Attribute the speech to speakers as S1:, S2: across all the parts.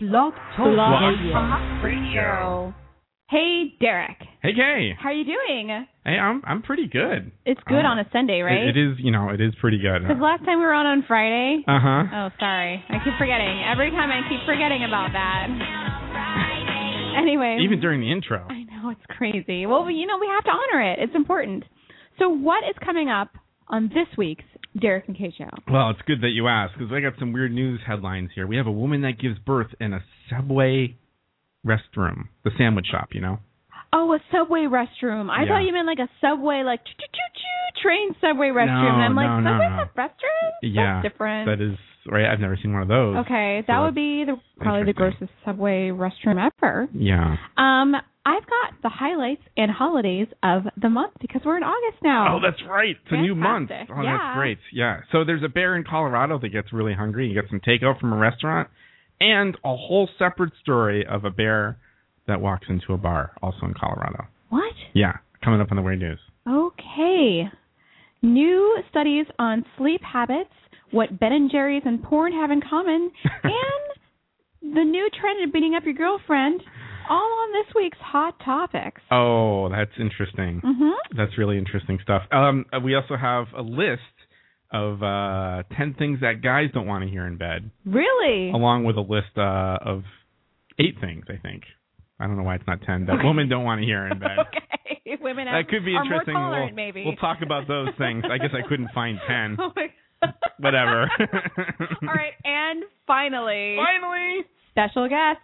S1: Blog Talk
S2: Blog
S1: Radio.
S2: Radio. Hey, Derek.
S3: Hey, Kay.
S2: How are you doing?
S3: Hey, I'm I'm pretty good.
S2: It's good
S3: Uh,
S2: on a Sunday, right?
S3: It, it is, you know, it is pretty good.
S2: Because last time we were on on Friday.
S3: Uh huh.
S2: Oh, sorry. I keep forgetting. Every time I keep forgetting about that. Anyway.
S3: Even during the intro.
S2: I know, it's crazy. Well, you know, we have to honor it. It's important. So, what is coming up on this week's Derek and Kay Show?
S3: Well, it's good that you asked because I got some weird news headlines here. We have a woman that gives birth in a subway restroom, the sandwich shop, you know.
S2: Oh, a subway restroom. I
S3: Yeah.
S2: thought you meant like a subway, like choo choo choo choo train subway restroom.
S3: No,
S2: and I'm like,
S3: no, no,
S2: subway's
S3: no.
S2: a restroom?
S3: Yeah,
S2: That's different.
S3: That is right. I've never seen one of those.
S2: Okay,
S3: So
S2: that would be the, probably the
S3: Oh, interesting. Mm-hmm.
S2: grossest subway restroom ever.
S3: Yeah.
S2: Um, I've got the highlights and holidays of the month because we're in August now.
S3: Oh, that's right. It's a new month. Oh,
S2: Fantastic. Yeah.
S3: that's great. Yeah. So there's a bear in Colorado that gets really hungry. He gets some takeout from a restaurant, and a whole separate story of a bear that walks into a bar, also in Colorado.
S2: what?
S3: Yeah, coming up on the Weird News.
S2: Okay. New studies on sleep habits, what Ben and Jerry's and porn have in common, and the new trend of beating up your girlfriend, all on this week's Hot Topics.
S3: Oh, that's interesting.
S2: Mm-hmm.
S3: That's really interesting stuff. Um, we also have a list of uh, ten things that guys don't want to hear in bed,
S2: Really?
S3: along with a list uh, of eight things. I think. I don't know why it's not ten that women don't want to hear in bed.
S2: okay. Women
S3: That could be
S2: are
S3: interesting.
S2: more tolerant,
S3: we'll,
S2: maybe.
S3: we'll talk about those things. I guess I couldn't find ten.
S2: Oh my God.
S3: Whatever.
S2: All right, and finally,
S3: Finally.
S2: special guests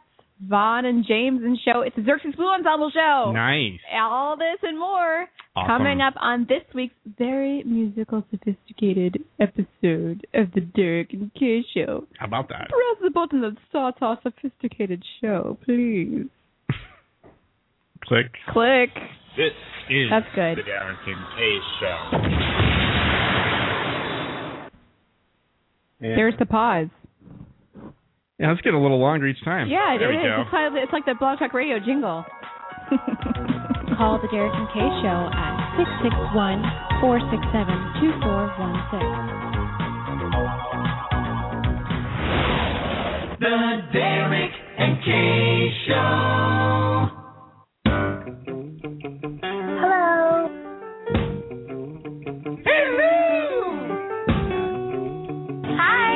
S2: Vaughn and James and show. It's the Xerxes Blue Ensemble show.
S3: Nice.
S2: All this and more
S3: Awesome.
S2: coming up on this week's very musical, sophisticated episode of the Derek and Kay Show.
S3: How about that?
S2: Press the button that starts our sophisticated show, please.
S3: Click.
S2: Click.
S4: This is
S2: That's good.
S4: the Darren King K Show.
S2: There's the pause.
S3: Yeah, let's get a little longer each time.
S2: Yeah, it
S3: there
S2: is.
S3: we go.
S2: It's, like, it's like the Blog Talk Radio jingle.
S5: Call the Derek and Kay Show at 661 467 2416.
S6: Hi.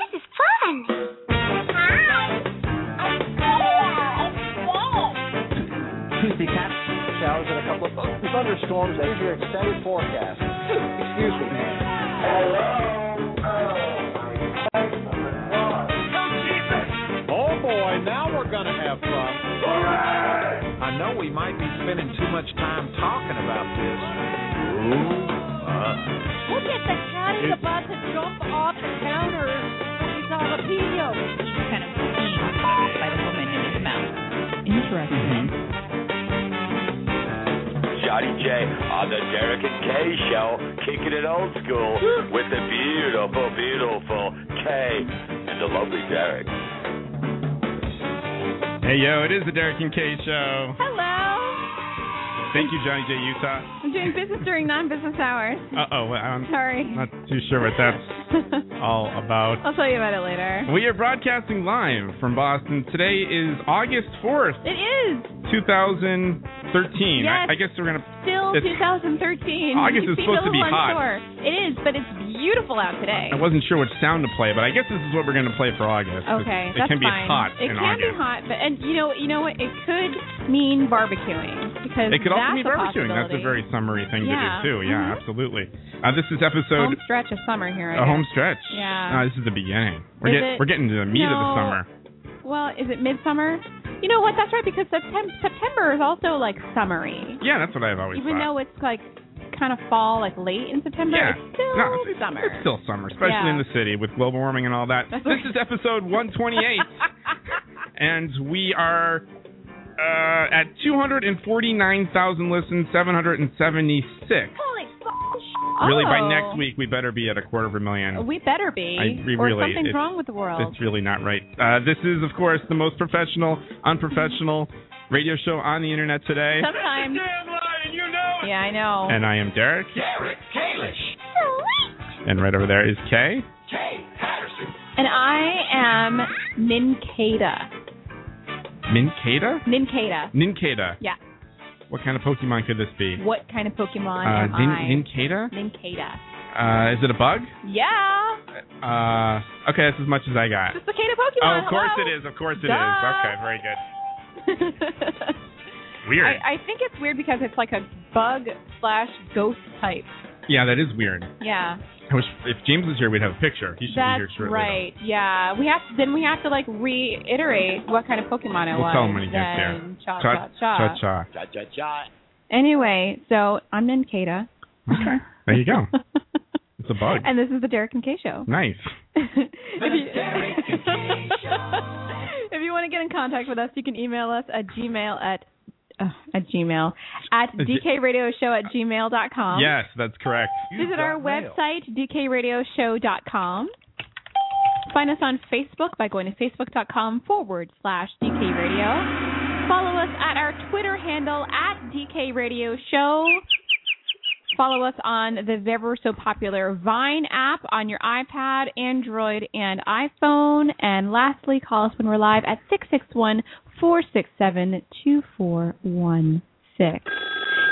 S6: This is fun. Hi. It's great.
S7: showers and a couple of thunderstorms. Here's your extended forecast. Excuse me.
S4: Oh boy, now we're gonna have fun. I know we might be spending too much time talking about this. uh,
S5: Look at the cat is about to jump off the counter with his jalapenos.
S8: kind of seen by the woman in his mouth. Interesting.
S9: Johnny J on the Derek and Kay show, kicking it old school with the beautiful, beautiful Kay and the lovely Derek.
S3: Hey, yo, it is the Derek and Kay show.
S2: Hello.
S3: Thank you, Johnny J. Utah.
S2: I'm doing business during non-business hours.
S3: Uh oh, I'm
S2: Sorry.
S3: not too sure what that's all about.
S2: I'll tell you about it later.
S3: We are broadcasting live from Boston. Today is August 4th,
S2: It is
S3: 2013.
S2: Yes.
S3: I, I guess we're going to.
S2: still
S3: It's-
S2: 2013. You
S3: August is
S2: seem a
S3: supposed to be
S2: little
S3: hot.
S2: unsure. It is, but it's beautiful out today.
S3: I wasn't sure what sound to play, but I guess this is what we're going to play for August.
S2: Okay,
S3: It,
S2: that's
S3: can be
S2: fine.
S3: hot
S2: It can
S3: in August.
S2: be hot, but and you know, you know what? It could mean barbecuing because
S3: It could also
S2: that's a
S3: be barbecuing. That's a
S2: possibility.
S3: very summery thing
S2: Yeah.
S3: to do, too. Yeah,
S2: Mhm.
S3: absolutely. Uh, this is episode
S2: home stretch of summer here. I
S3: a home
S2: guess.
S3: stretch.
S2: Yeah.
S3: Uh, this is the beginning.
S2: Is
S3: We're, get,
S2: it-
S3: we're getting to the meat of the
S2: No.
S3: summer.
S2: Well, is it midsummer? You know what? That's right because September, September is also like summery.
S3: Yeah, that's what I've always
S2: Even
S3: thought.
S2: though it's like kind of fall, like late in September,
S3: Yeah.
S2: it's still
S3: no, it's, it's-
S2: summer.
S3: it's still summer, especially
S2: Yeah.
S3: in the city with global warming and all that.
S2: That's
S3: this
S2: right.
S3: is episode 128, and we are uh, at 249,000 listens, 776.
S2: Holy
S3: Really, by next week, we better be at a quarter of a million.
S2: Oh. We better be,
S3: I- we
S2: or
S3: really-
S2: something's
S3: it's-
S2: wrong with the world.
S3: That's really not right. Uh, this is, of course, the most professional, unprofessional radio show on the internet today.
S2: Sometimes. Yeah, I know.
S3: And I am Derek,
S4: Derek Kalish.
S3: and right over there is Kay.
S2: And I am Nincada.
S3: Nincada?
S2: Nincada.
S3: Nincada.
S2: Er, Yeah.
S3: What kind of Pokemon could this be?
S2: What kind of Pokemon
S3: Uh,
S2: am I?
S3: Nin- Nincada?
S2: Nincada.
S3: Uh, is it a bug?
S2: Yeah.
S3: Uh, okay, that's as much as I got.
S2: It's the Cicada Pokemon.
S3: Oh, of course it is. Of course it is.
S2: Duh.
S3: Okay, very good.
S2: it is.
S3: Weird.
S2: I, I think it's weird because it's like a bug slash ghost type.
S3: yeah, that is weird.
S2: Yeah,
S3: I wish if James was here, we'd have a picture. He should
S2: that's
S3: be here shortly. though.
S2: right. Yeah, we have then we have to like reiterate what kind of Pokemon it
S3: We'll
S2: was.
S3: tell him when he gets there.
S2: then Cha
S3: Cha
S2: cha cha.
S3: cha.
S7: Cha cha cha.
S2: Anyway, so I'm Nincada.
S3: Okay, there you go. It's a Mm-hmm. bug.
S2: and this is the Derek and Kay Show.
S3: Nice.
S2: if, you, if you want to get in contact with us, you can email us at gmail at uh, at gmail at
S3: Is it-
S2: dkradioshow at gmail dot com.
S3: Yes, that's correct.
S2: Visit our website, dkradioshow.com. Find us on Facebook by going to facebook.com forward slash dkradio. Follow us at our Twitter handle at dkradioshow. Follow us on the ever so popular Vine app on your iPad, Android, and iPhone. And lastly, call us when we're live at 661 467 2416.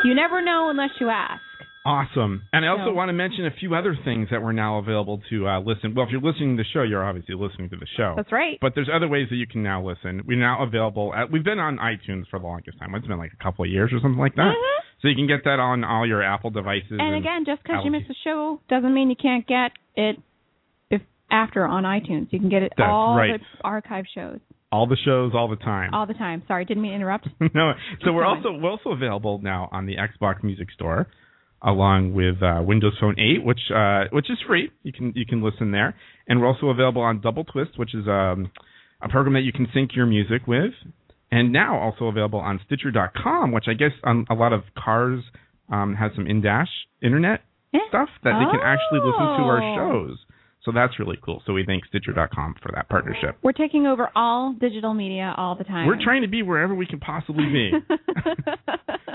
S2: You never know unless you ask.
S3: Awesome. And I also
S2: No.
S3: want to mention a few other things that we're now available to uh, listen. Well, if you're listening to the show, you're obviously listening to the show.
S2: That's right.
S3: But there's other ways that you can now listen. We're now available at we've been on iTunes for the longest time. It's been like a couple of years or something like that.
S2: Mhm.
S3: So you can get that on all your Apple devices.
S2: And again, just because you
S3: allergies.
S2: miss a show doesn't mean you can't get it if after on iTunes. You can get it
S3: That's
S2: all
S3: right.
S2: the archive shows
S3: all the shows all the time.
S2: all the time. Sorry, didn't mean to interrupt.
S3: no. So we're
S2: going.
S3: also we're also available now on the Xbox Music Store, along with uh, Windows Phone 8, which uh, which is free. You can you can listen there, and we're also available on Double Twist, which is um, a program that you can sync your music with, and now also available on Stitcher.com, which I guess on a lot of cars um, has some in dash internet
S2: Eh?
S3: stuff that they can actually listen to our
S2: Oh.
S3: shows. So that's really cool. So we thank Stitcher.com for that partnership.
S2: We're taking over all digital media all the time.
S3: We're trying to be wherever we can possibly be.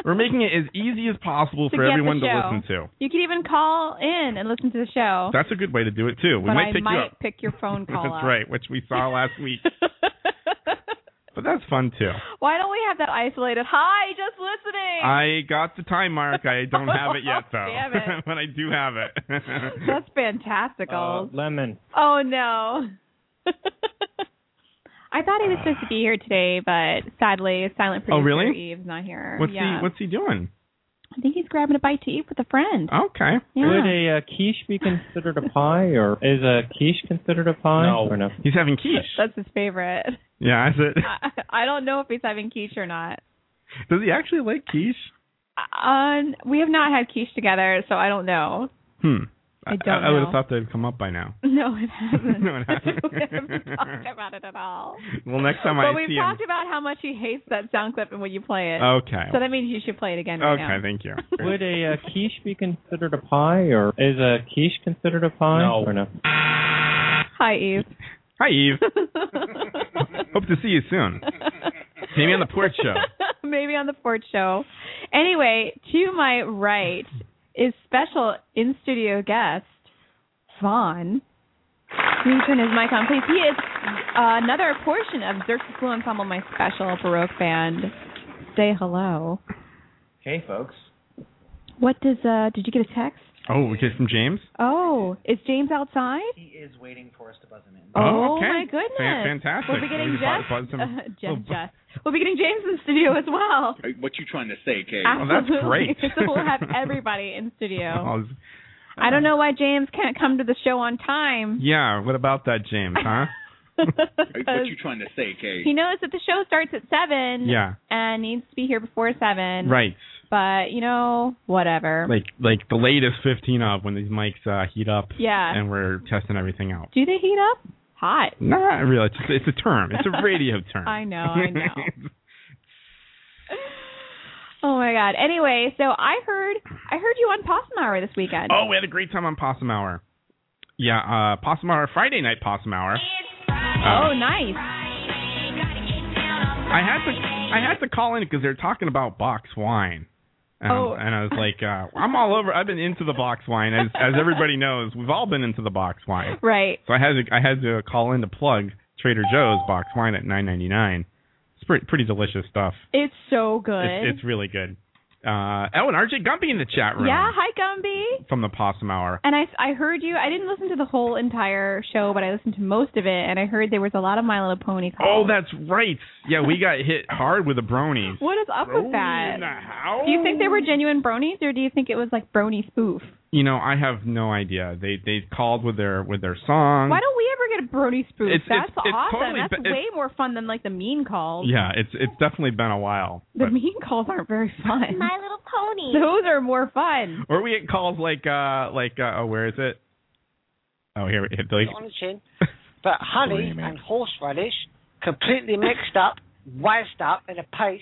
S3: We're making it as easy as possible
S2: To
S3: for
S2: get the
S3: everyone to
S2: show.
S3: listen to.
S2: you could even call in and listen to the show.
S3: That's a good way to do it too. We
S2: but
S3: might
S2: I
S3: pick
S2: might
S3: you up.
S2: pick your phone call
S3: that's
S2: up.
S3: right, which we saw last week. But that's fun too.
S2: Why don't we have that isolated? Hi, just listening.
S3: I got the time mark. I don't have it yet though.
S2: Damn it.
S3: but I do have it.
S2: That's
S3: Uh,
S2: fantastical.
S1: lemon.
S2: Oh no. I thought he was supposed to be here today, but sadly, silent
S3: Oh,
S2: producer
S3: really?
S2: Eve's not here.
S3: what's
S2: yeah.
S3: he what's he doing?
S2: I think he's grabbing a bite to eat with a friend.
S3: Okay.
S1: Would
S2: yeah.
S1: a uh, quiche be considered a pie, or is a quiche considered a pie?
S3: No.
S1: Or no?
S3: He's having quiche.
S2: That's his favorite.
S3: Yeah, is it
S2: I, I don't know if he's having quiche or not.
S3: does he actually like quiche?
S2: Uh, we have not had quiche together, so I don't know.
S3: Hmm.
S2: I don't
S3: I, would have
S2: know.
S3: thought they'd come up by now.
S2: No, it hasn't.
S3: No, it hasn't.
S2: we haven't talked about it at all.
S3: Well next time
S2: but
S3: I
S2: we've
S3: see him.
S2: talked about how much he hates that sound clip and when you play it.
S3: Okay.
S2: So that means you should play it again right
S3: okay,
S2: now.
S3: thank you.
S1: Would a uh, quiche be considered a pie, or is a quiche considered a pie?
S3: No.
S1: Or no?
S2: Hi, Eve.
S3: Hi Eve. Hope to see you soon. Maybe on the porch show.
S2: Maybe on the porch show. Anyway, to my right is special in studio guest Vaughn. Can you turn his mic on, please? He is uh, another portion of Xerxes Blue Ensemble, my special baroque band. Say hello.
S7: Hey, folks.
S2: What does? Uh, did you get a text?
S3: Oh, we get from James.
S2: Oh, is James outside?
S7: He is waiting for us to buzz him in.
S2: Oh,
S3: Oh, okay.
S2: my goodness!
S3: Fan- fantastic.
S2: We'll be getting
S3: We
S2: Jeff.
S3: bought- bought some-
S2: uh, Jeff,
S3: Oh, bu-
S2: Jeff. We'll be getting James in studio as well.
S9: What you trying to say, Kay?
S3: Oh, that's
S2: Absolutely.
S3: great.
S2: so we'll have everybody in studio.
S3: Oh,
S2: I don't know why James can't come to the show on time.
S3: yeah. What about that, James? Huh?
S2: 'Cause
S9: trying to say, Kay?
S2: he knows that the show starts at seven
S3: yeah.
S2: and needs to be here before seven.
S3: Right.
S2: But you know, whatever.
S3: Like like the latest fifteen of when these mics uh, heat up.
S2: Yeah.
S3: And we're testing everything out.
S2: Do they heat up? Hot.
S3: Not really. It's, just- it's a term. It's a radio term.
S2: I know, I know. Oh my god. Anyway, so I heard I heard you on Possum Hour this weekend.
S3: oh, we had a great time on Possum Hour. Yeah, uh, Possum Hour Friday night Possum Hour. Uh,
S2: Oh, nice.
S3: I had to I had to call in because they're talking about box wine. And,
S2: Oh.
S3: and I was like, uh, I'm all over. I've been into the box wine, as as everybody knows. We've all been into the box wine.
S2: Right.
S3: So I had to I had to call in to plug Trader Joe's box wine at 9.99. It's pretty pretty delicious stuff.
S2: It's so good.
S3: It's, it's really good. Uh, oh, and RJ Gumpy in the chat room
S2: yeah. Hi, Gumby.
S3: from the Possum Hour.
S2: And I, I heard you. I didn't listen to the whole entire show, but I listened to most of it, and I heard there was a lot of My Little Pony.
S3: Oh,
S2: Calls.
S3: that's right. Yeah, we got hit hard with the bronies.
S2: What is up with
S3: In the
S2: that?
S3: house.
S2: Do you think they were genuine bronies, or do you think it was like brony spoof?
S3: You know, I have no idea. They they called with their with their song.
S2: Why don't we ever get a brony spoof?
S3: Um, It's-
S2: That's
S3: it's- it's
S2: awesome.
S3: totally
S2: That's
S3: ba-
S2: way more fun than like the mean calls.
S3: yeah, it's it's definitely been a while.
S2: The
S3: but-
S2: mean calls aren't very fun.
S6: My Little Pony.
S2: Those are more fun.
S3: or we get calls like uh like uh, oh where is it? Oh here it-
S7: on the chin. But honey
S3: Believe me.
S7: and horseradish, completely mixed up, whisked up in a paste,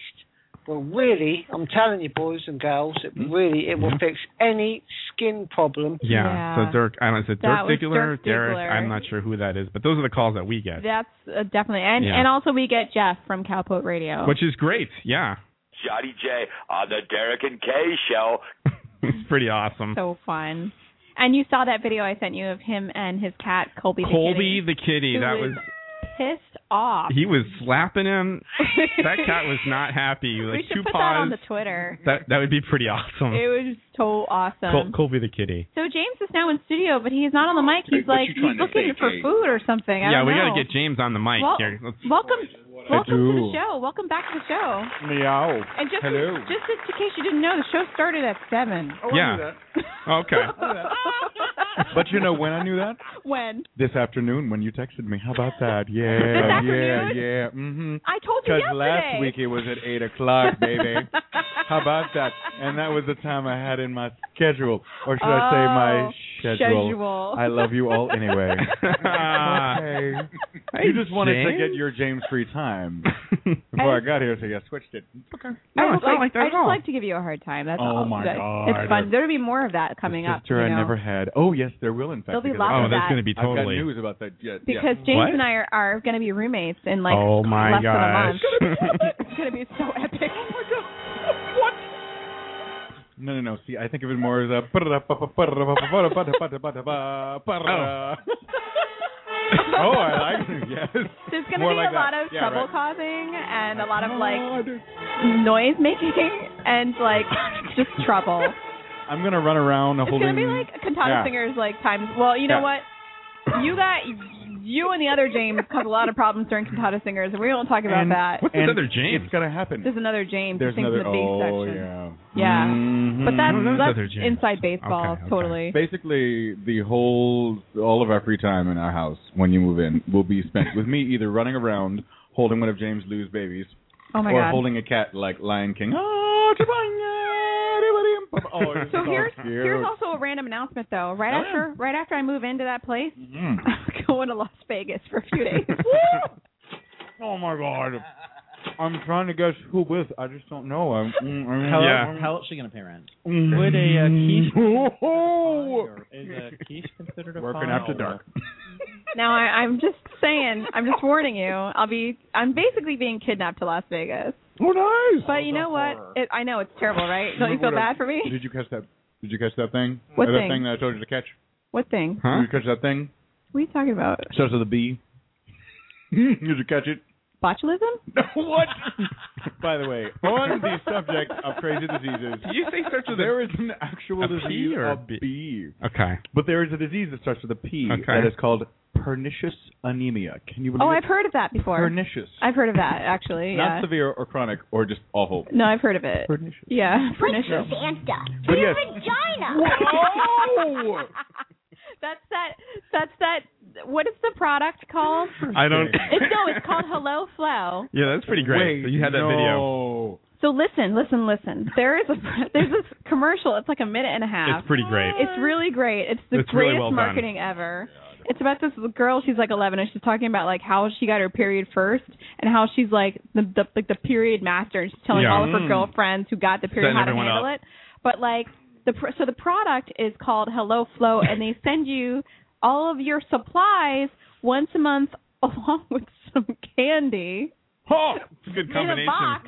S7: will really, I'm telling you, boys and girls, it
S1: Hmm?
S7: really, it
S1: Mm-hmm.
S7: will
S3: Mhm.
S7: fix any skin problem.
S3: yeah.
S2: Yeah.
S3: So Dirk, I don't know, is it
S2: That
S3: Dirk
S2: was
S3: Diggler?
S2: Dirk
S3: Derek,
S2: Diggler.
S3: I'm not sure who that is, but those are the calls that we get,
S2: That's uh, definitely and
S3: Yeah.
S2: and also we get Jeff from Cowpoke Radio.
S3: which is great. Yeah,
S9: Johnny J on the Derek and Kay Show.
S3: it's pretty awesome.
S2: so fun. And you saw that video I sent you of him and his cat Colby.
S3: Colby
S2: the
S3: the kitty,
S2: Who
S3: that
S2: is-
S3: was
S2: kitty, pissed off.
S3: he was slapping him. That cat was not happy.
S2: we
S3: Like
S2: should
S3: two
S2: put
S3: paws.
S2: that on the Twitter.
S3: that that would be pretty awesome.
S2: It was so awesome.
S3: Col- Colby the kitty.
S2: So James is now in studio, but he's not on the mic. He's like he's looking for food or something. I
S3: yeah,
S2: don't
S3: we
S2: know.
S3: gotta get James on the mic
S2: Well-
S3: here. Let's,
S2: Welcome, welcome to
S1: do.
S2: the show. Welcome back to the show.
S1: Meow.
S2: And just
S1: Hello. Oh,
S2: just in case you didn't know, the show started at seven.
S3: yeah. Okay.
S1: But you know when I knew that?
S2: when
S1: This afternoon when you texted me. How about that? Yeah,
S2: This
S1: yeah,
S2: afternoon?
S1: yeah. Mm-hmm.
S2: I told you
S1: Because
S2: yesterday.
S1: last week it was at 8 o'clock, baby. How about that? And that was the time I had in my schedule. Or should I say my
S2: Oh,
S1: schedule?
S2: schedule.
S1: I love you all anyway. okay. You just wanted to
S3: James.
S1: get your James free time. Before I got here, so you switched it. Okay.
S3: No,
S2: I
S3: it's
S2: just
S3: not
S2: like,
S3: like that
S2: I
S3: at
S2: just
S3: all.
S2: like to give you a hard time. That's
S1: Oh,
S2: all.
S1: my
S2: That-
S1: God.
S2: It's fun. There'll be more of that coming
S1: The
S2: up.
S1: sister
S2: you know?
S1: I never had. Oh, yes, there will, in fact.
S2: There'll be
S1: because
S2: lots
S3: oh,
S2: of
S3: that's
S2: that.
S3: gonna be
S1: I've got
S3: totally.
S1: news about that. Yeah,
S2: because James
S3: What?
S2: and I are, are going to be roommates in like
S3: oh my
S2: less
S3: gosh.
S2: than a month. it's going to be so epic. Oh my god! What?
S1: No, no, no. See, I think of it more as a. oh, I like it. Yes.
S2: There's going to
S1: More
S2: be
S1: like
S2: a lot
S1: that.
S2: of
S1: Yeah,
S2: trouble
S1: right.
S2: causing and a lot of
S1: Oh,
S2: like
S1: I do.
S2: noise making and like just trouble.
S1: I'm gonna run around
S2: It's
S1: holding.
S2: gonna be like Cantata
S1: yeah.
S2: singers like times. Well, you know
S1: Yeah.
S2: what? You got you and the other James caused a lot of problems during Cantata singers, and we won't talk about
S1: And-
S2: that.
S3: What's
S1: And
S3: another James?
S1: It's gonna happen.
S2: There's another James
S1: There's
S2: who sings
S1: another.
S2: in the bass
S1: oh
S2: section.
S1: yeah.
S2: Yeah.
S1: Mhm.
S2: But that's
S3: I don't know
S2: that's
S3: another James.
S2: inside baseball,
S3: Okay, okay.
S2: totally.
S1: Basically, the whole all of our free time in our house when you move in will be spent with me either running around holding one of James Lou's babies
S2: Oh my
S1: or
S2: god.
S1: holding a cat like Lion King. Oh, Chewbacca, everybody, oh, you're
S2: So here's
S1: cute.
S2: here's also a random announcement though. Right
S1: Oh, yeah.
S2: after right after I move into that place,
S1: Mhm.
S2: I'm going to Las Vegas for a few days.
S1: Oh my god. I'm trying to guess who with. I just don't know. I'm, mm, mm,
S3: Hello? Yeah.
S10: How else she gonna pay rent?
S1: mm. Would a, uh, quiche- Working Working Is a quiche considered
S3: a fine
S1: after
S3: or-
S1: dark.
S2: now I, I'm just saying, I'm just warning you. I'll be I'm basically being kidnapped to Las Vegas.
S1: Oh, nice.
S2: But you know what? It, I know it's terrible, right? Don't you feel
S1: What a-
S2: bad for me?
S1: Did you catch that? Did you catch that thing?
S2: What
S1: Uh, that
S2: thing?
S1: thing that I told you to catch?
S2: What thing?
S3: Huh?
S1: Did you catch that thing?
S2: What are you talking about?
S1: Starts with a B. Did you catch it?
S2: Botulism?
S1: what? By the way, on the subject of crazy diseases,
S3: you say search with
S1: there is an actual
S3: a P
S1: disease
S3: or a
S1: of
S3: B?
S1: B.
S3: Okay.
S1: But there is a disease that starts with a P
S3: Okay.
S1: that is called pernicious anemia. Can you believe
S2: Oh,
S1: it?
S2: I've heard of that before.
S1: Pernicious.
S2: I've heard of that actually.
S1: Not
S2: Yeah.
S1: severe or chronic or just awful.
S2: No, I've heard of it.
S1: Pernicious.
S2: Yeah, pernicious.
S6: Santa.
S1: But yes.
S6: Vagina.
S2: That's that. That's that. What is the product called?
S3: I don't.
S2: It's no. It's called Hello Flow.
S3: Yeah, that's pretty great.
S1: Wait,
S3: you had that video.
S1: no.
S2: So listen, listen, listen. There is a there's this commercial. It's like a minute and a half.
S3: It's pretty great.
S2: It's really great. It's the
S3: It's really
S2: greatest
S3: well done.
S2: marketing ever. It's about this girl. She's like 11, and she's talking about like how she got her period first, and how she's like the, the like the period master, and she's telling
S3: Yeah.
S2: all of her
S1: Mm.
S2: girlfriends who got the period
S3: Setting
S2: how to
S3: everyone
S2: handle
S3: up.
S2: it. But like the pr- so the product is called Hello Flow, and they send you all of your supplies once a month along with some candy
S3: Oh, it's a good
S2: in a
S3: combination.
S2: box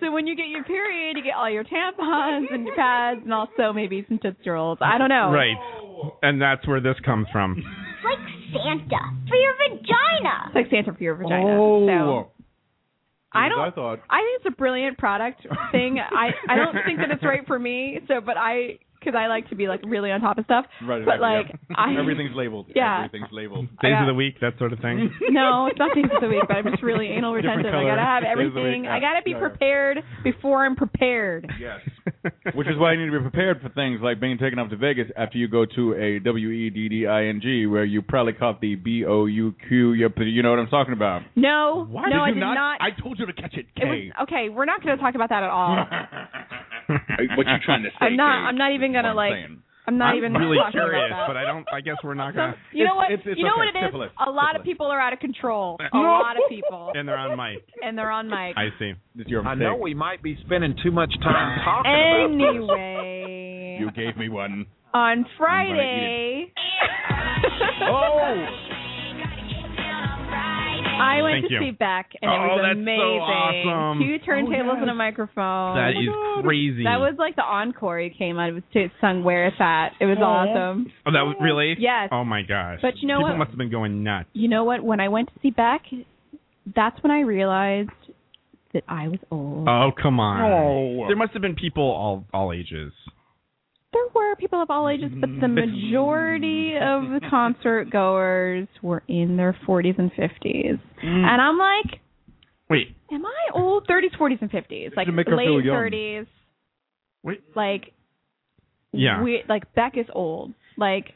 S2: So when you get your period, you get all your tampons and your pads, and also maybe some tootsie rolls. I don't know.
S3: Right. And that's where this comes from.
S6: It's like Santa for your vagina.
S2: It's like Santa for your vagina. So I don't.
S1: I Oh, thought.
S2: I think it's a brilliant product thing. I I don't think that it's right for me. So, but I because I like to be like really on top of stuff.
S1: Right,
S2: But
S1: right,
S2: like I
S1: Everything's labeled.
S2: Yeah.
S1: Everything's labeled.
S3: Days
S2: got-
S3: of the week, that sort of thing.
S2: No, it's not days of the week, but I'm just really anal
S1: Different
S2: retentive. I
S1: color
S2: gotta have
S1: days of the week.
S2: everything. I gotta be
S1: Yeah, yeah.
S2: prepared before I'm prepared.
S1: Yes. Which is why you need to be prepared for things like being taken off to Vegas after you go to a W E D D I N G where you probably caught the B O U Q. You know what I'm talking about.
S2: No, no, I did not.
S1: I told you to catch it,
S2: it was okay. We're not gonna talk about that at all.
S9: What you trying to say?
S2: I'm not. I'm not even
S1: what
S2: gonna
S1: I'm
S2: like.
S1: saying.
S2: I'm not
S3: I'm
S2: even
S3: really
S2: talking
S3: curious,
S2: about that.
S3: but I don't. I guess we're not
S2: Some,
S3: gonna.
S2: you know what?
S1: It's- it's
S2: you know
S1: okay.
S2: what it is.
S1: Syphilis.
S2: A lot of
S1: Syphilis.
S2: people are out of control. A
S3: No.
S2: lot of people,
S3: And they're on mic.
S2: and they're on mic.
S3: I see.
S1: It's your
S4: I
S1: mistake.
S4: know we might be spending too much time talking about this.
S2: Anyway,
S1: You gave me one.
S2: on
S1: gonna eat
S2: Friday,
S1: Oh,
S2: I went
S3: Thank
S2: to
S3: you.
S2: see Beck, and it was
S3: Oh, that's so
S2: amazing.
S3: awesome. Oh,
S2: Two turntables and a microphone.
S3: That is crazy.
S2: Oh That was like the encore he came on. It was it sung "Where It's At." It was awesome.
S3: Oh, that was really.
S2: Yes.
S3: Oh my gosh.
S2: But you know
S3: People
S2: what?
S3: must have been going nuts.
S2: You know what? When I went to see Beck, that's when I realized that I was old.
S3: Oh come on.
S1: No.
S3: There must have been people all all ages.
S2: there were people of all ages, but the majority of the concert goers were in their 40s and 50s.
S3: Mm.
S2: And I'm like,
S3: Wait.
S2: am I old? 30s, 40s, and 50s. Like
S1: to
S2: late
S1: make her feel young.
S2: 30s.
S3: Wait.
S2: Like
S3: Yeah.
S2: we like Beck is old. Like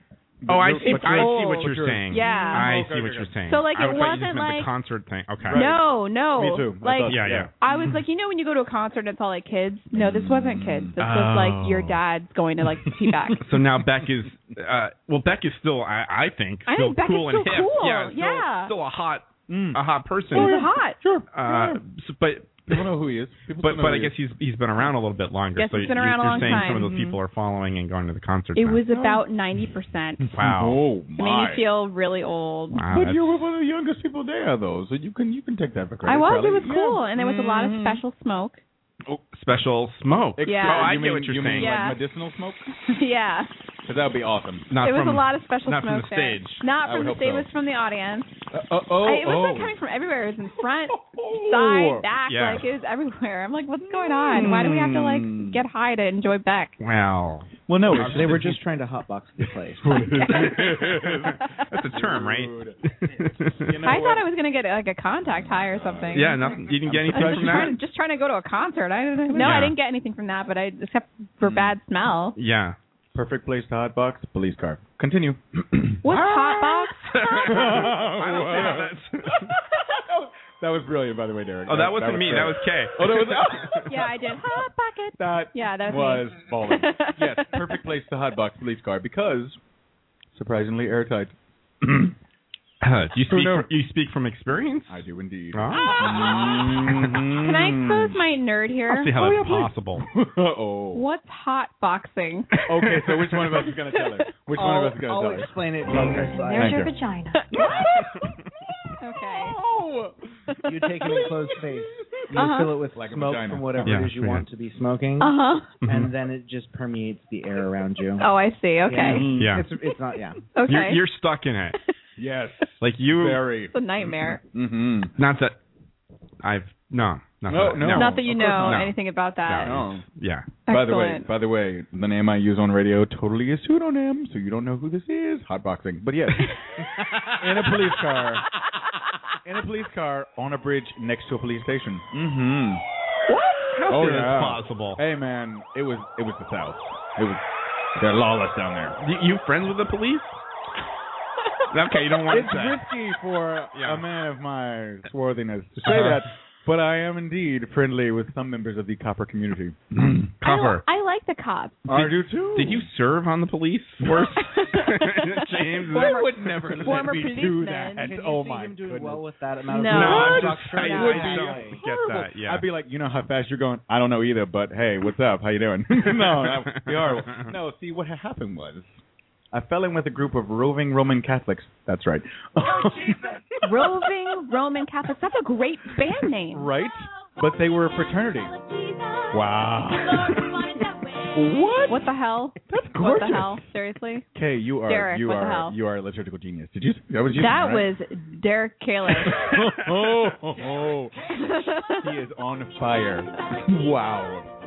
S3: oh, I
S1: But
S3: see.
S1: you're-
S3: I see
S2: old.
S3: what you're saying.
S2: yeah.
S3: I
S1: Okay,
S3: see what
S1: okay,
S3: you're saying.
S2: So, like,
S3: I
S2: it
S3: thought you just
S2: wasn't
S3: meant the
S2: like-
S3: concert thing. Okay.
S2: No, no.
S1: Me too. I
S2: Like
S1: thought-
S3: Yeah, yeah.
S2: I was like, you know, when you go to a concert and it's all like kids. No, this wasn't kids. This was like your
S3: Oh.
S2: dad's going to like see Beck.
S3: So now Beck is, uh, well, Beck is still, I, I think,
S2: I
S3: still
S2: think Beck is
S3: cool and
S2: still
S3: hip.
S2: cool,
S3: Yeah, still,
S2: yeah.
S3: still a hot,
S1: Mm.
S3: a hot person.
S2: It was hot.
S1: Sure.
S3: Uh, so- but
S1: People know who he is. People
S3: but
S1: know
S3: but
S1: who
S3: I
S1: he
S3: guess
S1: is.
S3: he's he's been around a little bit longer.
S2: Yes,
S3: so
S2: he's been
S3: you're,
S2: around a
S3: you're
S2: long
S3: saying
S2: time.
S3: some of those people are following and going to the concert.
S2: It
S3: now.
S2: was about 90%. It
S3: wow.
S1: Oh
S2: made
S1: my.
S2: me feel really old.
S3: Wow,
S1: But
S3: that's-
S1: you're one of the youngest people there, though, so you can you can take that for credit.
S2: I was.
S1: Probably.
S2: It was
S1: Yeah.
S2: cool, and there was a lot of
S3: Mm-hmm.
S1: Mhm.
S2: special smoke.
S3: oh, special smoke.
S1: Ex-
S2: Yeah.
S1: you
S2: Oh,
S3: I
S1: mean,
S3: get what you're
S1: you
S3: saying.
S1: Mean,
S2: Yeah.
S1: Like medicinal smoke?
S2: yeah,
S1: 'Cause that would be awesome.
S3: Not
S2: it was
S3: from,
S2: a lot of special
S3: not from
S2: smoke
S3: the
S2: there.
S3: stage.
S2: Not
S1: I
S2: from
S1: would
S2: the
S1: hope
S2: stage. It
S1: so.
S2: was from the audience.
S1: Uh, oh, oh,
S2: I, it was
S1: oh.
S2: like coming from everywhere. It was in front,
S1: Oh.
S2: side, back.
S3: Yeah. Mm.
S2: Like it was everywhere. I'm like, what's going on? Why do we have to like get high to enjoy Beck?
S3: Wow.
S10: Well, no,
S1: Uh,
S3: Obviously,
S10: they were
S3: he-
S10: just trying to hotbox the place.
S3: That's a term, right?
S1: You know
S2: I
S1: what?
S2: thought I was gonna get like a contact high or something.
S3: yeah, nothing. You didn't get anything
S2: I was
S3: from that.
S2: trying, just trying to go to a concert. I didn't. No,
S3: Yeah. Mm.
S2: I didn't get anything from that, but I except for bad smell.
S3: Yeah.
S1: Perfect place to hotbox, police car. Continue.
S2: What's hot box?
S3: I don't see how that's-
S1: that was brilliant, by the way, Derek.
S3: Oh, that wasn't me. That was
S1: great.
S3: Kay.
S1: Oh, that was.
S2: yeah, I did. Hot pocket.
S1: That
S2: Yeah, that
S1: was
S2: was
S1: balling. yes, perfect place to hotbox police car because surprisingly airtight.
S3: Uh, do you
S1: Who
S3: speak?
S1: knows?
S3: From, you speak from experience. Ah.
S1: I do indeed.
S2: Can I
S3: Mm.
S2: expose my nerd
S3: I'll
S2: here?
S3: see how
S1: Oh,
S3: that's
S1: yeah, please.
S3: possible. Oh.
S1: oh.
S2: What's hot boxing?
S1: Okay, so which one of us is gonna tell her? Which one of us is gonna tell
S10: I'll
S1: her?
S10: explain it from your side.
S1: Thank
S5: There's your
S1: you.
S5: vagina.
S2: okay.
S1: Oh!
S10: You take an enclosed space. You
S2: Uh-huh.
S10: fill it with
S1: Like a
S10: smoke
S1: vagina. Mm-hmm.
S10: from whatever
S3: Yeah,
S10: it is you
S3: yeah.
S10: want to be smoking,
S2: Uh huh.
S10: and then it just permeates the air around you.
S2: Oh, I see. Okay.
S1: Mm-hmm.
S3: Yeah.
S10: It's it's not yeah.
S2: Okay.
S3: You're, you're stuck in it.
S1: Yes.
S3: Like you.
S1: Very.
S2: it's a nightmare.
S1: Mm-hmm.
S3: Not that. I've no. Not
S1: No,
S3: that,
S1: Oh, no.
S2: Not that you
S1: Of
S2: know
S1: course
S3: not.
S2: anything about that.
S1: No.
S3: Yeah.
S1: By the way,
S2: Excellent.
S1: by the way, the name I use on radio totally is pseudonym, so you don't know who this is. Hotboxing, but yes, in a police car, in a police car, on a bridge next to a police station. Mm-hmm.
S3: How
S1: Oh,
S3: is this
S1: yeah.
S3: possible?
S1: Hey man, it was it was the South. It was they're lawless down there.
S3: You, you friends with the police? Okay, you don't want
S1: It's
S3: to say.
S1: risky for
S3: Yeah.
S1: a man of my swarthiness to say
S3: Uh-huh.
S1: that, but I am indeed friendly with some members of the copper community.
S3: Cover.
S2: I, I like the cops.
S1: I do too.
S3: Did you serve on the police force, James?
S2: Former-
S1: would never let
S2: former
S1: me do
S2: policeman.
S1: that.
S10: Can you
S1: oh
S10: see
S1: my
S10: him doing
S1: goodness.
S10: well with that amount
S2: No.
S10: of
S3: No, I'm
S1: What?
S3: just, I,
S10: Structure
S3: I
S10: that
S3: don't
S10: way.
S3: get that. Yeah.
S1: I'd be like, you know how fast you're going? I don't know either, but hey, what's up? How you doing? no, that would be horrible. No, see, what had happened was I fell in with a group of roving Roman Catholics. That's right.
S2: Roving Roman Catholics. That's a great band name.
S1: right? But they were a fraternity. Wow. What?
S2: What the hell?
S1: That's
S2: What
S1: gorgeous.
S2: the hell? Seriously?
S1: Kay, you are
S2: Derek,
S1: you
S2: what the
S1: are
S2: hell?
S1: you are a liturgical genius. Did you? That was you.
S2: That
S1: right?
S2: was Derek Kaler.
S1: oh, oh, oh. he is on fire. Wow.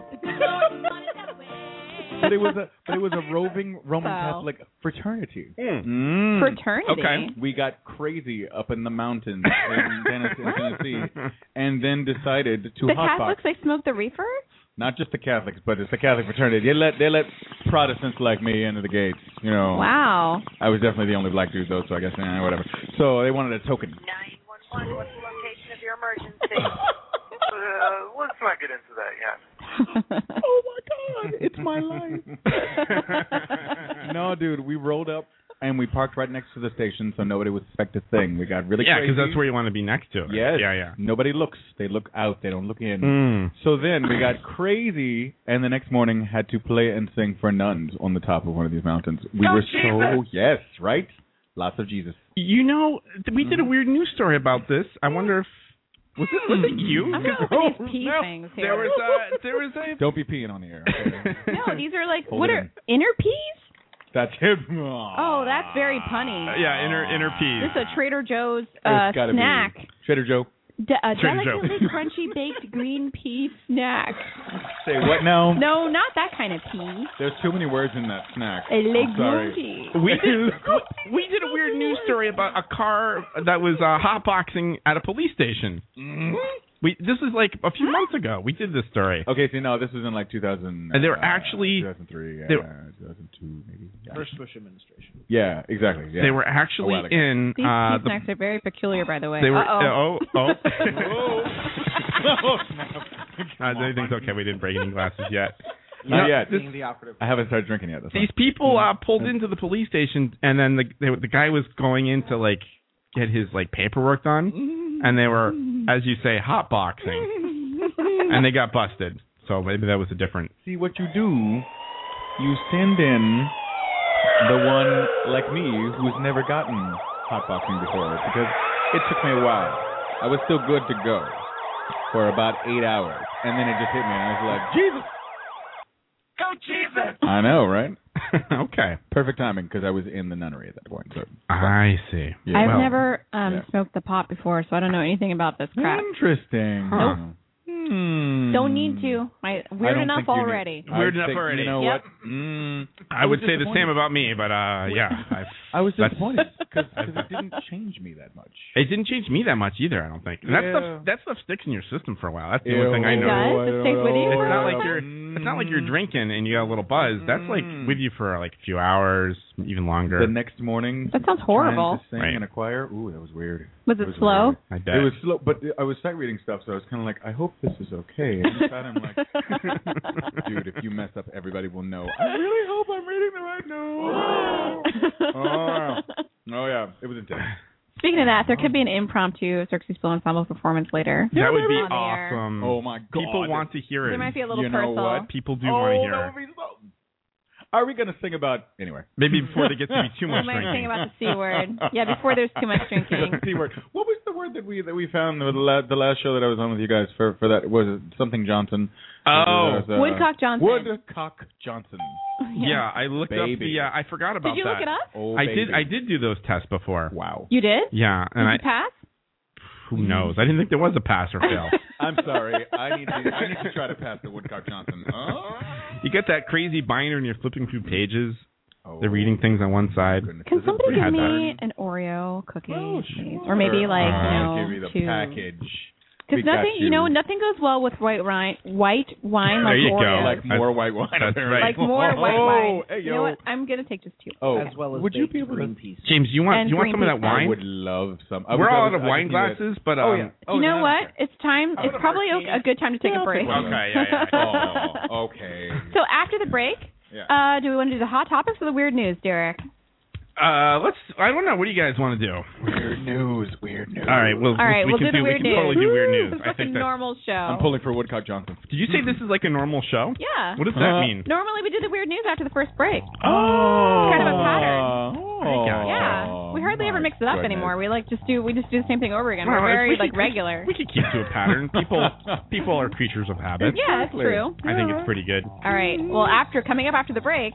S1: But it was a but it was a roving Roman
S2: Wow.
S1: Catholic fraternity. Mm.
S2: Fraternity.
S1: We got crazy up in the mountains in Tennessee, Tennessee and then decided to
S2: The
S1: hotbox.
S2: Catholics, they smoke the reefer?
S1: Not just the Catholics, but it's the Catholic fraternity. They let they let Protestants like me into the gates. You know.
S2: Wow.
S1: I was definitely the only black dude though, so I guess eh, whatever. So they wanted a token.
S11: What's the location of your emergency? uh, let's not get into that yet.
S1: oh my god, it's my life. no, dude, we rolled up and we parked right next to the station, so nobody would suspect a thing. We got really
S3: yeah,
S1: crazy.
S3: because that's where you want to be next to. Right?
S1: Yes.
S3: Yeah, yeah.
S1: Nobody looks. They look out. They don't look in.
S3: Mm.
S1: So then we got crazy, and the next morning had to play and sing for nuns on the top of one of these mountains. We
S3: Oh,
S1: were so
S3: Jesus.
S1: yes, right? Lots of Jesus.
S3: You know, th- we did a weird news story about this. I wonder if was it was Hmm. it you?
S2: I'm not
S3: Oh,
S2: with these pee
S3: no.
S2: things here.
S3: There was a there was a
S1: Don't be peeing on the air. okay?
S2: No, these are like,
S1: Hold
S2: what
S1: it
S2: are
S1: in. Ah,
S2: inner peas?
S1: That's him.
S2: Oh, that's very
S1: uh,
S2: punny.
S3: yeah inner inner pee.
S2: This is a Trader Joe's uh,
S1: It's gotta be
S2: snack.
S1: Trader Joe.
S2: De- a
S3: Trader Joe.
S2: delicately crunchy baked green pea snack.
S1: Say what now?
S2: No, not that kind of pea.
S1: There's too many words in that snack.
S2: A
S1: I'm sorry.
S2: legume.
S3: We did we- we did a weird news story about a car that was uh, hotboxing at a police station.
S1: Mm-hmm.
S3: We this is like a few months ago. We did this story.
S1: Okay, so no, this was in like 2000.
S3: And they were
S1: uh,
S3: actually-
S1: 2003, yeah,
S3: they
S1: 2002, maybe. Yeah,
S10: First Bush administration.
S1: Yeah, exactly. Yeah.
S3: They were
S1: A
S3: actually
S1: while ago.
S3: in
S2: These pea
S3: uh, the
S2: snacks are very peculiar, by the way.
S3: They were
S2: Uh-oh.
S3: uh, oh
S1: Whoa.
S3: oh.
S1: Oh, snap.
S3: uh, everything's okay. We didn't break any glasses yet.
S1: Not
S3: Yeah,
S1: yet.
S3: this-
S10: Being the operative.
S1: I haven't started drinking yet. That's Mm-hmm.
S3: These people uh, pulled into the police station, and then the they, the guy was going in to like get his like paperwork done, and they were, as you say, hot boxing, and they got busted. So maybe that was a different.
S1: See what you do. You send in the one like me who's never gotten hotboxing before because it took me a while. I was still good to go for about eight hours, and then it just hit me, and I was like, Jesus.
S11: Go Jesus!
S1: I know, right?
S3: okay,
S1: Perfect timing because I was in the nunnery at that point. So
S3: I see.
S1: Yeah.
S2: I've
S1: Well,
S2: never um
S1: yeah.
S2: smoked the pot before, so I don't know anything about this crap.
S1: interesting.
S3: Huh.
S1: Hmm.
S2: Don't need to. I
S1: I
S2: weird
S1: don't
S2: enough
S1: think you need-
S2: already.
S1: I
S3: Weird enough
S1: think-
S3: already.
S1: You know
S2: Yep.
S1: what? Mm,
S3: I would say the
S1: disappointed.
S3: same about me, but uh, yeah, i
S1: I was
S3: That's-
S1: disappointed because it didn't change me that much.
S3: it didn't change me that much either. I don't think. And that
S1: Yeah.
S3: stuff that stuff sticks in your system for a while. That's the only thing I
S2: It
S3: know.
S2: does? It stays with you
S3: It's not like you're. It's not like you're drinking and you got a little buzz. That's like
S1: Mm.
S3: with you for like a few hours, even longer.
S1: The next morning.
S2: That sounds horrible.
S1: Trying to sing
S3: Right.
S1: in a choir. Ooh, that was weird.
S2: Was
S1: That
S2: it
S1: weird.
S2: slow?
S3: I bet.
S1: It was slow, but I was sight reading stuff, so I was kind of like, I hope this is okay. And inside I'm like, dude, if you mess up, everybody will know. I really hope I'm reading the right note. Oh, oh yeah, it was intense.
S2: Speaking of that, there could be an impromptu Xerxes Bill Ensemble performance later.
S3: that would be
S2: on the air.
S3: awesome.
S1: Oh my god.
S3: People want to hear it.
S2: There might be a little
S1: You know
S2: personal.
S1: what?
S3: People do
S1: oh,
S3: want to
S1: that
S3: hear. it.
S1: would be so- Are we gonna sing about anyway?
S3: Maybe before they get to be too
S2: We
S3: much
S2: might
S3: drinking.
S2: sing about the c word. Yeah, before there's too much drinking.
S1: The C word. What was the word that we that we found the la- the last show that I was on with you guys for for that was it something Johnson?
S3: oh.
S1: It was, uh,
S2: Woodcock Johnson.
S1: Woodcock Johnson.
S3: Yeah, I looked up
S1: Baby.
S3: the. Uh, I forgot about
S2: Did you
S3: that.
S2: look it up?
S1: Oh,
S3: I
S1: baby.
S3: did. I did do those tests before.
S1: Wow.
S2: You did?
S3: Yeah,
S2: Did
S3: and I
S2: you pass?
S3: who knows? I didn't think there was a pass or fail.
S1: I'm sorry. I need to I need to try to pass the Woodcock Johnson. Oh.
S3: you get that crazy binder and you're flipping through pages.
S1: Oh,
S3: They're reading things on one side.
S1: goodness.
S2: Can
S1: This is
S2: somebody
S1: pretty
S2: give
S3: had
S2: me an Oreo cookie,
S1: Oh,
S2: please?
S1: sure.
S2: or maybe like
S3: Uh,
S2: you know
S1: give me the
S2: two.
S1: package. We
S2: Because
S1: got
S2: nothing, you. know, nothing goes well with white wine, white wine like
S3: There you go.
S2: Oreo.
S1: Like
S3: That's-
S1: more white wine.
S3: that's
S1: apparently.
S2: Like more white wine.
S1: Oh, hey,
S2: You know what? I'm gonna take just two.
S1: Oh,
S10: As well as
S1: would you
S10: baked
S1: be able to?
S10: green
S1: Oh,
S10: peas.
S3: James, you want
S2: And
S3: you want
S2: green
S3: some of that
S2: pizza.
S1: I
S3: wine?
S1: would love some. I would-
S3: We're all
S1: I
S3: out of
S1: could
S3: wine
S1: do that.
S3: glasses, but um,
S1: Oh, yeah. Oh,
S2: you know
S1: yeah.
S2: what? It's time.
S1: I want a
S2: It's probably a, a good time to take a break.
S1: one.
S3: okay, yeah, yeah.
S2: yeah.
S1: Oh, okay.
S2: So after the break,
S1: Yeah.
S2: uh, do we want to do the hot topics or the weird news, Derek?
S3: Uh, let's. I don't know. What do you guys want to do?
S1: Weird news. Weird weird news.
S3: All right, well,
S2: All right,
S3: we
S2: we'll
S3: can
S2: do the
S3: we
S2: weird
S3: can totally
S2: news.
S3: do weird
S2: Woo,
S3: news.
S2: it's
S3: I
S2: like
S3: think
S2: a
S3: that's.
S2: normal show.
S1: I'm pulling for Woodcock Johnson.
S3: Did you say this is like a normal show?
S2: Yeah.
S3: What does
S10: Uh,
S3: that mean?
S2: Normally we do the weird news after the first break.
S1: Oh,
S2: Kind of a pattern.
S1: Oh,
S2: yeah. We hardly ever mix it up
S1: goodness.
S2: anymore. We like just do we just do the same thing over again. We're
S3: Well, if
S2: very
S3: we
S2: like
S3: could-
S2: regular.
S3: We could keep to a pattern. People, people are creatures of habit.
S2: Yeah, it's true.
S3: I think it's pretty good.
S2: All right. Well, after coming up after the break,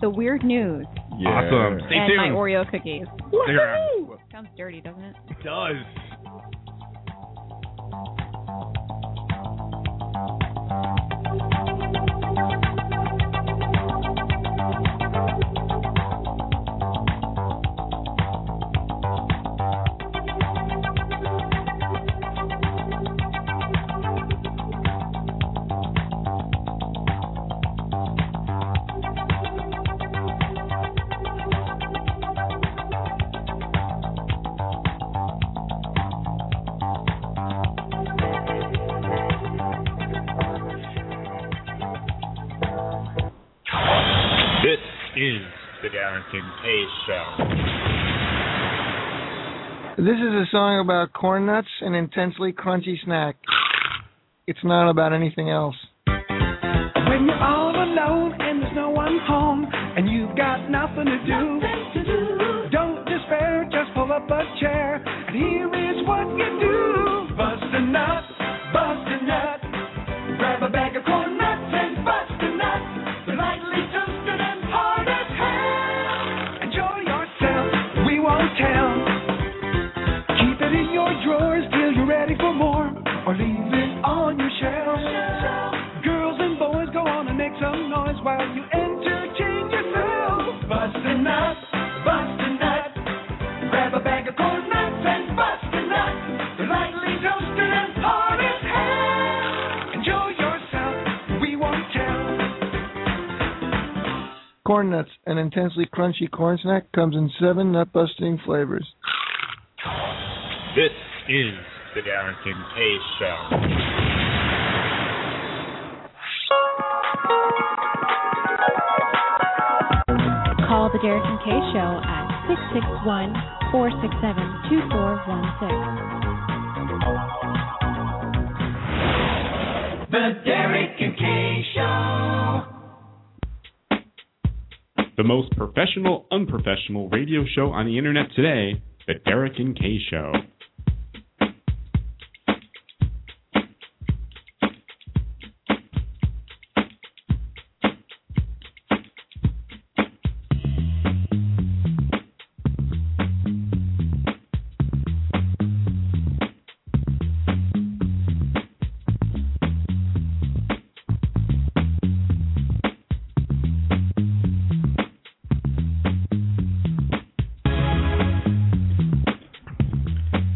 S2: the weird news
S3: Yeah. Awesome. Stay
S2: and
S3: tuned.
S2: my Oreo cookies.
S3: Stick around.
S2: Sounds dirty, doesn't it?
S3: It does.
S12: This is the Darren Kincaid Show.
S7: This is a song about corn nuts, an intensely crunchy snack. It's not about anything else.
S13: When you're all alone and there's no one home and you've got nothing to do, don't despair, just pull up a chair and here is what you do. Bust a nut, bust a nut, grab a bag of corn nuts and bust a nut. They're lightly toasted and hard as hell. Enjoy yourself, we won't tell. Keep it in your drawers till you're ready for more, or leave it on your shelf. Girls and boys, go on and make some noise while you entertain yourself. Bust a nut, bust a nut. Grab a bag of corn nuts and bust a nut. They're lightly toasted and hard as hell. Enjoy yourself, we won't tell.
S7: Corn nuts, an intensely crunchy corn snack, comes in seven nut-busting flavors.
S12: This is the Darren Kincaid Show.
S14: Call the Derek and Kay Show at 661 467 2416.
S13: The Derek and Kay Show.
S3: The most professional, unprofessional radio show on the internet today, the Derek and Kay Show.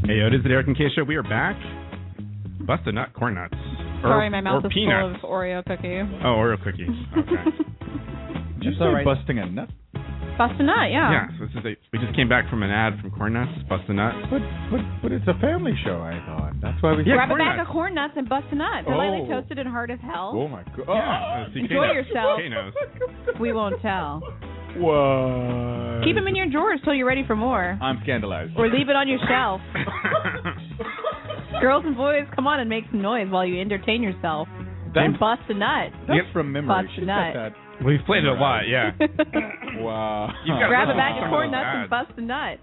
S3: Hey, yo, it is the Derek and Kay Show. We are back. Bust a nut, corn nuts. Or-
S2: Sorry, my mouth
S3: or
S2: is
S3: peanuts.
S2: full of Oreo cookie.
S3: Oh, Oreo cookies. Okay.
S1: Did you
S3: It's
S1: say
S3: all right.
S1: busting a nut?
S2: Bust a nut, yeah.
S3: yeah. So this is a, we just came back from an ad from Corn Nuts, Bust a Nut.
S1: But but but it's a family show. I thought that's why we.
S3: Yeah,
S2: Grab a
S3: corn
S2: bag
S3: nuts.
S2: of corn nuts and bust a nut. They're lightly
S1: Oh.
S2: toasted and hard as hell.
S1: Oh my god.
S3: Yeah,
S1: Oh.
S3: see,
S2: Enjoy
S3: Kay knows.
S2: yourself.
S3: Kay knows.
S2: We won't tell.
S3: Uh,
S1: Whoa.
S2: Keep them in your drawers till you're ready for more,
S1: I'm scandalized.
S2: or leave it on your shelf. Girls and boys, come on and make some noise while you entertain yourself. and
S1: That's-
S2: bust a nut.
S1: That's from memory.
S2: Bust
S1: She said
S2: a nut.
S1: that.
S3: We've played it a lot, yeah.
S1: Wow.
S3: You've got
S2: Grab a
S3: listen
S2: bag
S3: to
S2: of
S3: some
S2: corn
S3: those
S2: nuts and
S3: ads.
S2: bust a nut.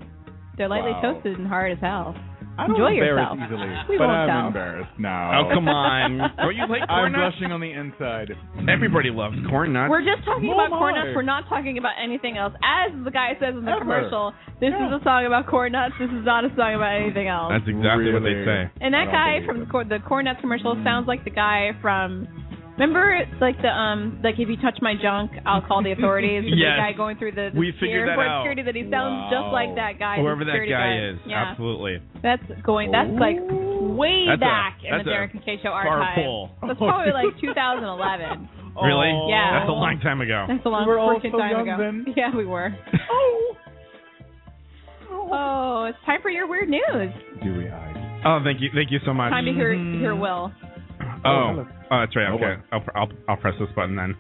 S2: They're lightly
S1: Wow.
S2: toasted and hard as hell.
S1: I don't
S2: Enjoy
S1: embarrass
S2: yourself.
S1: easily,
S2: We
S1: but
S2: won't
S1: I'm
S2: tell.
S1: embarrassed now.
S3: Oh, come on. Don't you like
S1: I'm
S3: corn nuts?
S1: blushing on the inside.
S3: Everybody loves corn nuts.
S2: We're just talking
S1: No
S2: about
S1: more.
S2: corn nuts. We're not talking about anything else. As the guy says in the
S1: Ever.
S2: commercial, this
S1: Yeah.
S2: is a song about corn nuts. This is not a song about anything else.
S3: That's exactly what they
S1: Really?
S3: say.
S1: I
S2: and that
S1: don't
S2: guy
S1: believe
S2: from
S1: it.
S2: the cor- the corn nuts commercial sounds like the guy from. Remember, like the um, like if you touch my junk, I'll call the authorities. The
S3: Yes.
S2: guy going through the, the
S3: We figured that
S2: airport
S3: out.
S2: security that he sounds just like that guy. the
S3: Whoever that
S2: security
S3: guy
S2: guard.
S3: is,
S2: yeah,
S3: absolutely.
S2: that's going. That's like way
S3: That's a-
S2: back in the
S3: that's a
S2: Derek and Kay Show
S3: far
S2: archive.
S3: pull. Oh.
S2: That's probably like 2011.
S3: Really?
S2: Oh. Yeah.
S3: That's a long time ago.
S2: That's a long
S1: were all so
S2: freaking time
S1: young
S2: ago.
S1: then.
S2: Yeah, we were. oh. Oh, it's time for your weird news.
S1: Dewy eyed.
S3: Oh, thank you, thank you so much.
S2: Time to hear hear Will.
S3: Oh, oh, that's right.
S1: Oh,
S3: Okay, I'll, pr- I'll I'll press this button then.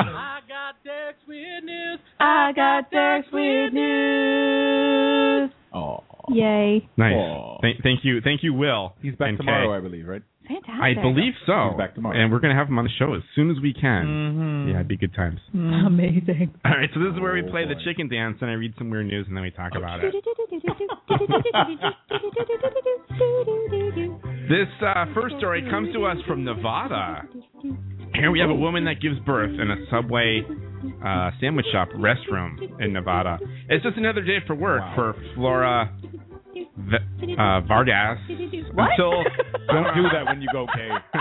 S13: I got Derek's weird news.
S2: I got Derek's weird news.
S1: Oh.
S2: Yay.
S3: Nice. Thank, thank you, thank you, Will.
S1: He's back
S3: and
S1: tomorrow,
S3: Kay.
S1: I believe, right?
S3: I
S2: Fantastic.
S3: believe so.
S1: He's back tomorrow. Mm-hmm.
S3: And we're going to have him on the show as soon as we can. Yeah, it'd be good times.
S2: Amazing.
S3: All right, so this is where we
S1: Oh,
S3: play the
S1: boy.
S3: chicken dance, and I read some weird news, and then we talk about it. This uh, first story comes to us from Nevada. Here we have a woman that gives birth in a subway uh, sandwich shop restroom in Nevada. It's just another day for work for Flora v- uh, Vargas.
S1: What?
S3: Until
S1: Don't do that when you go, Kay.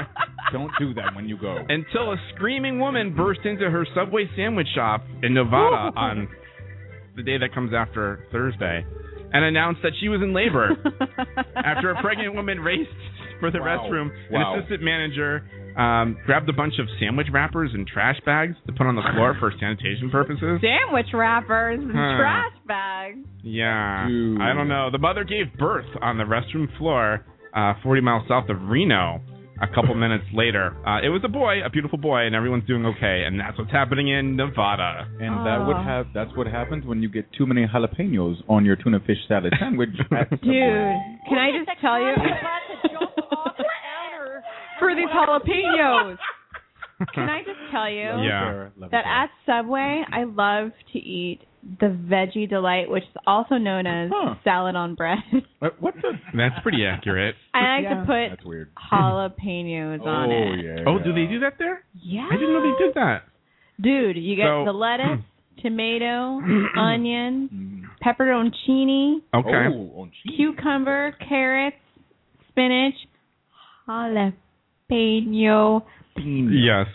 S1: Don't do that when you go.
S3: until a screaming woman burst into her Subway sandwich shop in Nevada on the day that comes after Thursday and announced that she was in labor after a pregnant woman raced for the
S1: Wow.
S3: restroom.
S1: Wow.
S3: An assistant manager um, grabbed a bunch of sandwich wrappers and trash bags to put on the floor for sanitation purposes.
S2: Sandwich wrappers and
S3: Huh.
S2: trash bags.
S3: Yeah. I don't know. The mother gave birth on the restroom floor uh, 40 miles south of Reno a couple minutes later. Uh, it was a boy, a beautiful boy, and everyone's doing okay. And that's what's happening in Nevada.
S1: And that would
S2: Aw.
S1: have that's what happens when you get too many jalapenos on your tuna fish salad sandwich. at Subway.
S2: Dude, can I just tell you? For these jalapenos. Can I just tell you
S3: Yeah.
S2: that at Subway, I love to eat the Veggie Delight, which is also known as
S3: Huh.
S2: salad on bread.
S1: What- What the?
S3: That's pretty accurate.
S2: I like
S1: Yeah.
S2: to put
S1: That's weird.
S2: jalapenos on
S1: Oh
S2: it.
S1: yeah.
S3: Oh, do they do that there?
S2: Yeah.
S3: I didn't know they did that.
S2: Dude, you get
S3: So- Mm.
S2: the lettuce, tomato, onion, pepperoncini,
S3: Okay.
S1: Oh, on cheese.
S2: cucumber, carrots, spinach, jalapeno,
S3: Yes.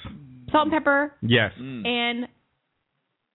S2: salt and pepper,
S3: Yes.
S1: Mm.
S2: and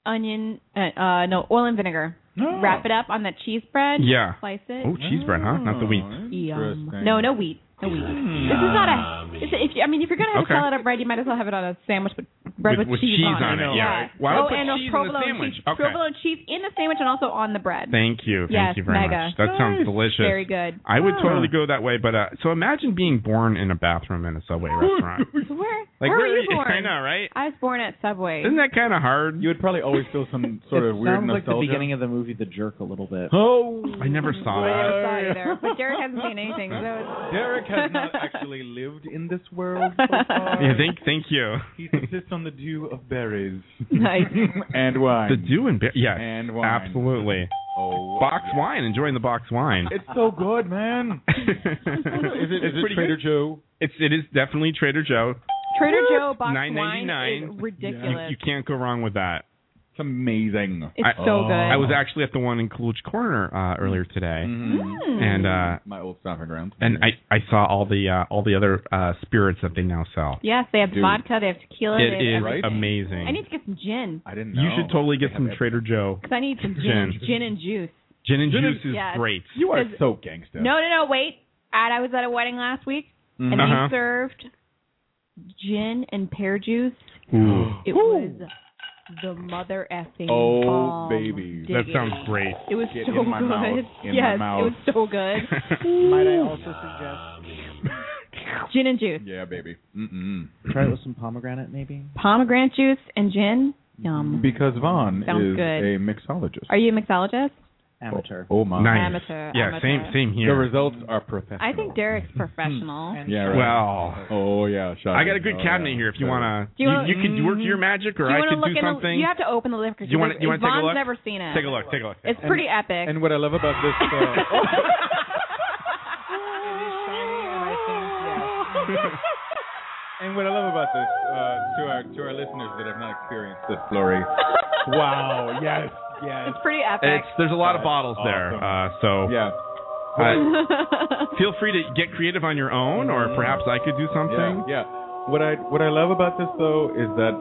S2: onion. Uh, uh no, oil and vinegar.
S1: No.
S2: Wrap it up on that cheese bread.
S3: Yeah.
S2: Slice it. Oh,
S3: Oh, cheese bread, huh? Not the wheat. Hmm.
S2: Yum.
S1: Interesting.
S2: No, no wheat. No wheat. This is not a. It's a- if you, I mean, if you're gonna have
S3: Okay.
S2: salad on bread, you might as well have it on a sandwich with bread with,
S3: with cheese on it, yeah. Why would
S2: oh,
S3: put
S2: and
S3: cheese in
S2: a
S3: the
S2: provolone
S3: sandwich?
S2: cheese.
S3: Okay.
S2: Provolone cheese in the sandwich and also on the bread.
S3: Thank you. Thank
S2: Yes,
S3: you very
S2: mega. Mm,
S3: much. That sounds delicious.
S2: Very good.
S3: I would
S2: Ah.
S3: totally go that way, but uh, so imagine being born in a bathroom in a subway restaurant.
S2: So where?
S3: Like,
S2: where
S3: where
S2: were you
S3: are you-
S2: born?
S3: I know, right?
S2: I was born at Subway.
S3: Isn't that kind of hard?
S1: You would probably always feel some sort
S10: it
S1: of weird
S10: sounds like the
S1: nostalgia.
S10: beginning of the movie The Jerk a little bit.
S1: Oh,
S3: I never
S2: I
S3: saw that.
S2: never saw either, but Derek hasn't seen anything, so it's...
S1: Derek has not actually lived in this world so far.
S3: Yeah, thank, thank you.
S1: he subsists on the dew of berries
S2: nice.
S1: and wine.
S3: The dew and beer. Yes,
S1: and wine.
S3: absolutely.
S1: Oh,
S3: Box
S1: yeah.
S3: wine, enjoying the box wine.
S1: It's so good, man.
S3: is
S1: Is it, is it
S3: pretty
S1: Trader
S3: good.
S1: Joe?
S3: It's it is definitely Trader Joe.
S2: Trader Joe box wine
S3: $9.99.
S2: is
S3: You,
S2: ridiculous.
S3: you can't go wrong with that.
S1: It's amazing.
S2: It's
S3: I-
S2: so
S1: Oh.
S2: good.
S3: I was actually at the one in Coolidge Corner uh, earlier today,
S1: Mhm.
S2: Mm.
S3: and uh,
S1: My old stomping ground.
S3: and I, I saw all the uh, all the other uh, spirits that they now sell.
S2: Yes, they have
S1: Dude.
S2: vodka, they have tequila,
S3: It
S2: they have
S3: is
S2: everything.
S3: amazing.
S2: I need to get some gin
S1: I didn't know.
S3: you should totally get
S1: They
S3: some
S1: have
S3: Trader Joe.
S2: because I need some gin,
S3: Gin.
S2: gin and juice.
S3: Gin and
S1: Gin and-
S3: juice is
S2: Yes.
S3: great.
S1: it. You are
S2: Because-
S1: so gangster.
S2: No, no, no, wait. At I was at a wedding last week, and
S1: Mhm.
S3: Uh-huh.
S2: they served gin and pear juice.
S3: Ooh,
S2: It was the mother effing
S1: Oh,
S2: bomb.
S1: baby.
S2: Dig
S3: that
S2: it.
S3: sounds great.
S2: It was
S1: Get
S2: so
S1: in my
S2: good.
S1: mouth, in my
S2: yes,
S1: mouth.
S2: it was so good.
S10: Might I also suggest
S2: gin and juice,
S1: Yeah, baby. Mm-mm.
S10: try it with some pomegranate, maybe?
S2: pomegranate juice, and gin.
S3: Mm-hmm.
S2: Yum.
S1: Because Vaughn
S2: Sounds
S1: is
S2: good.
S1: a mixologist.
S2: Are you a mixologist?
S10: Amateur.
S1: Oh my.
S3: Nice.
S2: Amateur.
S3: Yeah,
S2: amateur.
S3: same same
S1: The
S3: here.
S1: results are professional.
S2: I think Derek's professional.
S10: And
S1: Yeah. Right.
S3: Well,
S1: Oh yeah. Shot
S3: I got a good cabinet here. If you wanna,
S2: Do you wanna- Mm-hmm.
S3: you, you could work your magic, or
S2: you
S3: I
S2: wanna
S3: could
S2: look in
S3: do
S2: a-
S3: something.
S2: you have to open the liquor.
S3: You wanna- you wanna take a look?
S2: never seen it.
S3: take a look. Take a look.
S2: It's pretty epic.
S1: And what I love about this. Uh, And what I love about this uh, to our to our listeners that have not experienced this glory.
S2: Oh,
S1: wow! Yes, yes,
S2: it's pretty epic.
S3: It's there's a lot of
S1: That's
S3: bottles there, uh, so
S1: yeah.
S3: uh, feel free to get creative on your own, or perhaps I could do
S1: Yeah,
S3: something.
S1: yeah. What I what I love about this though is that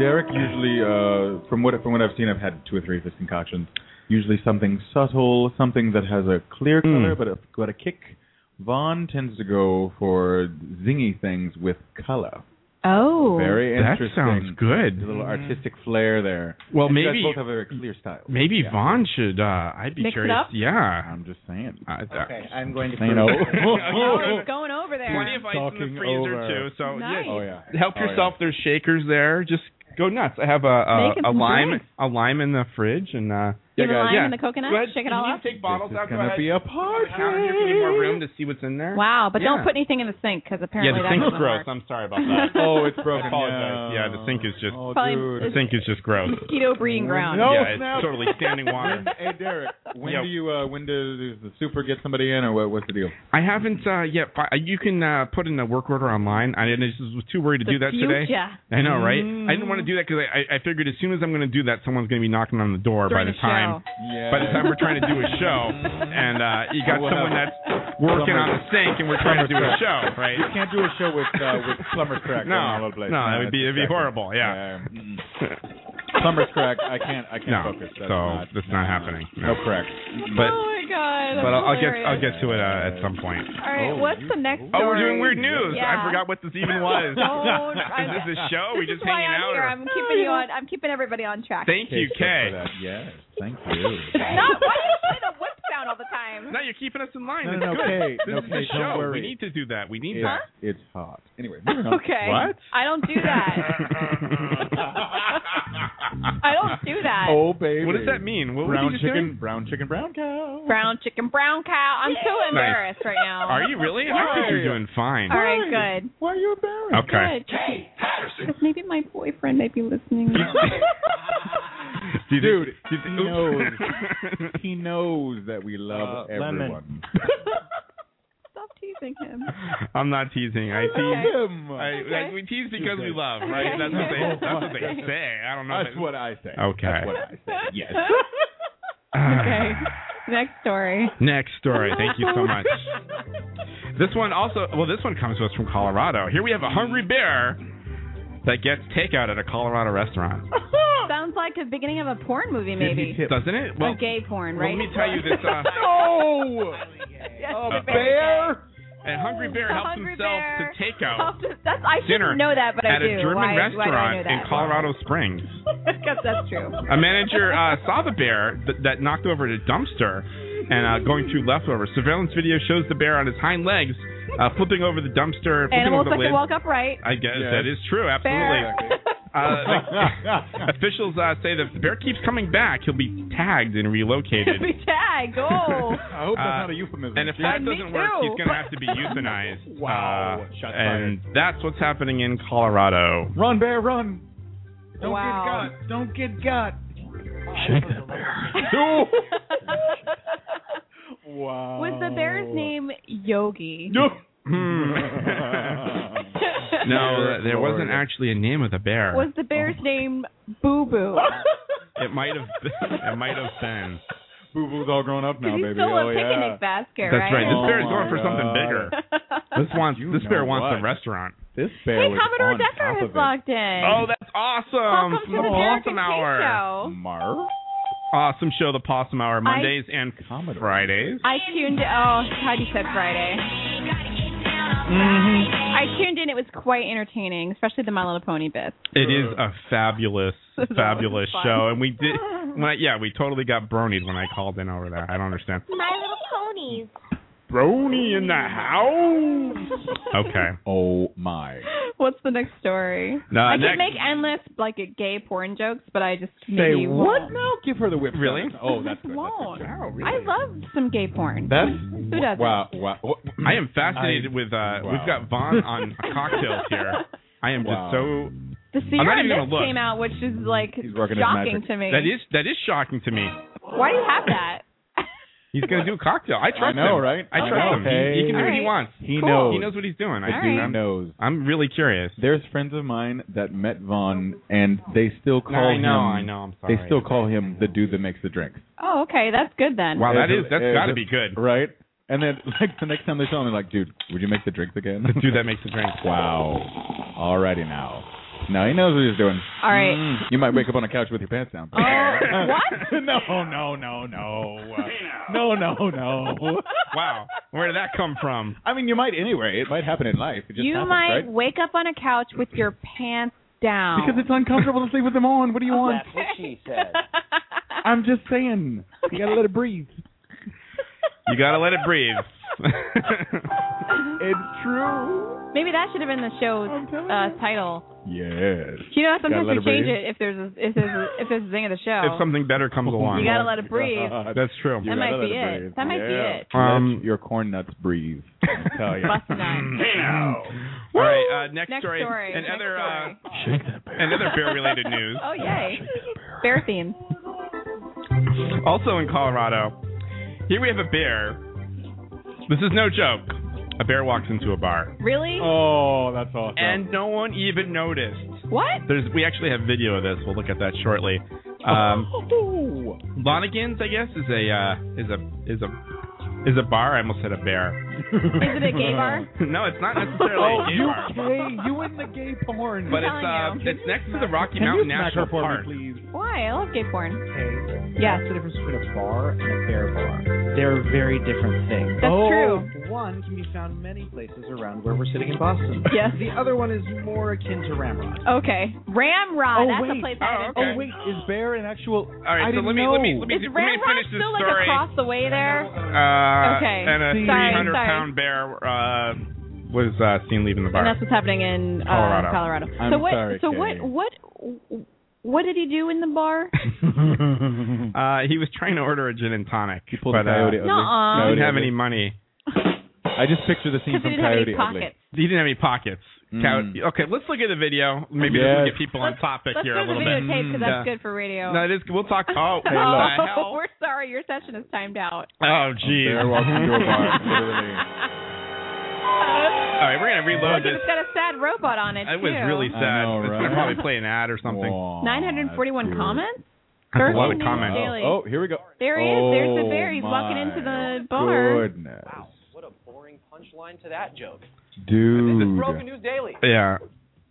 S1: Derek usually, uh, from what from what I've seen, I've had two or three of his concoctions. Usually something subtle, something that has a clear
S3: Hmm.
S1: color but a got a kick. Vaughn tends to go for zingy things with color.
S2: oh,
S1: Very
S3: That
S1: interesting.
S3: sounds good.
S1: A little artistic flair there.
S3: Well,
S1: And you guys
S3: maybe-
S1: both have a very clear style.
S3: Maybe
S1: Yeah.
S3: Vaughn should. Uh, I'd be
S2: Mix it
S3: curious.
S2: up?
S3: Yeah.
S1: I'm just saying.
S3: I-
S10: Okay, I'm going to
S1: You know.
S2: Oh, it's going over there.
S3: Plenty of ice in
S1: Talking
S3: the freezer
S1: over.
S3: too. So
S2: Nice.
S1: Oh yeah.
S3: yeah, help
S1: Oh,
S3: yourself. There's shakers there. Just go nuts. I have a
S2: Make us
S3: a, a
S2: some
S3: lime
S2: drinks.
S3: a lime in the fridge, and uh,
S2: Do the
S3: guys.
S2: lime
S3: Yeah.
S2: and the coconut?
S3: Go ahead.
S2: Shake it
S3: Can
S2: all
S3: you
S2: up?
S3: Take bottles
S1: This is
S3: out.
S1: gonna be a
S3: party. If you need more room to see what's in there.
S2: Wow, but
S3: Yeah.
S2: don't put anything in the sink because
S3: Yeah,
S2: apparently
S3: the
S2: that
S3: sink's
S2: doesn't
S3: gross.
S2: work.
S3: I'm sorry about that.
S1: Oh, it's broken.
S3: I apologize. Yeah. the sink is just.
S2: Probably dude.
S3: The sink is just gross.
S2: Mosquito breeding ground.
S1: No,
S3: yeah,
S1: snap.
S3: it's totally standing water.
S1: hey Derek, when
S3: Yeah.
S1: do you uh, when does the super get somebody in, or what, what's the deal?
S3: I haven't uh, yet. fi- You can uh, put in a work order online. I didn't, I was too worried to
S2: The
S3: do that today.
S2: future. Mm.
S3: I know, right? I didn't want to do that because I, I figured as soon as I'm going to do that, someone's going to be knocking on the door
S2: During
S3: by the
S2: the
S3: time
S1: Yeah.
S3: by the time we're trying to do a show, and uh, you got
S1: We'll
S3: someone
S1: have-
S3: that's working on the sink, and we're trying to do a show, right?
S1: You can't do a show with uh, with plumber's crack.
S3: No,
S1: going all over the place.
S3: no, that would
S1: it's
S3: be- it'd be
S1: distracting.
S3: horrible, yeah.
S1: Mm-mm. plumber's crack. I can't. I can't
S3: No,
S1: focus. That's
S3: so
S1: not,
S3: that's not happening.
S1: no crack.
S3: But
S2: oh my god.
S3: but uh, I'll, I'll get
S2: hilarious.
S3: I'll get to it uh, at some point.
S2: All right,
S1: Oh,
S2: what's the next?
S3: Oh, we're
S2: story?
S3: doing weird news.
S2: Yeah.
S3: I forgot what this even was.
S2: Don't-
S3: Is
S2: I'm-
S3: this a show? we
S2: This
S3: just
S2: is why
S3: hanging
S2: I'm
S3: out?
S2: here.
S3: or-
S2: I'm keeping you on. I'm keeping everybody on track.
S3: Thank you, Kay.
S1: Yes, thank you.
S2: Not why do you play the whip sound all the time?
S3: No, you're keeping us in line.
S1: No,
S3: That's
S1: no, no,
S3: good.
S1: Kay.
S3: This
S1: No,
S3: is
S1: Kay,
S3: the
S1: don't
S3: show.
S1: worry.
S3: We need to do that. We need
S1: It's,
S3: that.
S1: it's hot. Anyway, moving on.
S2: Okay.
S3: What?
S2: I don't do that. I don't do that.
S1: Oh baby.
S3: What does that mean? What was
S1: brown
S3: he just
S1: chicken,
S3: doing?
S1: brown chicken, brown cow.
S2: Brown chicken, brown cow. I'm so
S3: Nice.
S2: embarrassed right now.
S3: Are you really? I think you're doing fine.
S2: All right, good.
S1: Why are you embarrassed?
S3: Okay.
S2: Good. Because maybe my boyfriend might be listening.
S3: Do you
S1: Dude,
S3: think- do you
S1: he
S3: think-
S1: knows.
S3: oops.
S1: he knows that we love
S10: Uh, lemon.
S1: everyone.
S2: Stop teasing him.
S3: I'm not teasing. I tease.
S2: Okay.
S1: Him.
S3: I, like, we tease because we
S1: Okay.
S3: love, right?
S2: Okay.
S3: That's what they. That's what they
S2: Okay.
S3: say. I don't know.
S1: That's what I say.
S3: Okay.
S1: That's what I say. Yes.
S2: okay. Next story.
S3: Next story. Thank you so much. This one also, well, this one comes to us from Colorado. Here we have a hungry bear that gets takeout at a Colorado restaurant.
S2: Sounds like the beginning of a porn movie,
S1: Did he
S2: maybe.
S1: tip?
S3: Doesn't it? Well,
S2: or gay porn,
S3: well,
S2: right? Oh,
S3: let me tell you this. Uh,
S1: No.
S2: Yes,
S1: A
S2: it's very
S1: bear.
S3: a hungry bear
S2: The
S3: helps
S2: hungry
S3: himself
S2: bear.
S3: to takeout
S2: That's, I
S3: Oh. Dinner
S2: should know that, but I
S3: at
S2: do.
S3: a German
S2: why,
S3: restaurant
S2: why do I
S3: in
S2: know
S3: Colorado Springs.
S2: that? Because that's true.
S3: A manager uh, saw the bear th- that knocked over the dumpster and uh, going through leftovers. Surveillance video shows the bear on his hind legs, uh, flipping over the dumpster, flipping
S2: Animals
S3: over the
S2: like to
S3: lid.
S2: walk upright.
S3: I guess
S1: Yes.
S3: that is true. Absolutely.
S2: Bear.
S3: Uh, officials uh, say that if the bear keeps coming back, he'll be tagged and relocated.
S2: Be tagged. Oh.
S1: I hope that's
S3: Uh,
S1: not a euphemism.
S3: And if
S1: Jeez.
S3: that
S2: Me
S3: doesn't work, he's
S2: too.
S3: going to have to be euthanized.
S1: Wow.
S3: Uh,
S1: Shots
S3: and that's what's happening in Colorado.
S1: run, bear, run. Don't
S2: Wow.
S1: get got. Don't get got. Wow.
S2: Was the bear's name Yogi?
S1: No.
S3: Hmm. no, uh, there wasn't actually a name of the bear.
S2: Was the bear's name Boo Boo?
S3: It might have. It might have been.
S1: Boo Boo's all grown up now, baby.
S2: Because he's still
S1: oh
S2: a
S1: yeah.
S2: picnic basket,
S3: That's right. This
S1: Oh
S3: bear is
S1: my
S3: going for something
S1: God.
S3: bigger.
S2: hey,
S3: This wants.
S1: You
S3: This bear
S1: know
S3: wants
S1: what?
S3: the restaurant.
S1: This bear was
S2: Commodore
S1: on top
S2: Decker
S1: of
S2: is
S1: it.
S2: locked in.
S3: Oh, that's awesome!
S2: Welcome to the Derek and
S3: Um, Possum
S2: Kate
S3: Hour.
S2: Show.
S1: Marv?
S3: Awesome show, the Possum Hour, Mondays and
S1: Commodore.
S3: Fridays.
S2: I tuned. Oh, God, you said Friday. I tuned in. It was quite entertaining, especially the My Little Pony bits.
S3: It is a fabulous,
S2: That was
S3: fabulous
S2: fun.
S3: show, and we did. When I, yeah, we totally got bronied when I called in over there. I don't understand.
S6: My Little Ponies.
S3: Brony in the house. Okay.
S1: Oh my.
S2: What's the next story?
S3: Uh,
S2: I
S3: next-
S2: could make endless like gay porn jokes, but I just
S1: Say
S2: maybe
S1: what?
S2: won't.
S1: No, give her the whip.
S3: Really?
S1: shot. Oh, that's good.
S2: Won't.
S1: That's, good. Wow,
S2: I
S1: really?
S2: love some gay porn.
S1: That's
S2: Who doesn't?
S1: Wow, wow.
S3: I am fascinated
S1: I-
S3: with. uh
S1: wow.
S3: We've got Vaughn on cocktails here. I am
S1: Wow.
S3: just so.
S2: The
S3: I'm not
S2: Sierra
S3: even gonna
S2: Mist
S3: look.
S2: came out, which is like
S1: He's working his
S2: shocking
S1: magic.
S2: to me.
S3: That is that is shocking to me.
S2: Why do you have that?
S3: He's gonna do a cocktail. I trust
S1: know,
S3: him.
S1: right?
S3: I
S1: I
S3: trust
S1: know.
S3: him. He, he can do what he
S2: Hey.
S3: wants.
S1: He
S2: Cool.
S1: knows.
S3: He knows what he's doing. I
S2: All
S3: think
S1: He
S2: right.
S3: I'm,
S1: knows.
S3: I'm really curious.
S1: There's friends of mine that met Vaughn, and they still
S3: No,
S1: call
S3: I
S1: him.
S3: know. I know. I'm sorry.
S1: They still call him the dude that makes the drinks.
S2: Oh, okay, that's good then.
S3: Wow, that
S1: It's-
S3: is that's
S1: it's-
S3: got to be good.
S1: Right? And then, like, the next time they saw him, they're like, dude, would you make the drinks again?
S3: The dude that makes the drink.
S1: Wow. Alrighty now. Now he knows what he's doing.
S2: All right.
S1: Mm. You might wake up on a couch with your pants down.
S2: Oh, what?
S1: no, no, no,
S3: Oh,
S1: no. No, no, no.
S3: Wow. Where did that come from?
S1: I mean, you might anyway. It might happen in life. It just
S2: You
S1: happens,
S2: might
S1: right?
S2: wake up on a couch with your pants down.
S1: Because it's uncomfortable to sleep with them on. What do you want?
S7: That's what she said.
S1: I'm just saying. You gotta let it breathe.
S3: You gotta let it breathe.
S1: and true.
S2: Maybe that should have been the show's uh, title.
S1: Yes.
S2: You know,
S3: Gotta
S2: sometimes
S3: let
S2: we
S3: it
S2: change
S3: breathe.
S2: it if there's a, if there's a, if there's a thing of the show.
S3: If something better comes
S1: Oh
S3: along,
S2: You gotta let it breathe.
S3: That's true.
S2: That might be it. That might be it.
S3: Um, Mm.
S1: Let your corn nuts breathe. I tell you.
S2: Bust nuts.
S3: All right, uh, next,
S2: Next
S3: story.
S2: story.
S3: And
S2: Next
S3: other
S2: story.
S3: Uh, another bear related news.
S2: Oh yay! Bear theme.
S3: Also in Colorado, here we have a bear. This is no joke. A bear walks into a bar.
S2: Really?
S3: Oh, that's awesome. And no one even noticed.
S2: What?
S3: There's we actually have video of this. We'll look at that shortly. Um,
S1: Oh.
S3: Lonigan's, I guess, is a uh, is a is a is a bar. I almost said a bear.
S2: Is it a gay bar?
S3: no, it's not uh, necessarily
S1: Oh,
S3: a gay bar.
S1: okay? You and the gay porn.
S3: But it's uh, it's next to the Rocky
S1: Can you smack
S3: Mountain National
S1: her for me,
S7: um,
S3: Park.
S2: Why? I love gay porn.
S10: Okay.
S2: Yeah.
S10: That's the difference between a bar and a bear bar. They're very different things.
S2: That's
S10: oh,
S2: true.
S10: One can be found many places around where we're sitting in Boston.
S2: Yes.
S10: The other one is more akin to Ramrod.
S2: Okay. Ramrod.
S10: Oh,
S2: That's
S10: wait.
S2: a place I haven't
S1: Oh
S2: been.
S1: wait, is bear an actual?
S3: All
S1: I
S3: right, so
S1: didn't
S3: let me
S1: know.
S3: let me let me,
S2: Is
S3: let me
S2: Ramrod
S3: finish this
S2: still like
S3: story.
S2: across the way there?
S3: Uh,
S2: Okay.
S3: And a
S2: Sorry,
S3: 300
S2: sorry.
S3: pound bear uh, was uh, seen leaving the
S2: And
S3: bar.
S2: that's what's happening in uh,
S3: Colorado.
S2: Colorado.
S3: I'm
S2: so what?
S3: sorry,
S2: so
S3: Katie.
S2: what? What? What did he do in the bar?
S3: uh, he was trying to order a gin and tonic. He pulled but,
S1: a Coyote
S3: uh,
S1: Ugly.
S2: Nuh-uh.
S3: He
S1: Coyote
S3: didn't have
S1: Ugly.
S3: any money.
S1: I just picture the scene
S2: 'Cause he
S1: from
S2: didn't have any
S1: Coyote Ugly. Mm.
S2: pockets.
S3: He didn't have any pockets. Cow- okay, let's look at the video. Maybe this will
S1: Yes.
S3: get people on topic
S2: Let's
S3: here
S2: go to
S3: a
S2: the
S3: little
S2: videotape
S3: bit.
S2: because that's good for radio.
S3: Mm. No, it is. We'll talk. Oh, what the
S2: oh,
S3: hell?
S2: we're sorry. Your session is timed out.
S3: Oh, jeez.
S1: bear walks into a bar,
S3: All right, we're gonna
S2: Look,
S3: reload this.
S2: it's got a sad robot on it.
S3: That was
S2: too.
S3: really sad.
S1: know,
S3: It's
S1: right?
S3: gonna probably play an ad or something.
S2: 941 comments?
S3: That's a
S2: 13
S3: lot of
S2: news
S3: comments.
S2: daily.
S1: Oh, here we go. Oh
S2: There he is. There's the bear. He's walking into the bar.
S1: Goodness,
S15: What a boring punchline to that joke.
S1: dude.
S15: Broken news daily.
S3: Yeah.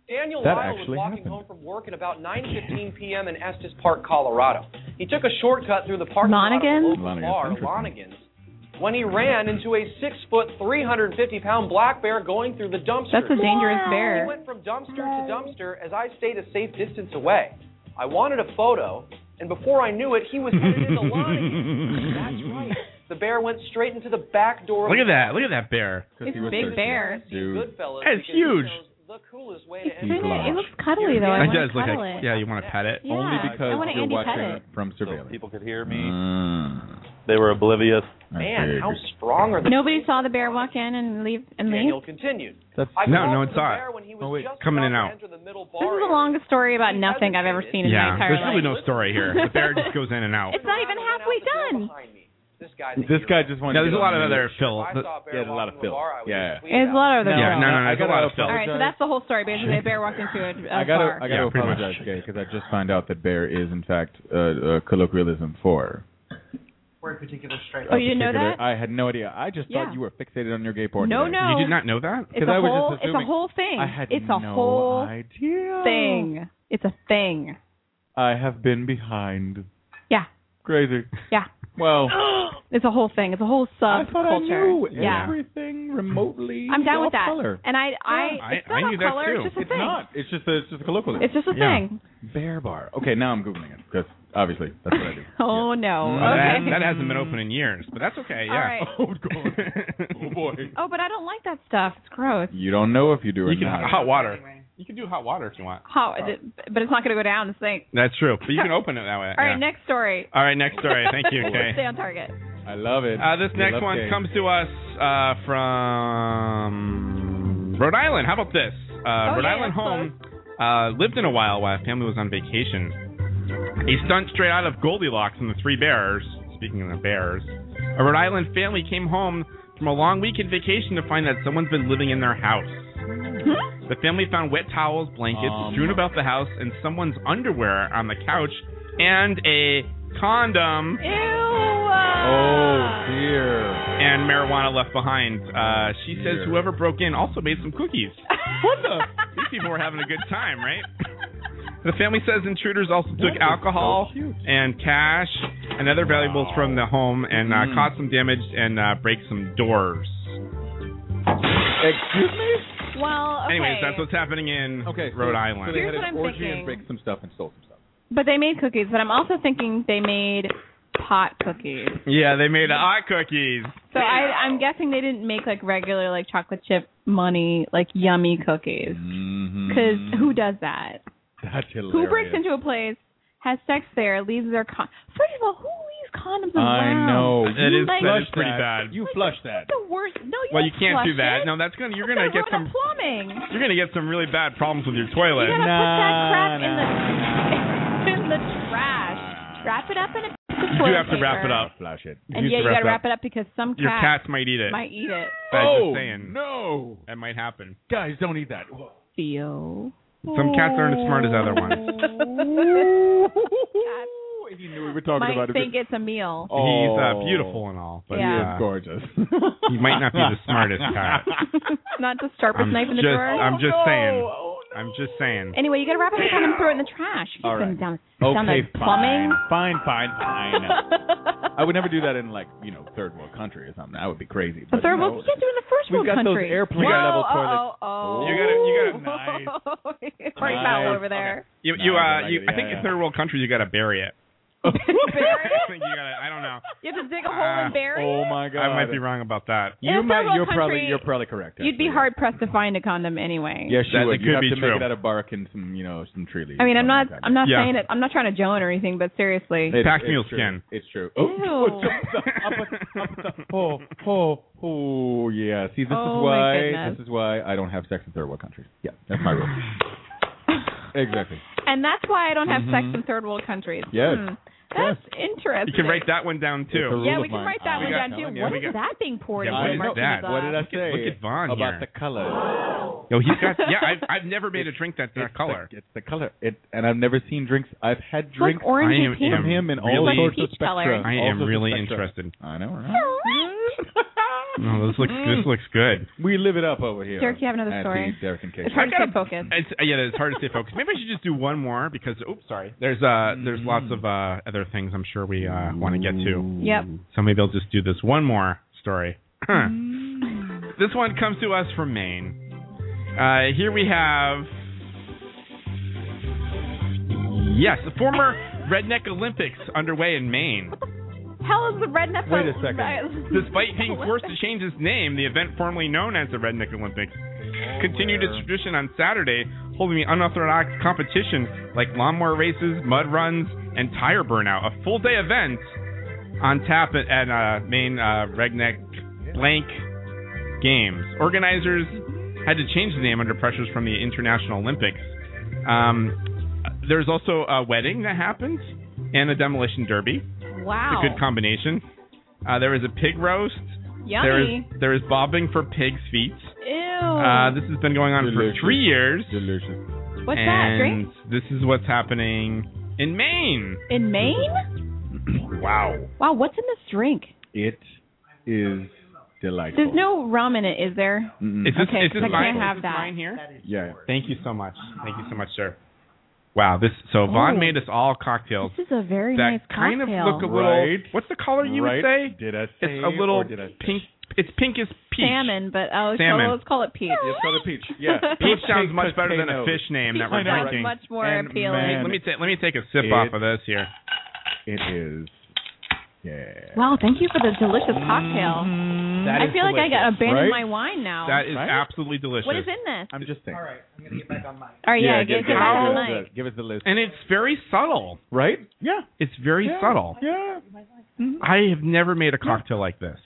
S15: Daniel
S1: That
S15: Lyle was
S1: actually
S15: walking home from work at about 9:15 p.m. in Estes Park, Colorado. He took a shortcut through the parking lot of a
S2: Lonigan's?
S15: local bar, Lonigan's, when he ran into a six-foot, 350-pound black bear going through the dumpster.
S2: That's a dangerous bear.
S15: He went from dumpster to dumpster as I stayed a safe distance away. I wanted a photo, and before I knew it, he was headed into Lonigan's. That's right. The bear went straight into the back door. of
S3: Look at
S15: the
S3: that. Look at that bear.
S2: It's a big bear.
S1: Dude.
S15: Goodfellas because
S3: It's
S15: he
S3: huge.
S15: chose The coolest way to
S1: He's
S15: end
S1: large.
S2: It looks cuddly, though. I want
S3: It does
S2: to
S3: look
S2: cuddle it.
S3: like. Yeah, you want to pet it.
S2: Yeah.
S1: Only
S2: I
S1: because
S2: want to
S1: you're
S2: Andy
S1: watching
S2: pet it.
S1: from surveillance.
S9: people could hear me.
S3: Ah.
S9: They were oblivious.
S15: Man, how strong are the
S2: Nobody saw the bear walk in and leave and
S15: Daniel
S2: leave.
S15: continued.
S1: That's
S15: I
S3: no,
S15: called
S3: no,
S15: for
S3: it's
S15: the
S3: not.
S15: bear when he was
S3: Oh wait,
S15: just
S3: coming in
S15: about to
S3: out.
S15: enter the middle
S2: This
S15: bar
S2: is the longest story about nothing I've ever seen in my
S3: Yeah,
S2: entire
S3: there's really
S2: life.
S3: no story here. The bear just goes in and out.
S2: It's not even halfway done.
S15: This guy.
S1: This guy just wanted. to
S3: No, there's
S1: get
S3: a lot
S1: on the
S3: of other
S1: news.
S3: fill.
S1: Yeah, there's a lot of fill. Yeah.
S2: It's a lot of the
S1: No,
S3: Yeah, no, no, no,
S1: I
S3: it's a
S1: gotta
S3: lot of fill.
S2: All right, so that's the whole story. Basically, a bear walked into a, a
S1: I gotta,
S2: bar.
S1: I gotta
S3: Yeah, pretty much.
S1: apologize, Gay, because I just found out that bear is in fact a, a colloquialism for.
S10: For a particular strike.
S2: Oh, you didn't know
S1: particular-
S2: that?
S1: I had no idea. I just
S2: Yeah.
S1: thought you were fixated on your gay porn.
S2: No,
S1: today.
S2: no.
S3: You did not know that?
S2: It's
S1: 'Cause I
S2: a
S1: was just
S2: whole. It's a
S1: assuming-
S2: whole thing.
S1: I had
S2: it's a
S1: no
S2: whole
S1: idea.
S2: thing. It's a thing.
S1: I have been behind.
S2: Yeah.
S1: Crazy.
S2: Yeah.
S1: Well,
S2: It's a whole thing. It's a whole
S1: I
S2: subculture.
S1: thought I knew
S2: yeah.
S1: everything remotely.
S2: I'm down with
S1: off
S2: that.
S1: Color.
S2: And I, I,
S1: Yeah.
S2: it's not
S1: I knew
S2: about
S1: that
S2: color.
S1: too.
S2: It's just a
S1: It's
S13: uh,
S2: thing.
S1: not. It's just a, it's just a colloquialism.
S2: It's just a
S1: Yeah.
S2: thing.
S1: Bear bar. Okay, now I'm googling it because obviously that's what I do.
S2: Oh
S1: Mm,
S2: no.
S3: Well, that,
S2: Okay.
S3: that hasn't been open in years, but that's okay. Yeah.
S2: All right.
S1: Oh god. Oh boy.
S2: Oh, but I don't like that stuff. It's gross.
S1: You don't know if you do or
S3: You can
S1: not.
S3: hot water. You can do hot water if you want.
S2: How? But it's not going to go down the sink.
S3: That's true. But you can open it that way.
S2: All right,
S3: Uh, yeah.
S2: next story.
S3: All right, next story. Thank you. Okay.
S2: Stay on target.
S1: I love it.
S3: Uh, this
S1: We
S3: next
S1: love
S3: one
S1: games.
S3: comes to us uh, from Rhode Island. How about this? Uh,
S2: Oh, yeah,
S3: Rhode Island
S2: that's
S3: home uh, lived in a while while his family was on vacation. A stunt straight out of Goldilocks and the Three Bears. Speaking of the bears, a Rhode Island family came home from a long weekend vacation to find that someone's been living in their house. The family found wet towels, blankets
S1: Um.
S3: strewn about the house, and someone's underwear on the couch, and a condom
S2: Ew.
S1: Oh dear.
S3: and marijuana left behind. Uh, she
S1: Dear.
S3: says whoever broke in also made some cookies. What the? These people were having a good time, right? The family says intruders also took alcohol and cash and other valuables from the home and uh,
S1: Mm.
S3: caused some damage and uh, break some doors.
S1: Excuse me.
S2: Well, okay.
S3: Anyways, that's what's happening in
S1: Okay, so-
S3: Rhode
S1: So
S3: Island.
S1: they
S2: Here's
S1: had an
S2: what I'm
S1: orgy
S2: thinking.
S1: and break some stuff and stole some stuff.
S2: But they made cookies. But I'm also thinking they made pot cookies.
S3: Yeah, they made hot cookies.
S2: So I, I'm guessing they didn't make like regular like chocolate chip money like yummy cookies.
S13: Mm-hmm.
S2: Because
S3: Mm.
S2: who does that?
S1: That's hilarious.
S2: Who breaks into a place, has sex there, leaves their con? First of all, who leaves condoms
S1: I
S2: around?
S1: know.
S3: That
S2: You,
S3: is-
S2: like,
S3: that is pretty bad.
S1: You flush that.
S2: The worst. No, you
S3: Well,
S2: don't
S3: you can't
S2: flush
S3: do
S2: It.
S3: that. No, that's gonna you're
S2: That's
S3: gonna
S2: gonna
S3: get
S2: ruin
S3: some
S2: the plumbing.
S3: you're gonna get some really bad problems with your toilet.
S2: You gotta put that crap in the in the trash. Wrap it up in a piece of
S3: you
S2: toilet
S3: do have to wrap it
S2: paper.
S3: up.
S1: Flash it.
S2: And yeah, you gotta wrap it up because some
S3: Your
S2: cat
S3: cats might eat it.
S2: might eat it.
S3: I'm just
S1: Oh,
S3: saying.
S1: No,
S3: that might happen.
S1: guys, don't eat that.
S2: Theo.
S3: Some cats aren't as smart as other ones.
S1: If you knew we were talking
S2: might
S1: about it.
S2: think it's a meal.
S3: He's uh,
S1: Oh.
S3: beautiful and all, but
S2: Yeah. He is
S3: uh,
S1: gorgeous.
S3: he might not be the smartest cat.
S2: Not the sharpest
S3: I'm
S2: knife in the
S3: just,
S2: drawer.
S3: I'm just saying.
S1: Oh.
S3: I'm just saying.
S2: Anyway, you gotta wrap it up and throw it in the trash. Keep
S1: All right.
S2: them down, down
S1: Okay,
S2: the plumbing.
S1: fine, fine, fine, fine. I would never do that in like you know third world country or something. That would be crazy. But
S2: The third
S1: no.
S2: world, you can't do it in the first
S1: We've
S2: world
S1: got those
S2: country.
S1: airplane
S2: Whoa,
S1: level
S2: oh, oh,
S3: You gotta- you gotta-
S2: gotta nice.
S3: Nice.
S2: over there.
S3: You,
S1: No, I
S3: you, uh,
S1: like
S3: you,
S1: it.
S3: I
S1: Yeah,
S3: think
S1: yeah.
S3: in third world countries you gotta bury it.
S2: Bury
S3: I think you gotta. I don't know.
S2: You have to dig a hole and
S3: Ah,
S2: bury
S1: Oh
S2: it?
S1: my god.
S3: I might be wrong about that.
S2: In a
S1: You
S2: third
S1: might.
S2: world
S1: You're probably.
S2: country,
S1: You're probably correct.
S2: You'd be
S1: actually.
S2: hard pressed to find a condom anyway.
S1: Yes, you
S3: That- that
S1: would.
S3: could
S1: You'd have
S3: be
S1: to
S3: true.
S1: make it out of bark and some, you know, some tree leaves.
S2: I mean,
S1: or
S2: I'm not.
S1: something like that.
S2: I'm not
S3: Yeah.
S2: saying it. I'm not trying to Joan or anything, but seriously.
S1: It-
S3: Pack
S1: it's
S3: mule
S1: true.
S3: skin.
S1: It's true. Oh,
S2: Ew.
S1: oh, oh, oh, yeah. See, this
S2: Oh,
S1: is
S2: my
S1: why.
S2: goodness.
S1: This is why I don't have sex in third world countries. Yeah, that's my rule. exactly.
S2: and that's why I don't have
S1: Mhm.
S2: sex in third world countries.
S1: Yes.
S2: Hmm. That's
S3: You
S2: interesting.
S3: can write that one down
S1: It's a
S3: too.
S1: rule
S2: Yeah,
S1: of
S2: we can
S1: mine.
S2: write
S1: I
S2: that one
S1: got
S2: down
S1: telling
S2: too.
S1: you.
S2: What
S3: we
S2: is that being poured
S3: Yeah,
S2: into
S3: what
S2: the
S3: is
S2: martini
S3: that?
S2: glass?
S1: What did I
S3: at-
S1: say
S3: look at Vaughn
S1: about
S3: here.
S1: the color?
S3: Yo, he's got. Yeah, I've I've never made a drink that's
S1: It's
S3: that color.
S1: The, it's the color. It, and I've never seen drinks. I've had drinks
S2: like orange
S3: I am-
S2: and pink.
S1: from him in all
S3: Really?
S1: sorts of
S2: Peach color.
S1: spectra.
S3: I
S1: all
S3: am
S1: sorts of
S3: really
S1: spectra.
S3: interested.
S1: I know, right?
S3: No, this looks
S2: Mm.
S3: this looks good.
S1: We live it up over here.
S2: Derek, you have another
S1: at
S2: story?
S1: the Derek and Kay
S2: It's
S1: Show.
S2: hard to stay focused.
S3: It's, uh, yeah, it's hard to stay focused. Maybe I should just do one more because oops, sorry. There's uh there's lots of uh other things I'm sure we uh want to get to.
S2: Yep.
S3: So maybe I'll just do this one more story. this one comes to us from Maine. Uh, here we have yes, the former Redneck Olympics underway in Maine.
S2: Hell is the redneck.
S1: Wait a second.
S3: Despite being forced to change its name, the event formerly known as the Redneck Olympics continued its tradition on Saturday, holding the unorthodox competition like lawnmower races, mud runs, and tire burnout. A full day event on tap at, at uh, Maine uh, Redneck Blank Games. Organizers had to change the name under pressures from the International Olympics. Um, there's also a wedding that happens and a demolition derby.
S2: Wow.
S3: It's a good combination. Uh, there is a pig roast. There is
S2: Yummy.
S3: there is bobbing for pigs' feet.
S2: Ew.
S1: Oh.
S3: Uh, this has been going on
S1: Delicious.
S3: for three years,
S1: Delicious.
S2: What's that?
S3: and
S2: Drink
S3: this is what's happening in Maine.
S2: in Maine?
S3: Wow.
S2: Wow. What's in this drink?
S1: It is delightful.
S2: There's no rum in it, is there?
S1: Mm-mm.
S3: Is this
S2: Okay,
S3: is this
S2: I can't
S3: mine?
S2: have
S3: is this
S2: that.
S3: mine here?
S1: yeah.
S3: Thank you so much. Thank you so much, sir. Wow. This so Vaughn
S2: Oh.
S3: made us all cocktails
S2: This is a very
S3: that
S2: nice
S3: kind
S2: cocktail.
S3: of look a little.
S1: Right.
S3: What's the color you
S1: right?
S3: would say?
S1: Did I say
S3: It's a little
S1: or did I say?
S3: pink. It's pink as peach.
S2: salmon, but oh, so
S3: Salmon.
S2: let's call it peach.
S1: It's called a peach. Yeah.
S3: Peach sounds
S1: Pink,
S3: much
S1: but
S3: better than a
S1: Kano.
S3: fish name
S2: Peach
S3: that we're
S1: I know,
S2: sounds
S3: drinking.
S2: much more
S1: And
S2: appealing.
S1: man-
S3: Let me take let me take a sip
S1: It-
S3: off of this here.
S1: It is. Yeah.
S2: Wow, thank you for the delicious cocktail.
S1: Mm-hmm. That
S2: Mm, I feel like I got abandoned
S1: right?
S2: my wine now.
S3: That is
S1: Right?
S3: absolutely delicious.
S2: what is in this?
S1: I'm just saying.
S2: All right, yeah,
S1: give,
S2: get, get
S1: give, us
S2: back on
S1: the-
S2: the mic.
S1: give us the list.
S3: And it's very subtle.
S1: Right? Yeah.
S3: It's very
S1: Yeah.
S3: subtle.
S1: Yeah.
S2: Mm-hmm.
S3: I have never made a cocktail like this.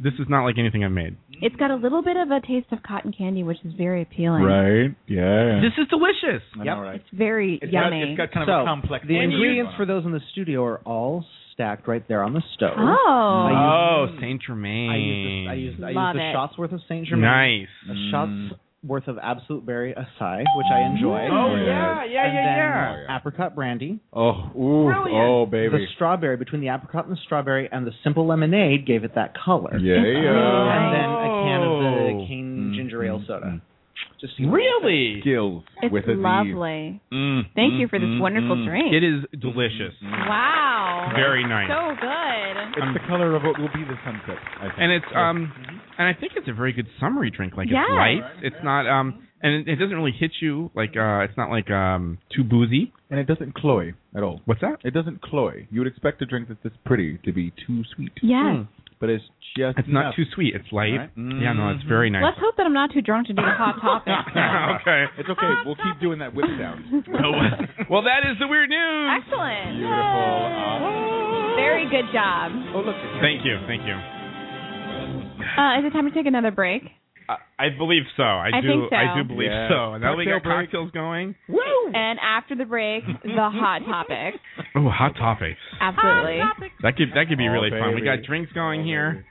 S3: This is not like anything I've made.
S2: It's got a little bit of a taste of cotton candy, which is very appealing.
S1: Right. Yeah.
S3: This is delicious.
S1: I know,
S10: Yep.
S1: right?
S2: It's very
S1: It's got-
S2: yummy.
S1: it's got kind of a
S10: So,
S1: complex.
S10: The
S1: And you-
S10: ingredients for those in the studio are all stacked right there on the stove.
S2: oh,
S3: Oh,
S10: I used-
S3: Saint
S10: I
S3: Germain.
S10: used a, I used, I
S2: Love
S10: used a
S2: it.
S10: shot's worth of Saint Germain,
S3: nice. Mm.
S10: a shot's worth of Absolute Berry Acai, which I enjoy.
S1: Oh, yeah,
S3: yeah,
S10: and
S3: yeah,
S10: then
S3: yeah.
S1: Oh, yeah.
S10: Apricot brandy,
S1: Oh, ooh, oh,
S10: the
S1: baby.
S10: strawberry between the apricot and the strawberry, and the simple lemonade gave it that color.
S1: Yeah.
S10: And then a can of
S3: Oh.
S10: the cane ginger ale
S1: Mm-hmm.
S10: soda. Just
S3: Really?
S1: Skills
S2: it's
S1: with a Z.
S2: lovely.
S3: Mm.
S2: Thank you for this wonderful drink.
S3: It is delicious.
S1: Mm.
S2: Wow,
S3: Very nice.
S2: so good.
S1: It's the color of what will be the sunset. I think.
S3: and it's um and I think it's a very good summery drink. Like
S2: Yes.
S3: it's light. It's not um and it, it doesn't really hit you like uh it's not like um too boozy.
S1: and it doesn't cloy. at all.
S3: What's that?
S1: It doesn't cloy. You would expect a drink that's this pretty to be too sweet.
S2: Yeah. Mm.
S1: But it's just.
S3: Hmm. It's not
S1: enough.
S3: too sweet. It's light.
S1: Right?
S3: Yeah, no, it's very nice.
S2: Let's hope that I'm not too drunk to do the hot topic.
S3: okay.
S1: It's okay. We'll keep doing that whip sound.
S3: well, that is the weird news.
S2: Excellent.
S1: Beautiful. Awesome.
S2: Very good job.
S1: Oh, look.
S3: Thank you. Thank you.
S2: Uh, is it time to take another break?
S3: I, I believe so. I,
S2: I
S3: do.
S2: think so.
S3: I do believe
S1: Yeah.
S3: so. And now we
S1: Cocktail
S3: got
S1: break.
S3: cocktails going.
S2: And after the break, the hot topic.
S3: Oh, hot topics.
S2: Absolutely.
S3: That could that could be
S1: Oh,
S3: really fun. We
S1: baby. Oh,
S3: got drinks going here.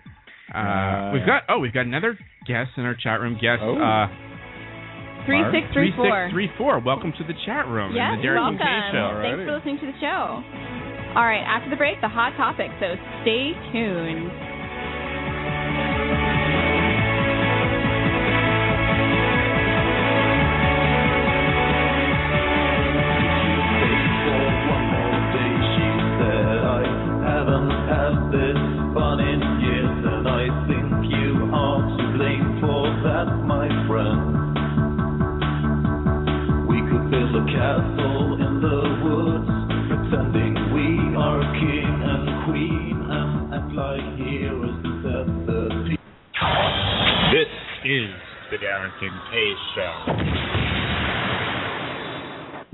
S3: Uh,
S1: Yeah.
S3: we've got oh, we've got another guest in our chat room. Guest
S1: Oh.
S3: uh,
S2: Three
S3: Barb?
S2: six three four.
S3: 3634. Welcome to the chat room.
S2: Yes,
S3: and the Derek
S2: welcome.
S3: and Kay show.
S2: Thanks for listening to the show. All right, after the break, the hot topic. So stay tuned.
S12: This is the Darrington Page Show.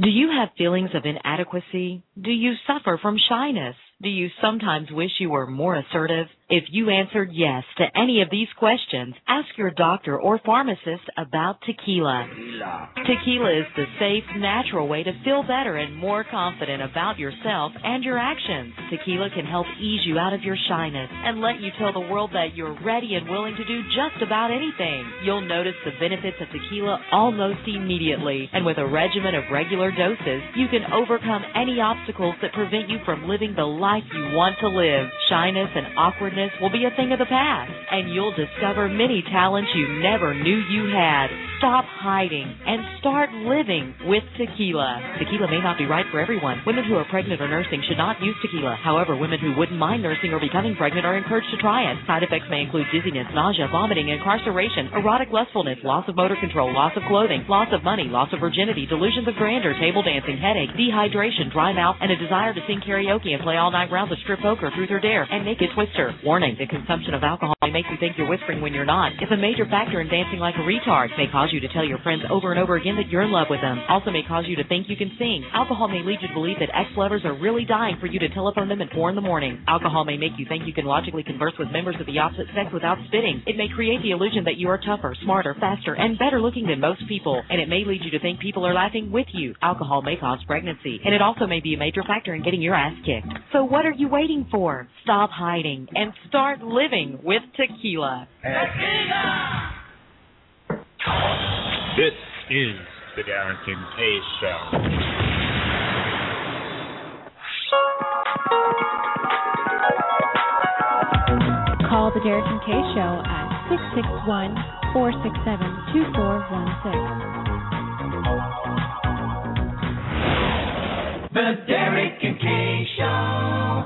S16: Do you have feelings of inadequacy? Do you suffer from shyness? Do you sometimes wish you were more assertive? If you answered yes to any of these questions, ask your doctor or pharmacist about tequila. Tequila is the safe, natural way to feel better and more confident about yourself and your actions. Tequila can help ease you out of your shyness and let you tell the world that you're ready and willing to do just about anything. You'll notice the benefits of tequila almost immediately, and with a regimen of regular doses, you can overcome any obstacles that prevent you from living the life you want to live. Shyness and awkwardness will be a thing of the past, and you'll discover many talents you never knew you had. Stop hiding and start living with tequila. Tequila may not be right for everyone. Women who are pregnant or nursing should not use tequila. However, women who wouldn't mind nursing or becoming pregnant are encouraged to try it. Side effects may include dizziness, nausea, vomiting, incarceration, erotic lustfulness, loss of motor control, loss of clothing, loss of money, loss of virginity, delusions of grandeur, table dancing, headache, dehydration, dry mouth, and a desire to sing karaoke and play all night rounds of strip poker, truth or dare, and naked twister. Warning, the consumption of alcohol may make you think you're whispering when you're not. It's a major factor in dancing like a retard. May cause you to tell your friends over and over again that you're in love with them. Also may cause you to think you can sing. Alcohol may lead you to believe that ex-lovers are really dying for you to telephone them at 4 in the morning. Alcohol may make you think you can logically converse with members of the opposite sex without spitting. It may create the illusion that you are tougher, smarter, faster, and better looking than most people. And it may lead you to think people are laughing with you. Alcohol may cause pregnancy. And it also may be a major factor in getting your ass kicked. So what are you waiting for? Stop hiding and start living with tequila.
S12: This is the Darrington Page Show.
S14: Call the Derek and Kay Show at 661 467 2416.
S13: The Derek and Kay Show.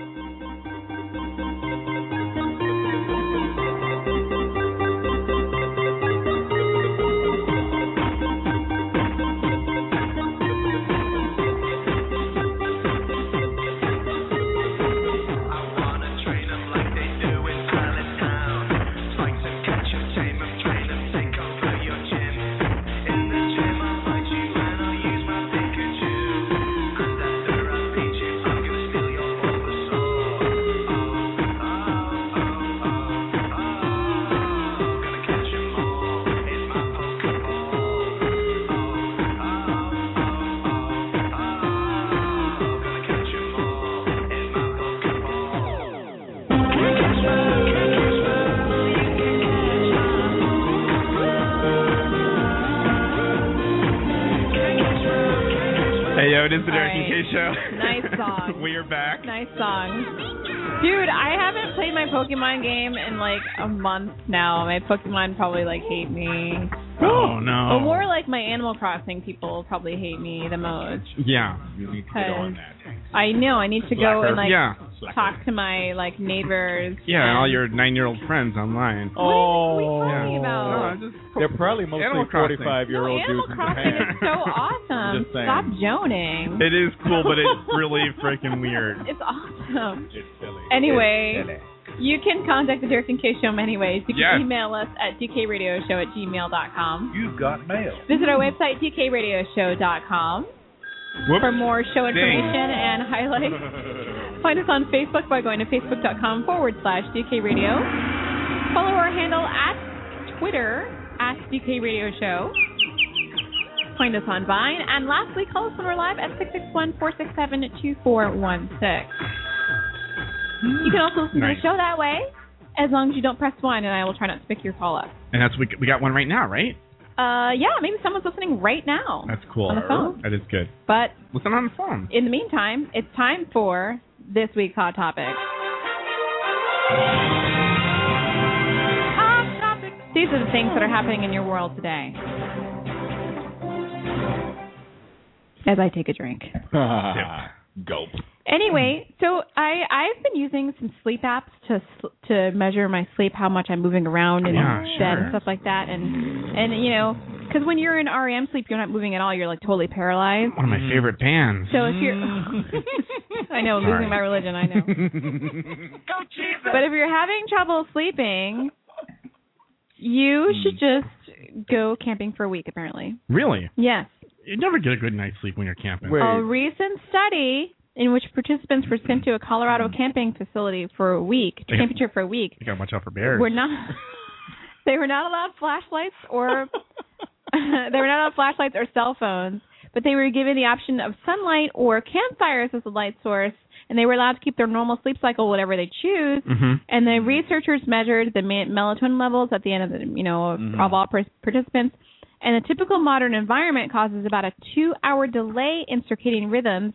S3: Hey yo, it is the Derek and
S2: All
S3: Kay
S2: right.
S3: show.
S2: Nice song.
S3: we are back.
S2: Nice song. Dude, I haven't played my Pokemon game in like a month now. My Pokemon probably like hate me. Or
S3: Oh no.
S2: more like my Animal Crossing people probably hate me the most.
S3: Yeah.
S1: You need
S2: Cause I know I need to go
S3: Blacker.
S2: and like
S3: yeah.
S2: talk to my like neighbors.
S3: Yeah, and all your nine-year-old friends online.
S1: Oh,
S2: what are you talking about?
S1: they're probably mostly
S3: Animal Crossing.
S1: forty-five-year-old
S2: No,
S1: dudes
S2: Animal Crossing
S1: in
S2: is so awesome.
S1: Just saying.
S2: Stop joning.
S3: It is cool, but it's really freaking weird.
S2: It's awesome. Anyway, you can contact the Derek and K Show in many ways. You
S13: Yes.
S2: can email us at dkradioshow at gmail.com.
S13: You've got mail.
S2: Visit our website, dkradioshow.com, for more show information and highlights. Find us on Facebook by going to facebook.com forward slash dkradio. Follow our handle at Twitter at dkradioshow. Find us on Vine. And lastly, call us when we're live at 661 467 2416. You can also listen to
S3: Nice.
S2: the show that way, as long as you don't press one, and I will try not to pick your call up.
S3: And that's we we got one right now, right?
S2: Uh, yeah, maybe someone's listening right now.
S3: That's cool.
S2: On the phone.
S3: That is good.
S2: But
S3: Listen on the phone.
S2: in the meantime, it's time for this week's hot topic. Hot topic. These are the things that are happening in your world today. As I take a drink.
S1: Gulp.
S2: Anyway, so I I've been using some sleep apps to sl- to measure my sleep, how much I'm moving around and
S13: Yeah,
S2: bed
S13: sure.
S2: and stuff like that, and and you know, because when you're in REM sleep, you're not moving at all. You're like totally paralyzed.
S3: One of my favorite bands.
S2: So if you're, I know,
S3: Sorry.
S2: losing my religion, I know. But if you're having trouble sleeping, you should just go camping for a week. Apparently,
S3: really, Oh,
S2: yes.
S3: you never get a good night's sleep when you're camping.
S2: A recent study in which participants were sent to a Colorado camping facility for a week,
S3: Yeah.
S2: camping trip for a week,
S3: you gotta watch out for bears.
S2: were not. They were not allowed flashlights or they were not allowed flashlights or cell phones, but they were given the option of sunlight or campfires as a light source, and they were allowed to keep their normal sleep cycle, whatever they choose.
S13: Mhm.
S2: And the researchers measured the me- melatonin levels at the end of the you know of,
S13: Mhm.
S2: of all par- participants. And a typical modern environment causes about a two-hour delay in circadian rhythms.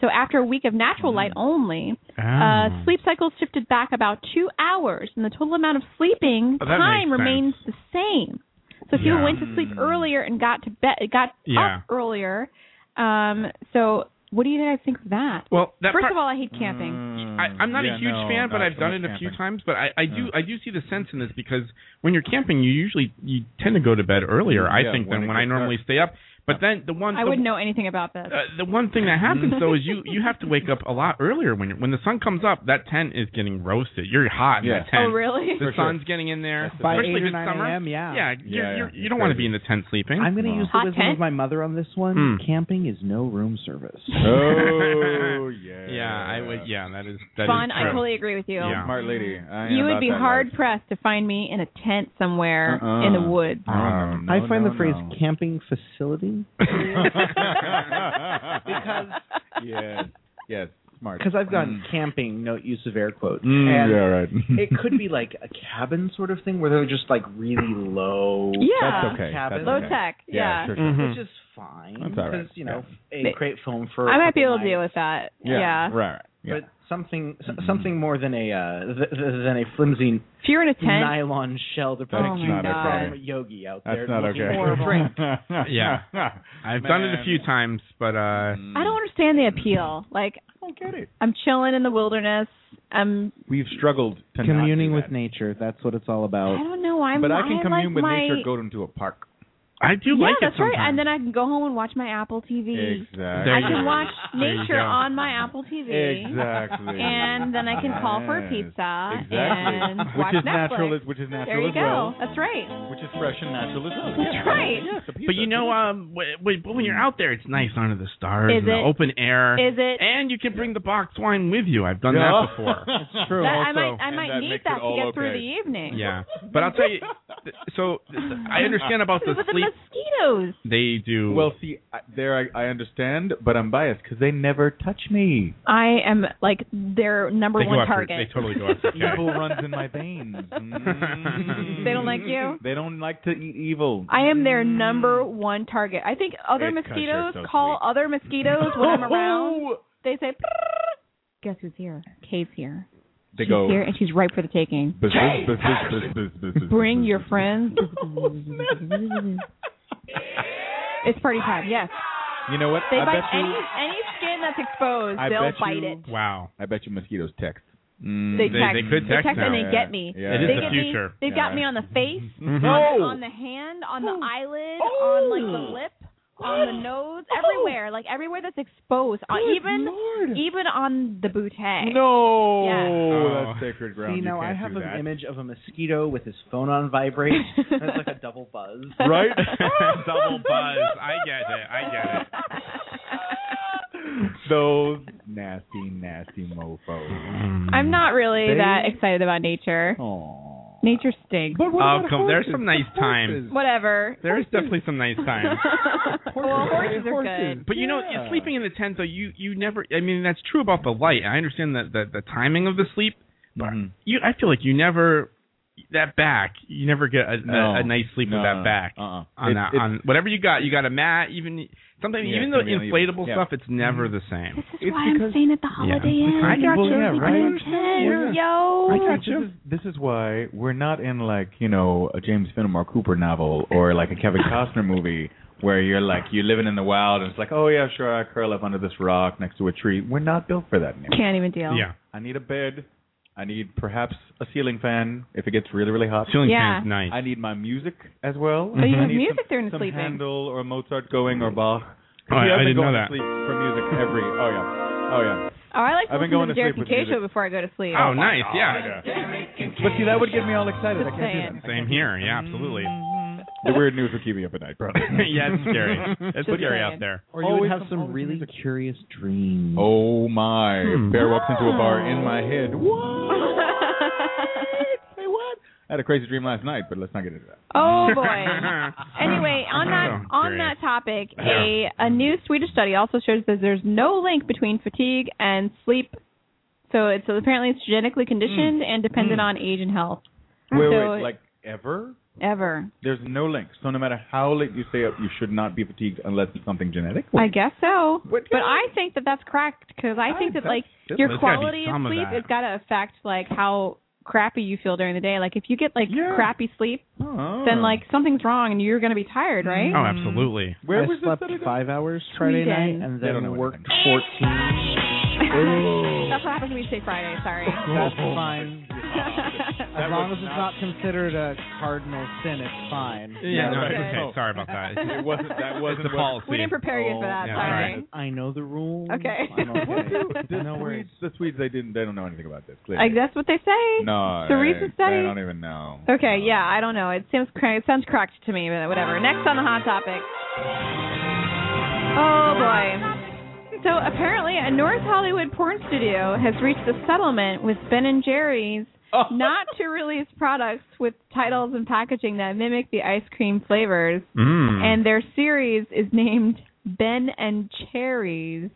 S2: So after a week of natural light
S13: Mm-hmm.
S2: only,
S13: Ah.
S2: uh, sleep cycles shifted back about two hours, and the total amount of sleeping
S13: Oh, that
S2: time
S13: makes sense.
S2: remains the same. So if
S13: Yeah. Mm-hmm.
S2: you went to sleep earlier and got to bed, got
S3: Yeah.
S2: up earlier. Um, so what do you guys think of that?
S3: Well, that
S2: first
S3: part- Mm.
S2: of all, I hate camping.
S3: I, I'm not
S1: Yeah,
S3: a huge
S1: no,
S3: fan, but
S1: not
S3: I've
S1: so
S3: done
S1: much
S3: it a few
S1: camping.
S3: times. But I, I do I do see the sense in this because when you're camping, you usually you tend to go to bed earlier.
S1: Yeah,
S3: I think
S1: when it
S3: than when I
S1: gets
S3: normally stay up. But then the one
S2: I
S3: the,
S2: wouldn't know anything about this.
S3: Uh, the one thing that happens
S1: Mm.
S3: though is you you have to wake up a lot earlier when you're, when the sun comes up. That tent is getting roasted. You're hot in
S1: Yeah.
S3: that tent.
S2: Oh, really?
S3: The
S1: For sure.
S3: sun's getting in there,
S1: That's
S10: By
S3: especially if
S10: 8 or
S3: it's
S10: 9
S3: summer.
S10: a.m., yeah.
S3: yeah,
S10: Yeah,
S3: you're,
S10: yeah,
S3: you're,
S10: it's
S3: you don't want to be in the tent sleeping.
S10: I'm going to use the
S3: Hot
S10: wisdom
S3: tent?
S10: of my mother on this one.
S3: Hmm.
S10: Camping is no room service.
S1: Oh yeah.
S3: Yeah, I would. Yeah, that is that is
S2: Vaughn, I
S3: true.
S2: totally agree with you.
S3: Yeah.
S1: Smart lady. I am
S2: You would
S1: about
S2: be
S1: that
S2: hard pressed to find me in a tent somewhere
S1: Uh-uh.
S2: in the woods.
S1: life.
S3: Oh,
S1: Um,
S10: I
S1: no,
S10: find
S1: no,
S10: the phrase
S1: no.
S10: camping facility
S1: because yes, yes, smart.
S10: because I've gone
S1: Mm.
S3: Hmm.
S10: camping, no use of air quotes.
S1: Mm,
S10: and
S1: yeah, right.
S10: it could be like a cabin sort of thing where they're just like really low.
S2: Yeah. That's
S1: okay,
S10: Cabin.
S1: that's Low okay. tech, Yeah, yeah. sure,
S3: Mm-hmm.
S1: sure.
S10: Which is fine.
S1: That's all right,
S10: Because, you know,
S2: yeah.
S10: a great phone for. a
S2: I might be
S10: couple
S2: able to deal
S10: nights.
S2: with that.
S1: Yeah, Mm-hmm. right.
S10: But something s- something more than a uh, th- th- than a flimsy
S2: If you're in a tent, oh
S10: nylon shell to
S1: That's
S10: protect you
S1: not
S10: from
S1: okay.
S10: yogi out
S1: That's
S10: there.
S1: not
S10: looking
S1: okay.
S10: horrible.
S3: Yeah. I've done it a
S1: Man.
S3: few times, but uh
S2: I don't understand the appeal. Like, I don't get it. I'm chilling in the wilderness. I'm.
S1: We've struggled to
S10: Communing with nature. That's what it's all about.
S2: I don't know. I'm.
S1: but I can commune
S2: like
S1: with
S2: my...
S1: nature going to a park.
S3: I do
S2: yeah,
S3: like it
S2: that's right. And then I
S3: sometimes.
S2: can go home and watch my Apple TV.
S1: Exactly.
S2: I
S3: There you
S2: can
S3: go.
S2: watch
S3: There you
S2: nature
S3: go.
S2: on my Apple TV.
S1: Exactly.
S2: And then I can call for a
S1: Yes.
S2: pizza
S1: Exactly.
S2: and
S1: which
S2: watch
S1: is
S2: Netflix.
S1: natural as which is natural
S2: there you
S1: as
S2: go.
S1: well.
S2: That's right.
S1: Which is fresh and natural as well.
S2: That's
S1: Yeah.
S2: right.
S1: Yeah, it's a
S3: but
S1: pizza.
S3: you know, um, w- w- when you're out there, it's nice under the stars,
S2: Is
S3: in the
S2: it?
S3: open air,
S2: Is it?
S3: and you can bring the box wine with you. I've done
S1: Yeah.
S3: that before.
S1: It's true.
S2: That- I
S3: also-
S2: might I
S1: And
S2: might
S1: that
S2: need
S1: makes it
S2: that to
S1: all
S2: get through
S1: okay.
S2: the evening.
S3: Yeah, but I'll tell you. th- So th- I understand about the
S2: But the
S3: sleep.
S2: mosquitoes.
S3: They do.
S1: Well, see, I, there I, I understand, but I'm biased because they never touch me.
S2: I am like their number
S1: They go
S2: one
S1: after-
S2: target.
S1: they totally go after-
S2: yeah.
S1: Evil runs in my veins. Mm.
S2: They don't like you?
S1: They don't like to eat evil.
S2: I am their number one target. I think other
S1: It's 'cause you're
S2: mosquitoes
S1: so
S2: call other mosquitoes when I'm around. They say, "Prrr." "Guess who's here? Cave's here.
S1: They
S2: she's
S1: go-
S2: here and she's ripe for the taking.
S1: Buzz, buzz, buzz, buzz, buzz, buzz, buzz.
S2: Bring your friends. it's party time. Yes.
S1: You know what?
S2: They
S1: I
S2: bite
S1: bet you.
S2: any any skin that's exposed.
S1: I
S2: they'll
S1: bet
S2: bite
S1: you,
S2: it.
S3: Wow.
S1: I bet you mosquitoes text. Mm,
S2: They They- text. they could They text text and now. they get me.
S1: Yeah.
S3: It is
S2: they
S3: the
S2: get
S3: future.
S2: Me, they've got me on the face,
S3: Mhm.
S2: on,
S3: No.
S2: on the hand, on the eyelid, on like the lip, on the nose, everywhere. Like everywhere that's exposed. on even even on the bootay.
S1: No.
S2: Yeah.
S1: Oh, that's sacred ground.
S10: See,
S1: You
S10: now I
S1: can't
S10: have
S1: do
S10: an
S1: that.
S10: image of a mosquito with his phone on vibrate. That's like a double buzz.
S3: Right? Double buzz. I get it. I get it.
S1: Those nasty, nasty mofos.
S3: Um,
S2: I'm not really
S1: They-
S2: that excited about nature. Nature stinks. But
S3: Oh, come. There's some nice time.
S2: Whatever.
S3: There's definitely some nice time.
S2: well, horses are good.
S3: But you know, you're sleeping in a tent, though. You you never. I mean, that's true about the light. I understand that the, the timing of the sleep, but
S1: Mm-hmm.
S3: you. I feel like you never that back. You never get a,
S1: No.
S3: a, a nice sleep
S1: No,
S3: with
S1: no,
S3: that back
S1: no. Uh-uh.
S3: on
S1: It-
S3: that
S1: it-
S3: on whatever you got. You got a mat. Even sometimes
S1: Yeah,
S3: even
S1: it's
S3: the
S1: gonna be uneven.
S3: inflatable
S1: Yeah. Mm-hmm.
S3: stuff, it's never the same.
S2: That's why I'm staying at the Holiday Inn.
S3: I got
S1: Well,
S3: you.
S1: yeah,
S3: I
S1: right?
S2: understand. Yo.
S1: I got you. This is why we're not in like you know a James Fenimore Cooper novel or like a Kevin Costner movie where you're like you're living in the wild and it's like oh yeah sure I curl up under this rock next to a tree. We're not built for that anymore.
S2: Can't even deal.
S1: I need a bed. I need perhaps a ceiling fan if it gets really really hot.
S3: Ceiling
S2: Yeah. fan's
S3: nice.
S1: I need my music as well.
S2: But you
S1: I
S2: have
S3: Mm-hmm.
S1: need
S2: music
S1: some,
S2: during the
S1: some
S2: sleeping.
S1: Handel or Mozart going or Bach.
S3: Oh, I-
S1: See, I've
S3: I
S1: been
S3: didn't know
S1: going
S3: that.
S1: To sleep for music every. Oh yeah. Oh yeah.
S2: Oh, I like to
S1: I've been
S2: listen
S1: going
S2: to the
S1: to
S2: Derek
S1: sleep with
S2: and Kay
S1: music.
S2: show before I go to sleep.
S3: Oh, nice. Yeah.
S1: But see, that would get me all excited. I
S2: Just
S1: can't do that.
S3: Same here. Yeah, absolutely.
S1: The weird news would keep me up at night, probably.
S3: yeah, it's scary. It's
S1: Just
S3: scary
S1: saying.
S3: out there.
S10: Or you would
S1: Always
S10: have
S1: some-
S10: some really curious dreams.
S1: Oh my!
S10: Hmm.
S1: Bear walks into a
S10: Oh.
S1: bar in my head. What?
S2: Say what?
S1: I had a crazy dream last night, but let's not get into that.
S2: Oh boy. Anyway, on that
S1: Oh,
S2: on
S1: great.
S2: that topic,
S1: Yeah.
S2: a a new Swedish study also shows that there's no link between fatigue and sleep. So it's so apparently it's genetically
S1: Mm.
S2: conditioned and dependent on age and health.
S1: Wait,
S2: so
S1: wait, like ever?
S2: ever.
S1: There's no link. So no matter how late you stay up, you should not be fatigued unless it's something genetic.
S2: I guess so. but I think that that's correct because I think that like
S1: that's-
S2: your
S1: There's gotta be
S2: quality of
S1: some of
S2: sleep
S1: that.
S2: has got to affect like how crappy you feel during the day. Like if you get like crappy sleep,
S1: Oh.
S10: Oh.
S2: then like something's wrong and you're going to be tired,
S10: Mm.
S2: right?
S3: Oh, absolutely.
S1: Mm.
S10: I slept five hours Friday
S2: Sweden.
S10: night and
S3: They don't know
S10: then worked 14.
S2: That's what happens when you say Friday. Sorry.
S10: That's fine. As long as it's not considered a cardinal sin, it's fine.
S3: Yeah, no, it's okay. Sorry about that.
S1: It wasn't- that
S3: It's
S1: wasn't
S3: the
S1: what-
S3: policy. Oh,
S2: We didn't prepare you for that.
S3: yeah,
S2: sorry.
S10: I know the rules.
S2: Okay.
S10: I'm okay.
S1: The
S10: no worries.
S1: Swedes, the Swedes, they didn't. They don't know anything about this. Clearly.
S2: Like that's what they say.
S1: No,
S2: It's a
S1: they-
S2: recent
S1: They
S2: study.
S1: don't even know.
S2: Okay, yeah, I don't know. It seems cra- it sounds correct to me, but whatever. Next on the hot topic. Oh boy. So apparently, a North Hollywood porn studio has reached a settlement with Ben and Jerry's not to release products with titles and packaging that mimic the ice cream flavors,
S13: Hmm.
S3: Mm.
S2: and their series is named Ben and Cherries.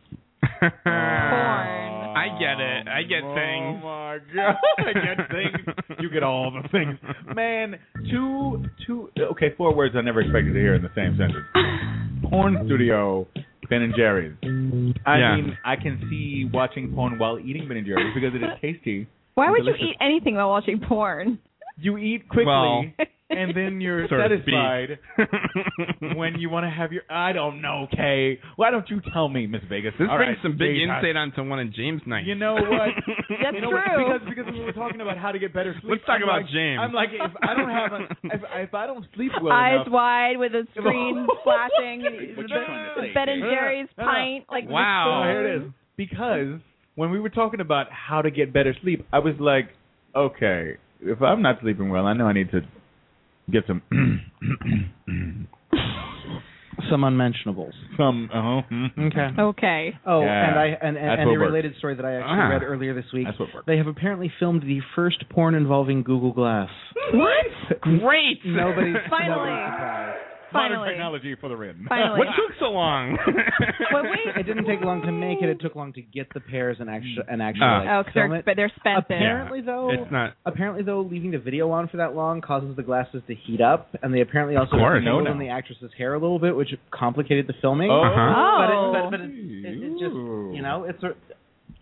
S3: I get it. I get
S1: Oh
S3: things.
S1: my god, I get things. You get all the things, man. Two, two. Okay, four words I never expected to hear in the same sentence. Porn studio, Ben and Jerry's. I
S3: Yeah.
S1: mean, I can see watching porn while eating Ben and Jerry's because it is tasty.
S2: Why
S1: and
S2: would you
S1: delicious.
S2: eat anything while watching porn?
S1: You eat quickly,
S3: Well,
S1: and then you're
S3: so to speak.
S1: satisfied when you want to have your. I don't know, Kay. Why don't you tell me, Miss Vegas?
S3: This
S1: All
S3: brings
S1: right,
S3: some big
S1: Jesus.
S3: insight onto one of James' nights.
S1: You know what?
S2: That's
S1: you know what?
S2: true.
S1: Because because when we were talking about how to get better sleep,
S3: Let's talk
S1: I'm
S3: about
S1: like,
S3: James.
S1: I'm like, if I don't have a, if, if I don't sleep well enough,
S2: Eyes wide with a screen flashing,
S1: What
S2: the,
S1: you trying to
S2: the
S1: say,
S2: Ben and
S1: Dave?
S2: Jerry's
S1: No, no, no.
S2: pint, like the
S1: wow,
S2: spoon.
S1: here it is. Because when we were talking about how to get better sleep, I was like, okay, if I'm not sleeping well, I know I need to get some
S10: Some unmentionables.
S1: some. Uh-huh.
S10: Okay.
S2: Okay.
S10: Oh,
S1: Yeah.
S10: and I and, and,
S1: That's
S10: and
S1: what
S10: a
S1: works.
S10: related story that I actually
S1: Ah.
S10: read earlier this week.
S1: That's what works.
S10: They have apparently filmed the first porn involving Google Glass.
S2: What?
S3: Great.
S10: Nobody's
S2: Finally.
S1: Modern
S2: Finally.
S1: technology for the win.
S2: Finally.
S3: What took so long?
S2: But wait.
S10: It didn't take long to make it. It took long to get the pairs and actual and actually
S3: Ah.
S10: like,
S2: Oh, 'cause
S10: film
S2: they're,
S10: it.
S2: but they're expensive.
S10: Apparently, though,
S3: It's not.
S10: apparently though, leaving the video on for that long causes the glasses to heat up, and they apparently also
S3: course.
S10: tingled
S3: No,
S10: on
S3: no.
S10: the actress's hair a little bit, which complicated the filming.
S1: Oh.
S3: Uh-huh.
S10: But it,
S2: Oh.
S10: but, but it, it, it just you know Oh, it's a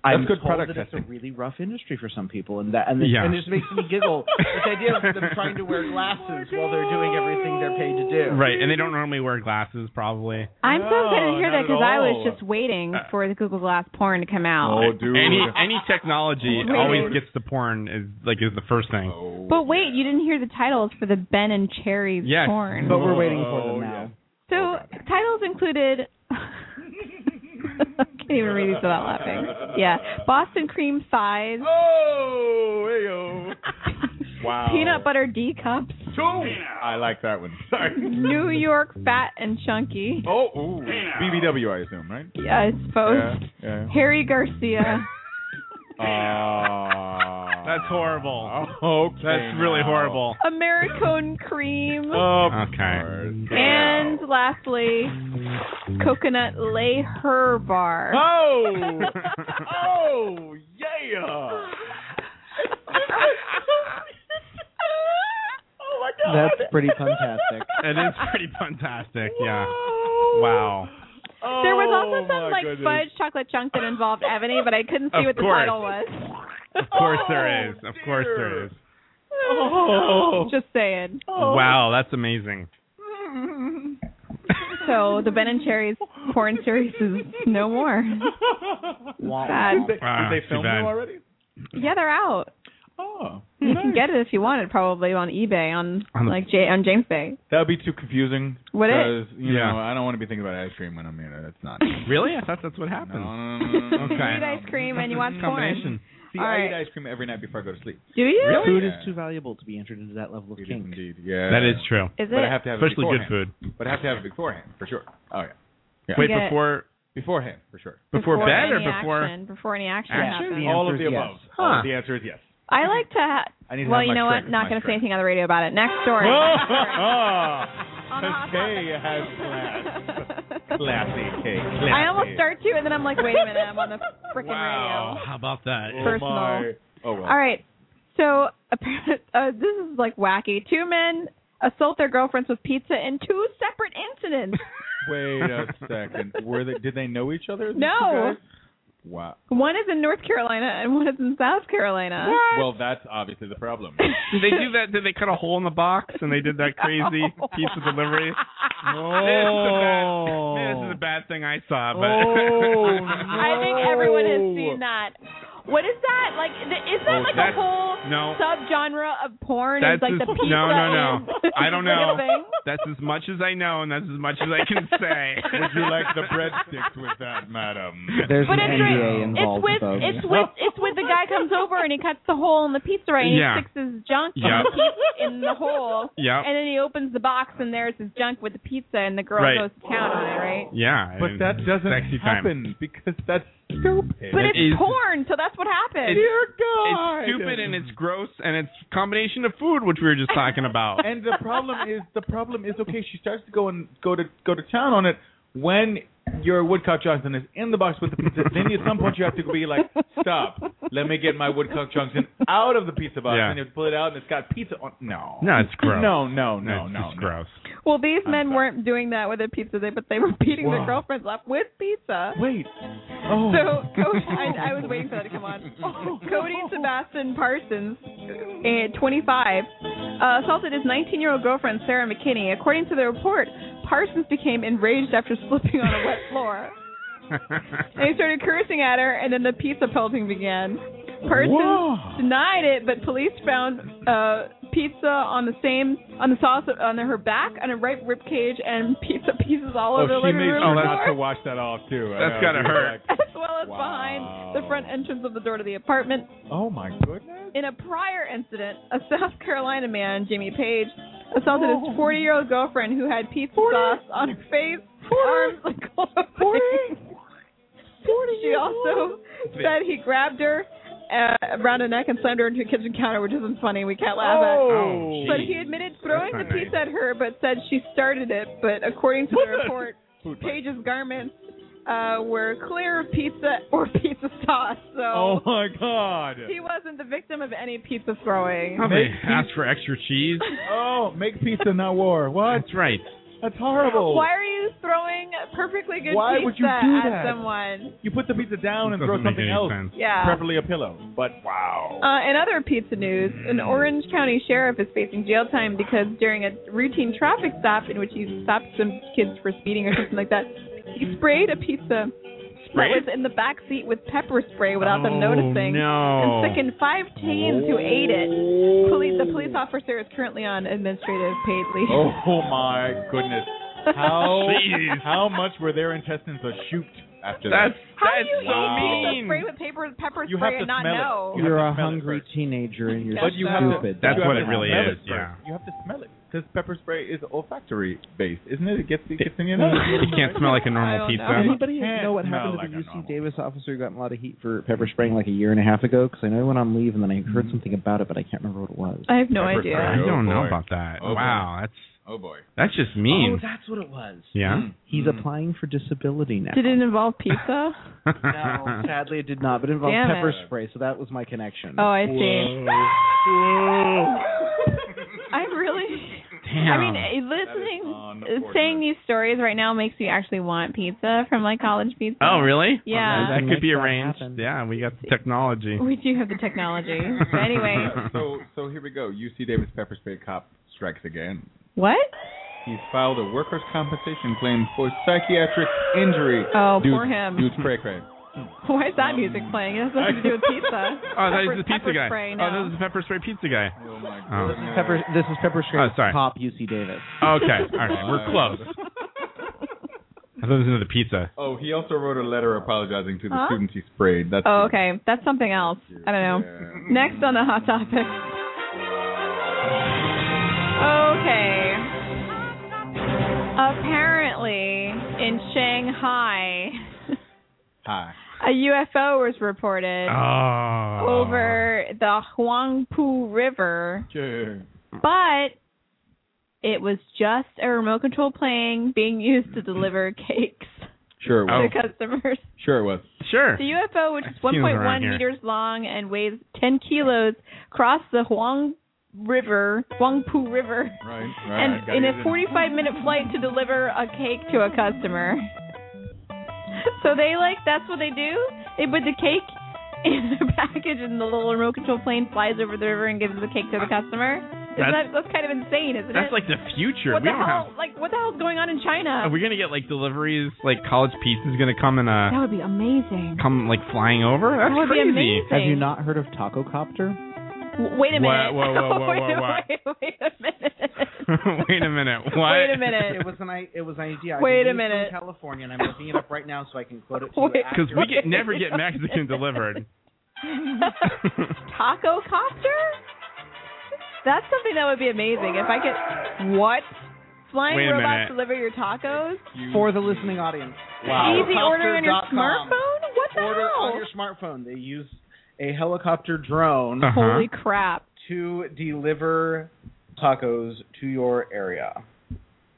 S17: I'm
S1: good
S17: told
S1: product
S17: that it's
S1: testing.
S17: a really rough industry for some people, and that and, this,
S1: Yeah.
S17: and it just makes me giggle. It's the idea of them trying to wear glasses while they're doing everything they're paid to do.
S3: Right, and they don't normally wear glasses, probably.
S2: I'm so excited to hear that because I was
S3: all.
S2: just waiting
S3: Uh,
S2: for the Google Glass porn to come out.
S3: Oh, Any any technology
S2: Oh, Wait. Oh.
S3: always gets the porn is like is the first thing.
S2: But wait, you didn't hear the titles for the Ben and Cherry
S3: Yes.
S2: porn.
S3: But we're waiting for them Oh, now. yeah.
S2: So titles included. Can't even read these without laughing. Yeah, Boston cream size.
S1: Oh, Wow.
S2: Peanut butter D cups.
S1: I like that one. Sorry.
S2: New York fat and chunky.
S1: Oh, ooh. BBW, I assume, right?
S2: Yeah, I
S1: Yeah.
S2: suppose.
S1: yeah. Uh,
S2: Harry Garcia.
S1: Ah.
S3: That's horrible.
S1: Okay.
S3: That's really
S1: now.
S3: horrible.
S2: Americone cream.
S3: Oh, okay.
S2: And lastly, coconut lay her bar.
S1: Oh! oh, yeah. oh, my God.
S17: That's pretty fantastic.
S3: it is pretty fantastic. Yeah. Wow.
S2: there was also some like
S3: goodness.
S2: fudge chocolate chunk that involved ebony, but I couldn't see
S3: Of
S2: what the
S3: course.
S2: title was.
S3: Of course there is. Of course there is.
S1: Oh.
S2: Just saying.
S3: Oh. Wow, that's amazing.
S2: So the Ben and Cherry's porn series is no more. Sad.
S1: Did they, did
S3: Wow,
S1: they
S3: too
S1: film
S3: bad.
S1: you already?
S2: Yeah, they're out.
S1: Oh.
S2: You can get it if you want it, probably on eBay on,
S1: On the-
S2: like J- on James Bay.
S1: That would be too confusing.
S2: Would it?
S1: 'cause, You
S3: Yeah.
S1: know, I don't want to be thinking about ice cream when I'm here. That's not.
S3: Really? I thought that's what happened.
S1: No, no, no, no, no, no.
S3: Okay.
S2: You eat ice cream and you want porn.
S3: Combination.
S1: See, I
S2: All right.
S1: eat ice cream every night before I go to sleep.
S2: Do you?
S17: Food
S1: Yeah.
S17: is too valuable to be entered into that level of
S1: It is
S17: kink.
S1: indeed. Yeah.
S3: That is true.
S2: Is
S1: But I
S2: it?
S1: have to have it
S3: Especially good
S1: beforehand.
S3: food.
S1: But I have to have it beforehand for sure. Oh yeah. yeah.
S3: Wait,
S2: You get-
S3: before
S1: beforehand for sure.
S3: before, bed or
S2: any
S3: before
S2: action, before any action,
S1: Action?
S2: happens.
S1: All of the above.
S3: Huh.
S1: All of the answer is yes.
S2: I like to. Ha-
S1: I need to
S2: well,
S1: have my
S2: you know
S1: trick,
S2: what? Not
S1: my
S2: going to say
S1: trick.
S2: anything on the radio about it. Next story.
S1: Kay has class. Classy Kay. Classy.
S2: I almost start to, and then I'm like, wait a minute, I'm on the freaking
S3: Wow, Oh, how about that?
S2: Oh, Personal. my.
S1: Oh,
S2: radio.
S1: well.
S2: All right. So apparent- uh, this is like wacky. Two men assault their girlfriends with pizza in two separate incidents.
S1: Wait a second. Were they? Did they know each other? these
S2: No.
S1: two guys? Wow.
S2: One is in North Carolina and one is in South Carolina.
S1: Well, that's obviously the problem.
S3: Did they do that? Did they cut a hole in the box and they did that crazy pizza delivery?
S1: Oh.
S3: This is a bad, this is a bad thing I saw. But
S1: Oh,
S2: I think everyone has
S13: Oh.
S2: seen that. What is that? Like, th- is that
S3: Oh,
S2: like a
S3: that's-
S2: whole
S3: no.
S2: subgenre of porn?
S3: That's
S2: It's like
S3: as,
S2: the pizza
S3: no, no, no.
S2: and-
S3: I don't
S2: real
S3: know.
S2: thing?
S3: That's as much as I know, and that's as much as I can say.
S1: Would you like the breadsticks with that, madam?
S17: There's
S2: But
S17: an
S2: it's
S17: NDA
S2: with,
S17: involved,
S2: it's with
S17: folks.
S2: it's with it's with the guy comes over and he cuts the hole in the pizza right and
S3: Yeah.
S2: he sticks his junk
S3: Yep.
S2: and the pizza in the hole.
S3: Yep.
S2: And then he opens the box and there's his junk with the pizza and the girl
S3: Right.
S2: goes to town on it, right?
S3: Yeah,
S1: But that doesn't
S3: sexy time.
S1: happen because that's stupid.
S2: But
S3: That
S2: it's
S3: is-
S2: porn, so that's what happened.
S3: It's-
S1: Dear God.
S3: It's stupid and it's gross and it's combination of food, which we were just talking about.
S1: and the problem is the problem is okay. She starts to go and go to go to town on it when your woodcock Johnson is in the box with the pizza. then at some point you have to be like, stop. Let me get my woodcock Johnson out of the pizza box,
S3: Yeah.
S1: and you pull it out, and it's got pizza on. No,
S3: No, it's gross.
S1: no, no, no,
S3: it's
S1: no,
S3: just
S1: no.
S3: gross.
S2: Well, these men weren't doing that with a pizza, they but they were beating their
S1: Wow.
S2: girlfriends up with pizza.
S1: Wait. Oh.
S2: So, Cody, I, I was waiting for that to come on. Oh. Cody Sebastian Parsons, uh, 25, uh, assaulted his 19-year-old girlfriend Sarah McKinney. According to the report, Parsons became enraged after slipping on a wet floor, and he started cursing at her, and then the pizza pelting began. Parsons
S1: Whoa.
S2: denied it, but police found uh, pizza on the same on the sauce on her back, on her right rib cage, and pizza pieces all
S1: Oh,
S2: over the
S1: she
S2: living
S1: made
S2: room
S1: sure
S2: floor
S1: not to wash that off too. I know,
S3: That's gotta
S1: she was
S3: hurt.
S1: like,
S2: as well as behind the front entrance of the door to the apartment.
S1: oh my goodness.
S2: In a prior incident, a South Carolina man, Jimmy Page, assaulted his 40 year old girlfriend who had pizza sauce on her face, arms, and clothing. She also said he grabbed her uh, around her neck and slammed her into a kitchen counter, which isn't funny. We can't laugh at
S3: Oh,
S2: But
S3: geez.
S2: he admitted throwing the
S3: That's not
S2: pizza at her, but said she started it. But according to the report,
S1: Food fight.
S2: Page's garments uh, were clear of pizza or pizza sauce, so
S1: Oh my God.
S2: he wasn't the victim of any pizza throwing.
S3: Probably asked for extra cheese.
S1: Oh, make pizza, not war. What?
S3: That's right.
S1: That's horrible.
S2: Why are you throwing perfectly good
S1: Why
S2: pizza
S1: would you do
S2: at
S1: that?
S2: someone?
S1: You put the pizza down and
S3: Doesn't
S1: throw
S3: make
S1: something
S3: any
S1: else,
S3: sense.
S2: Yeah.
S1: preferably a pillow. But wow.
S2: Uh, in other pizza news, an Orange County sheriff is facing jail time because during a routine traffic stop in which he stopped some kids for speeding or something like that, he sprayed a pizza
S13: Sprayed?
S2: that was in the back seat with pepper spray without them
S13: Oh,
S2: noticing
S13: no.
S2: and sickened five teens who ate it. Police, the police officer is currently on administrative paid leave.
S1: Oh my goodness. How
S2: Jeez.
S1: how much were their intestines a shoot after
S3: That's-
S1: that?
S2: How do you eat
S1: Wow.
S2: pizza spray with paper, pepper
S1: You
S2: spray
S1: have to
S2: and not
S1: smell it.
S2: know?
S1: You have
S10: You're
S1: to
S10: a
S1: smell it
S10: hungry teenager and you're
S1: But you have to-
S10: stupid.
S1: you have
S10: what
S1: to
S10: it really
S1: smell
S10: is,
S1: first.
S10: yeah.
S1: You have to smell it because pepper spray is olfactory based, isn't it? It gets it gets in your nose.
S3: It can't smell like a normal
S10: Does
S3: pizza.
S10: anybody
S1: Can't
S10: know what happened
S1: smell
S10: to
S1: like
S10: the UC Davis officer who got in a lot of heat for pepper spraying like a year and a half ago? Because I know he went on leave and then I
S1: Mm-hmm.
S10: heard something about it, but I can't remember what it was.
S2: I have no
S10: Pepper
S2: idea.
S10: spray.
S3: I don't
S10: Oh,
S3: know
S10: boy.
S3: about that.
S10: Oh, boy.
S3: wow, that's
S1: oh boy, Mm.
S3: that's just mean.
S10: Oh, that's what it was.
S3: Yeah?
S1: Hmm.
S10: He's applying for disability now.
S2: Did it involve pizza?
S10: no, sadly it did not, but it involved
S2: Damn
S10: pepper
S2: it.
S10: spray, so that was my connection.
S2: Oh, I see. I really. I
S10: Damn.
S2: mean, eh, listening, saying these stories right now makes me actually want pizza from like college pizza.
S3: Oh, really?
S2: Yeah.
S3: that could be arranged. Yeah, we got the technology.
S2: We do have the technology. But anyway,
S1: so so here we go. UC Davis pepper spray cop strikes again.
S2: what?
S1: He's filed a workers' compensation claim for psychiatric injury.
S2: Oh,
S1: due,
S2: poor him.
S1: Due to cray cray.
S2: Why is that music playing? It has nothing to do with pizza.
S3: Oh, that
S2: Pepper-
S3: is the pizza
S2: pepper
S3: guy.
S2: spray
S3: Oh,
S2: now.
S3: this is the pepper spray pizza guy.
S1: Oh my
S3: god.
S10: Pepper, this is pepper spray
S3: Oh, sorry.
S10: cop UC Davis.
S3: Okay, all right,
S1: Uh,
S3: we're close. I thought it was another pizza.
S1: Oh, he also wrote a letter apologizing to the
S2: Huh?
S1: students he sprayed. That's
S2: Oh, okay. That's something else. I don't know. Next on the hot topic. Okay. Apparently, in Shanghai,
S1: hi.
S2: a UFO was reported Ah.
S3: Oh.
S2: over the Huangpu River,
S1: Sure.
S2: but it was just a remote control plane being used to deliver cakes
S1: Sure it was.
S2: to customers.
S1: Sure it was.
S3: Sure.
S2: The UFO, which is
S1: I've seen them around
S2: 1.1
S1: here.
S2: meters long and weighs 10 kilos, crossed the Huang River, Huangpu River,
S1: Right.
S2: and in a 45-minute flight to deliver a cake to a customer. So they like that's what they do. They put the cake in a package, and the little remote control plane flies over the river and gives the cake to the customer. Isn't that,
S3: That's-
S2: that's kind of insane, isn't it?
S3: That's like the future.
S2: what
S3: we
S2: the
S3: don't
S2: hell?
S3: have.
S2: Like what the hell's going on in
S3: Are
S2: China?
S3: we uh, gonna get like deliveries? Like college pizza's gonna come in
S2: that
S3: a
S2: would be amazing.
S3: come like flying over? That's
S2: That would be
S3: crazy.
S2: amazing.
S10: Have you not heard of Taco Copter?
S2: W- Wait a
S3: Wha-
S2: minute.
S3: whoa, whoa, whoa,
S2: wait,
S3: whoa, whoa.
S2: Wait, wait a minute.
S3: Wait a minute. What?
S2: Wait a minute.
S10: It was an i- it was an idea. I
S2: Wait a
S10: believe from
S2: minute.
S10: California, and I'm looking it up right now so I can quote it to
S2: Wait.
S10: you.
S3: Because we get
S10: accurately.
S3: never get Mexican delivered.
S2: Taco copter? That's something that would be amazing. If I could. What? Flying
S10: Wait a minute.
S2: robots deliver your tacos?
S10: for the listening audience.
S2: Wow. Easy order on your
S10: Helicopter.com.
S2: smartphone? What the
S10: Order
S2: hell?
S10: on your smartphone. They use a helicopter drone.
S3: Uh-huh. Holy
S2: crap!
S10: To deliver tacos to your area.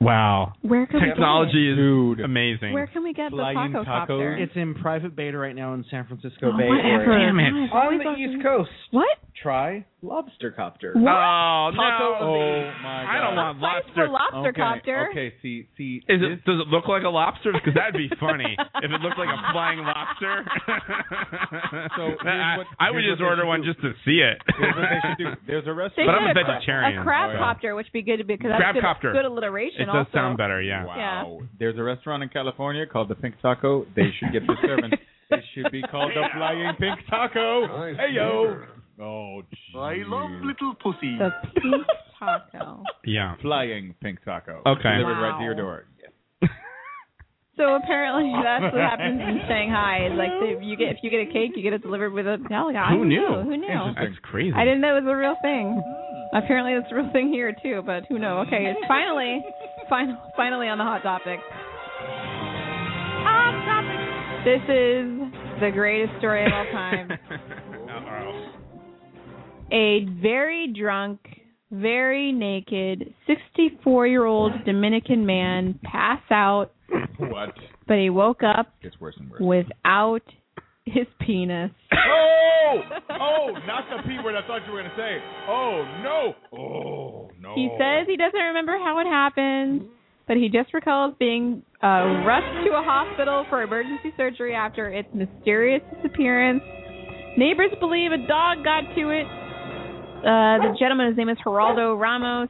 S3: Wow.
S2: Where could we get
S3: Technology is amazing.
S2: Where can we get the taco copter?
S10: It's in private beta right now in San Francisco
S2: Oh,
S10: Bay
S2: whatever.
S10: Area.
S2: Damn it. Nice.
S10: On the East Coast.
S2: What?
S10: Try lobster copter.
S3: What? Oh, no.
S10: Taco
S3: Oh,
S1: my
S3: I don't want lobster.
S1: okay. Okay, see, see.
S3: Is it? Does it look like a lobster? Because that'd be funny if it looked like a flying lobster.
S1: So here's
S3: I,
S1: what-
S3: I would
S1: here's
S3: just
S1: what they
S3: order
S1: should
S3: one
S1: do.
S3: just to see it.
S1: Here's what they should do. There's a
S2: They
S1: restaurant.
S3: But I'm a
S2: said cra-
S3: vegetarian.
S2: A crab
S1: Oh, yeah.
S2: copter, which would be good because
S3: Crab
S2: that's good,
S3: copter.
S2: good alliteration.
S3: It does
S2: also.
S3: sound better, yeah.
S2: Yeah.
S1: Wow. There's a restaurant in California called the Pink Taco. They should get the servant. It should be called the Flying Pink Taco. Hey yo. Oh, I love little pussy.
S2: The pink taco.
S3: Yeah.
S1: Flying Pink Taco.
S3: Okay.
S1: Delivered right
S2: Wow.
S1: to your door.
S2: So apparently that's what happens in Shanghai. Is like the, you get if you get a cake, you get it delivered with a helicopter.
S3: Who knew?
S2: Who knew?
S3: That's crazy.
S2: I didn't know it was a real thing. Apparently, it's a real thing here too, but who knows? Okay, it's finally, final, finally on the hot topic. Hot topic. This is the greatest story of all time. a very drunk, very naked, 64-year-old Dominican man passed out,
S1: What?
S2: but he woke up
S1: Gets worse and worse.
S2: without his penis.
S1: Oh! Oh, not the P word I thought you were going to say. Oh, no. Oh, no.
S3: Oh.
S2: He says he doesn't remember how it happened, but he just recalls being uh, rushed to a hospital for emergency surgery after its mysterious disappearance. Neighbors believe a dog got to it. Uh, the gentleman, his name is Geraldo Ramos.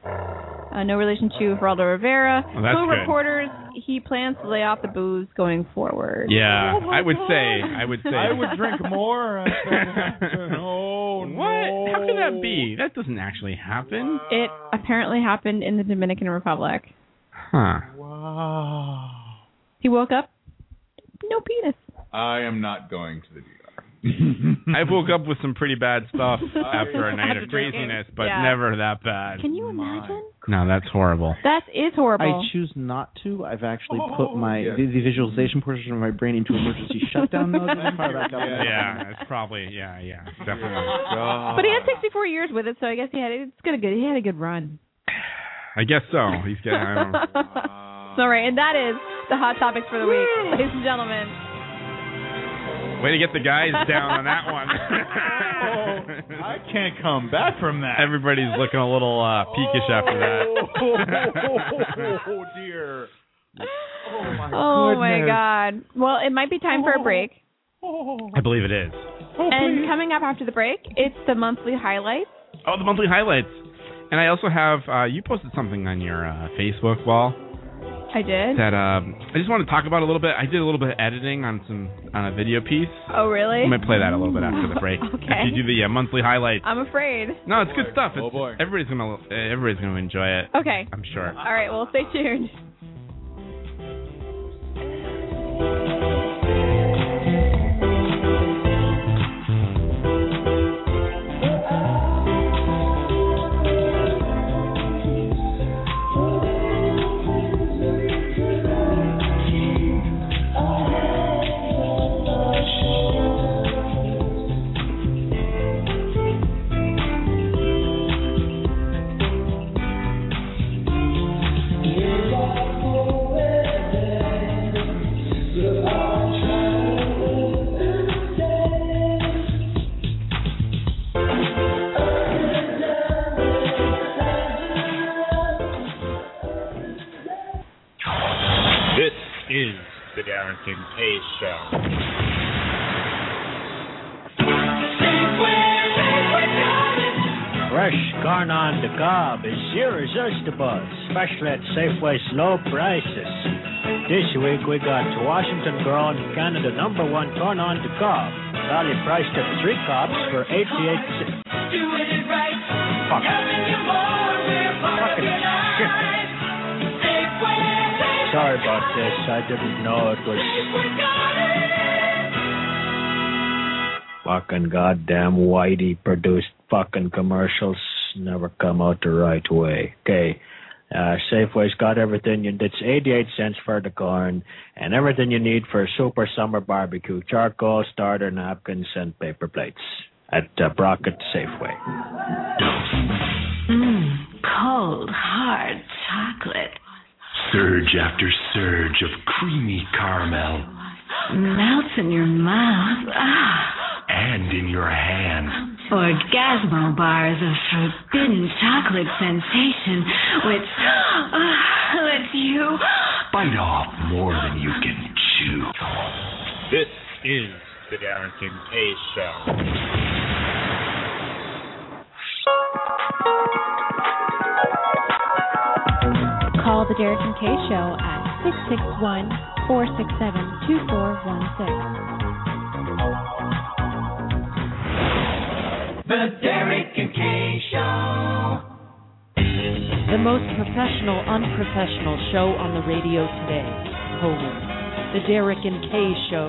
S2: Uh, no relation to Geraldo Rivera.
S3: Well, that's
S2: Told
S3: good.
S2: reporters he plans to lay off the booze going forward.
S3: Yeah, I would say. I would say.
S2: I would drink
S1: more. Oh,
S3: no, what? How can that be? That doesn't actually happen.
S2: It apparently happened in the Dominican Republic.
S3: Huh.
S1: Wow.
S2: He woke up, no penis.
S1: I am not going to the
S3: I woke up with some pretty bad stuff after a night
S2: After
S3: of craziness,
S2: drinking,
S3: but
S2: yeah.
S3: never that bad.
S2: Can you imagine?
S3: No, that's horrible.
S2: That is horrible.
S10: I choose not to. I've actually
S2: Oh,
S10: put my
S3: yes.
S10: the, the visualization portion of my brain into emergency shutdown mode. As far back up as I
S3: yeah, Oh,
S10: can.
S3: it's probably yeah, yeah, definitely.
S2: but he had 64 years with it, so I guess he had it's got a good he had a good run.
S3: I guess so. He's getting. I don't know.
S2: All right, and that is the hot topics for the week, ladies and gentlemen.
S3: Way to get the guys down on that one.
S1: Oh, I can't come back from that.
S3: Everybody's looking a little uh, peakish after that.
S1: oh dear. Oh my
S2: Oh
S3: goodness. Oh,
S2: my God! Well, it might be time for a break.
S3: I believe it is.
S2: and coming up after the break, it's the monthly highlights.
S3: Oh, the monthly highlights. And I also have uh, you posted something on your uh, Facebook wall
S2: I did.
S3: that um, I just want to talk about a little bit. I did a little bit of editing on some on a video piece.
S2: oh really?
S3: We might play that a little bit after the break.
S2: Okay.
S3: If you do the uh, monthly highlights.
S2: I'm afraid.
S3: No, it's good stuff.
S1: Oh,
S3: It's, Everybody's gonna uh, everybody's gonna enjoy it.
S2: Okay.
S3: I'm sure.
S2: All right. Well, stay tuned.
S12: This is the Darrington Page Show.
S18: Fresh gone on the gob is irresistible, especially at Safeway's low prices. This week we got Washington grown Canada number one corn on the gob, value priced at three cops for 88 cents.
S13: Doing it right.
S18: Fuck.
S13: Loving you more. We're part of
S18: Fucking
S13: your
S18: shit.
S13: life. Safeway, Safeway.
S18: Sorry about this, I didn't know it was
S13: Safeway got
S18: fucking goddamn whitey produced fucking commercials never come out the right way. Okay. Uh, Safeway's got everything. You, it's 88 cents for the corn and everything you need for a super summer barbecue charcoal, starter, napkins, and paper plates at uh, Brockett Safeway.
S13: Mmm, cold, hard chocolate.
S19: Surge after surge of creamy caramel
S13: Melts in your mouth. Ah,
S19: and in your hand.
S13: orgasmo bars of forbidden chocolate sensation, which. Ah, lets you.
S19: Bite off more than you can chew.
S12: This is the Darrington Page Show.
S14: Call the Derek and Kay Show at 661 467 2416.
S13: The Derek and Kay Show.
S20: The most professional, unprofessional show on the radio today. Holy. The Derek and Kay Show.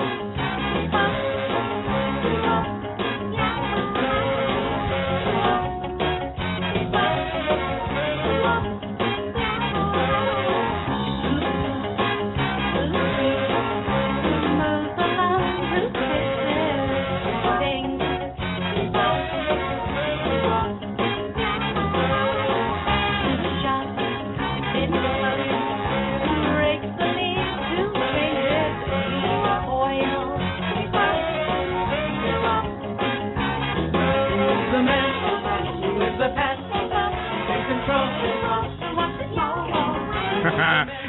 S13: Break the leaves to bring it oil.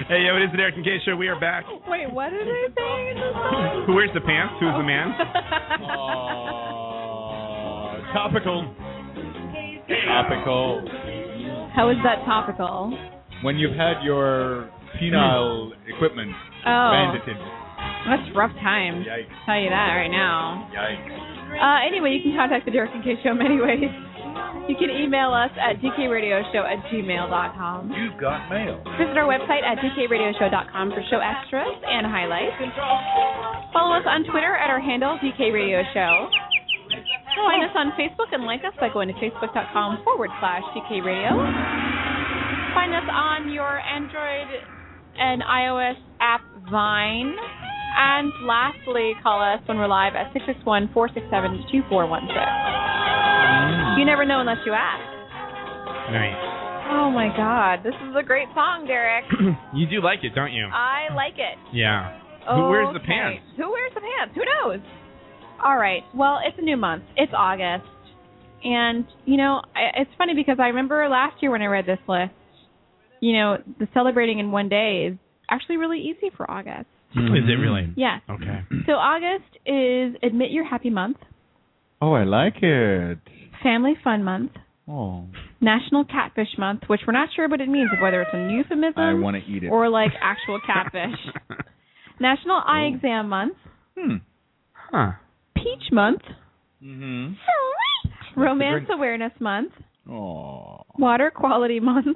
S3: Hey, yo, it is the Derek and Kay Show. We are back.
S2: Wait, what did I say in the song?
S3: Who wears the pants? Who's the man?
S1: Uh, Topical. Topical.
S2: How is that topical?
S1: When you've had your penile equipment
S2: Oh.
S1: bandited.
S2: That's rough times.
S1: Yikes.
S2: Tell you that right now.
S1: Yikes.
S2: Uh, anyway, you can contact the Derek and Kay Show many ways. You can email us at dkradioshow at gmail.com.
S13: You've got mail.
S2: Visit our website at dkradioshow.com for show extras and highlights. Follow us on Twitter at our handle, DK Radio Show. Find us on Facebook and like us by going to facebook.com forward slash DK Radio. Find us on your Android and iOS app Vine. And lastly, call us when we're live at 661 467 2416. You never know unless you ask.
S3: Nice.
S2: Oh my God, this is a great song, Derek.
S3: You do like it, don't you?
S2: I like it.
S3: Yeah.
S21: Oh,
S3: Who wears the
S2: Okay.
S3: pants?
S2: Who wears the pants? Who knows? All right. Well, it's a new month. It's August. And, you know, I, it's funny because I remember last year when I read this list, you know, the celebrating in one day is actually really easy for August.
S3: Is it really?
S2: Yes.
S3: Hmm. Okay.
S2: So August is Admit Your Happy Month,
S1: Oh, I like it.
S2: Family Fun Month,
S1: Oh.
S2: National Catfish Month, which we're not sure what it means, whether it's a euphemism
S1: I want to eat it.
S2: or like actual catfish. National Eye
S3: Oh.
S2: Exam Month,
S1: Hmm.
S3: Huh.
S2: Peach Month,
S1: Mm-hmm.
S3: Hmm.
S2: Romance Awareness Month,
S1: Oh.
S2: Water Quality Month,